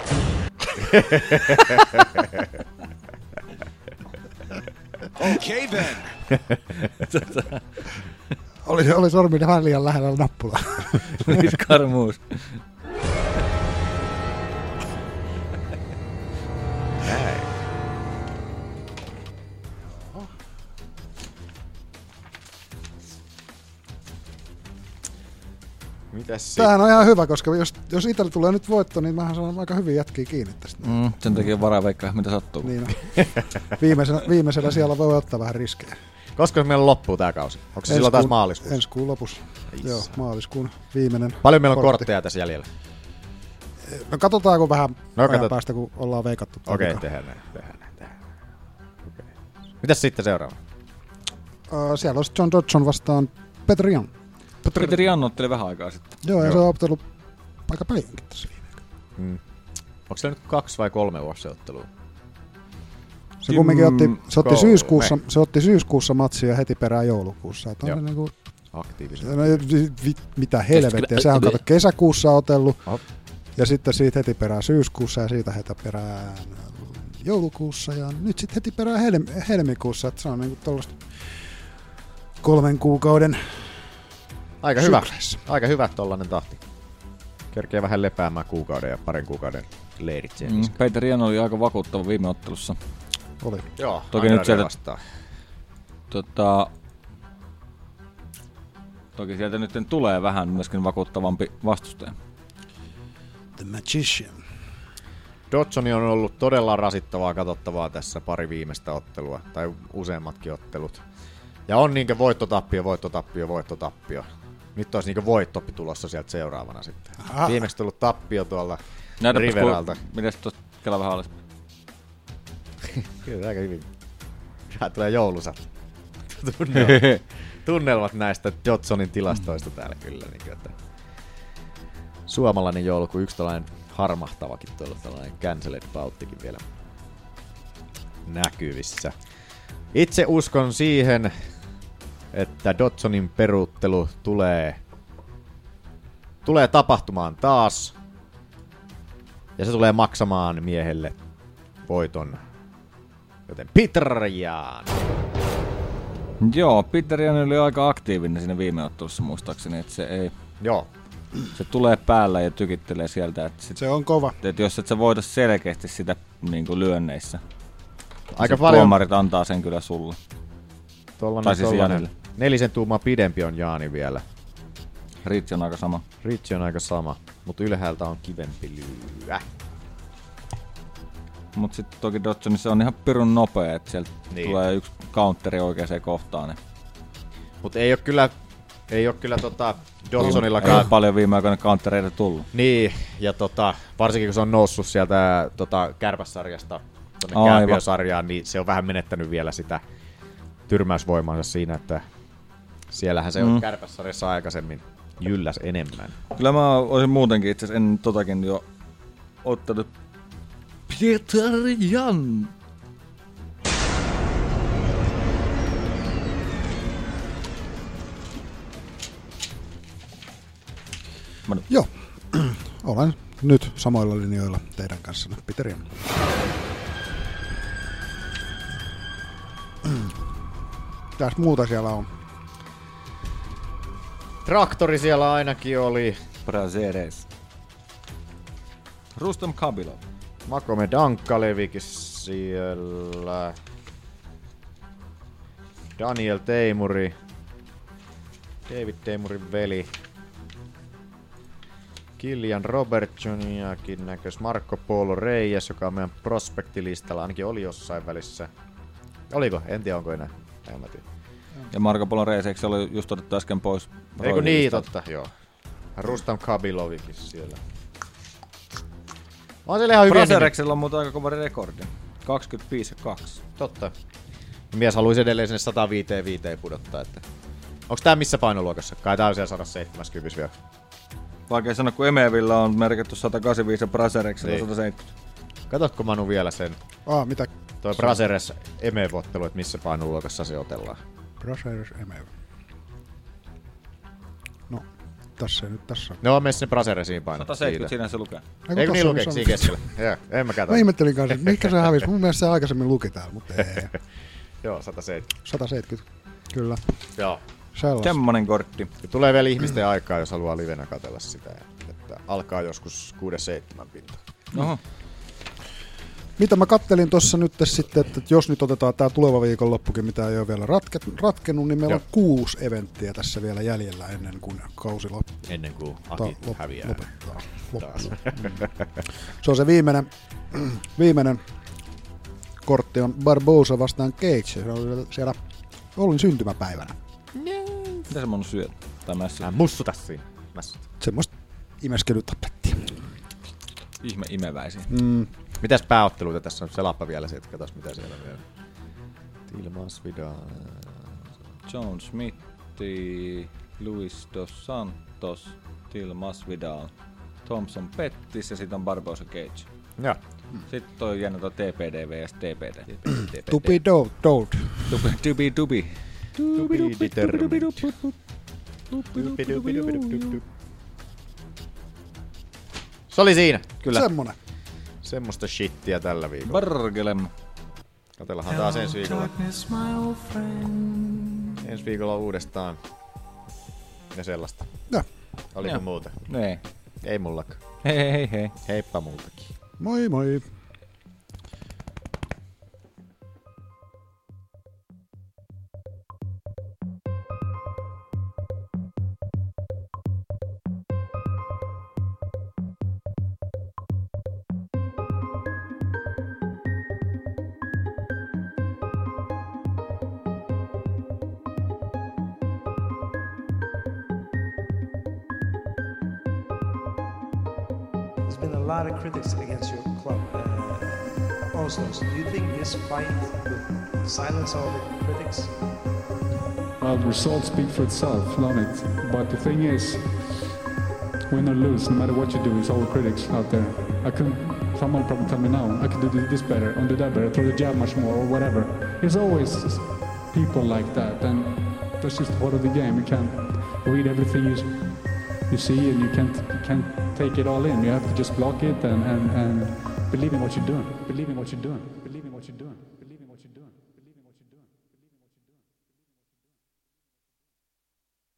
Okay then.
Tota,
Oli, oli sormi vähän liian lähellä nappulaa.
Niin.
Lisa Karmuus.
Mitäs sit?
Tämähän on ihan hyvä, koska jos, jos itsellä tulee nyt voitto, niin mähän saan aika hyvin jätkiä kiinni tästä.
Mm, sen takia varaa veikkaa, mitä sattuu.
Niin on. Viimeisenä, viimeisenä siellä voi ottaa vähän riskejä.
Koska meillä loppuu tää kausi? Onko
Ensi
se silloin taas
kuun-
maaliskuussa?
Ensi kuun lopussa.
Ei
Joo,
saa.
maaliskuun viimeinen.
Paljon meillä on kortteja tässä jäljellä?
No katsotaanko vähän no,
katot-
ajan päästä, kun ollaan veikattu. tuota. tää
Okei,
vika.
tehdään näin. Tehdään näin. Tehdään. näin. Okei. Mitäs sitten seuraava?
Ö, siellä olisi John Dodson vastaan Petrion.
Petri Janno otteli vähän aikaa sitten.
Joo, ja se on opetellut aika paljonkin tässä.
Mm. Onko se nyt kaksi vai kolme vuosiottelua?
Se kumminkin otti, se otti,
Kolme.
syyskuussa, se otti syyskuussa matsia ja heti perään joulukuussa. Että
Joo.
on niin kuin,
Aktiivisesti.
no, vi- mitä helvettiä. Sehän on kato kesäkuussa otellut
Hop.
ja sitten siitä heti perään syyskuussa ja siitä heti perään joulukuussa ja nyt sitten heti perään helmi- helmikuussa. Että se on niin kuin tuollaista kolmen kuukauden
Aika hyvä.
sykleissä.
Aika hyvä tollanen tahti. Kerkee vähän lepäämään kuukauden ja parin kuukauden leirit siihen.
Mm, Peter Jan oli aika vakuuttava viime ottelussa.
Oli.
Joo,
Toki
Andrade
nyt sieltä...
vastaan.
Tota, toki sieltä nyt tulee vähän myöskin vakuuttavampi vastustaja.
The Magician.
Dodsoni on ollut todella rasittavaa katsottavaa tässä pari viimeistä ottelua, tai useammatkin ottelut. Ja on niinkö voittotappio, voittotappio, voittotappio. Nyt olisi niinkö voittoppi tulossa sieltä seuraavana sitten.
Aha.
Viimeksi tullut tappio tuolla
Näytäpäs, kun-
Riveralta.
Mitäs tuosta kela vähän alas?
Kyllä aika hyvin. Tää tulee joulusat. Tunnelmat, tunnelmat näistä Dodsonin tilastoista täällä kyllä. Niin kuin, että suomalainen jouluku, yksi tällainen harmahtavakin tuolla tällainen cancelled pauttikin vielä näkyvissä. Itse uskon siihen, että Dodsonin peruuttelu tulee, tulee tapahtumaan taas. Ja se tulee maksamaan miehelle voiton. Joten Peter Jaan.
Joo, Peter Jan oli aika aktiivinen siinä viime ottelussa muistaakseni, että se ei...
Joo.
Se tulee päällä ja tykittelee sieltä. Että sit,
se on kova.
Että jos et sä voita selkeästi sitä niin kuin lyönneissä,
Aika
sit
paljon-
Tuomarit antaa sen kyllä sulle.
Tollanen,
Tai siis
tollanen.
Janille.
Nelisen tuumaa pidempi on Jaani vielä.
Ritsi on aika sama.
Ritsi on aika sama, mutta ylhäältä on kivempi lyö.
Mutta sitten toki Dotsonissa on ihan pirun nopea, että sieltä
Niin.
niin. tulee yksi counteri oikeaan kohtaan. Niin
Mutta ei ole kyllä, ei ole kyllä tota
Ei
Johnsonillakaan
ole paljon viime aikoina countereita tullut.
Niin, ja tota, varsinkin kun se on noussut sieltä tota, kärpäsarjasta tuonne
Aivan.
kääpiösarjaan, niin se on vähän menettänyt vielä sitä tyrmäysvoimaansa siinä, että siellähän se mm. on
Mm.
kärpässarjassa aikaisemmin jylläs enemmän.
Kyllä mä olisin muutenkin itse asiassa ennen totakin jo ottanut Pietar Jan.
Joo, olen nyt samoilla linjoilla teidän kanssanne, Peter. Mitäs muuta siellä on?
Traktori siellä ainakin oli.
Brazeres. Rustam Kabilov.
Makome Dankkalevikin siellä. Daniel Teimuri. David Teimurin veli. Kilian Robertsoniakin näkös Marco Polo Reyes, joka on meidän prospektilistalla, ainakin oli jossain välissä. Oliko? En tiedä, onko enää. En mä tiedä.
Ja Marko Polo Reis, eikö se oli just otettu äsken pois?
Eikö niin,
roihulistalta?
totta, joo. Rustam Kabilovikin siellä. On siellä ihan hyviä nimiä.
Brazereksella on muuten aika kova rekordi. 25 ja 2.
Totta. Mies haluaisi edelleen sinne 105 pudottaa. Että. Onko tämä missä painoluokassa? Kai tämä on siellä 170 vielä.
Vaikea sanoa, kun Emevillä on merkitty 185 ja Brazereksella
Niin.
niin. 170.
Katsotko Manu vielä sen?
Aa, Ah, mitä?
Toi Braseres emevottelu, että missä painoluokassa se otellaan.
Brasers Emev. No, tässä nyt tässä.
No, mene sinne Braseresiin painaa.
170 siinä se lukee.
Ei, kun
Eikö niin
tossa on
lukeeksi siinä
sama.
keskellä? Joo, en mä katso.
Mä ihmettelin kanssa, että mikä se hävisi. Mun mielestä se aikaisemmin luki täällä, mutta ei.
Joo, 170.
170, kyllä.
Joo.
Sellaista.
Semmonen kortti.
Ja tulee vielä
Mm.
ihmisten aikaa, jos haluaa livenä katella sitä. Että alkaa joskus 6-7 pintaa.
Oho.
Mitä mä kattelin tuossa nyt sitten, että jos nyt otetaan tämä tuleva viikonloppukin, mitä ei ole vielä ratke, ratkennut, niin meillä
Joo.
on kuusi eventtiä tässä vielä jäljellä ennen kuin kausi loppuu.
Ennen kuin Aki
Ta- lop-
häviää.
lopettaa. Mm.
Taas.
Se on se viimeinen, viimeinen kortti on Barbosa vastaan Cage. Se on siellä Ollin syntymäpäivänä.
Mitä se mun syöt? Tai mässä?
mussuta siinä. Mässä.
Semmoista imeskelytablettia.
Ihme imeväisiä.
Mm.
Mitäs pääotteluita tässä on? Selappa vielä se, että katsos mitä siellä vielä. Tilmans Vidal.
John Smith, Luis Dos Santos, Till Masvidal, Thompson Pettis ja sitten on Barbosa Cage.
Joo.
Sitten toi jännä toi TPDV ja TPD. TPD.
Tupi do, do.
Tubi dubi dubi.
Se oli siinä. Kyllä.
Semmonen.
Semmoista shittiä tällä viikolla.
Bargelem.
Katellahan taas ensi viikolla. Ensi viikolla uudestaan. Ja sellaista.
Joo.
Oliko
Joo.
muuta?
Ei.
Ei mullakaan.
Hei hei hei hei.
Heippa muutakin.
Moi moi.
There's been a lot of critics against your club, uh, Oslos. Do you think this fight would silence all the critics?
Well, the results speak for itself, don't it? But the thing is, win or lose, no matter what you do, it's all critics out there. I could, someone probably tell me now, I could do this better, or do that better, throw the jab much more, or whatever. It's always people like that, and that's just part of the game. You can't read everything you, you see, and you can't, you can't take it all in. You have to just block it and, and, and believe in what you're doing. Believe in what you're doing. Believe in what you're doing.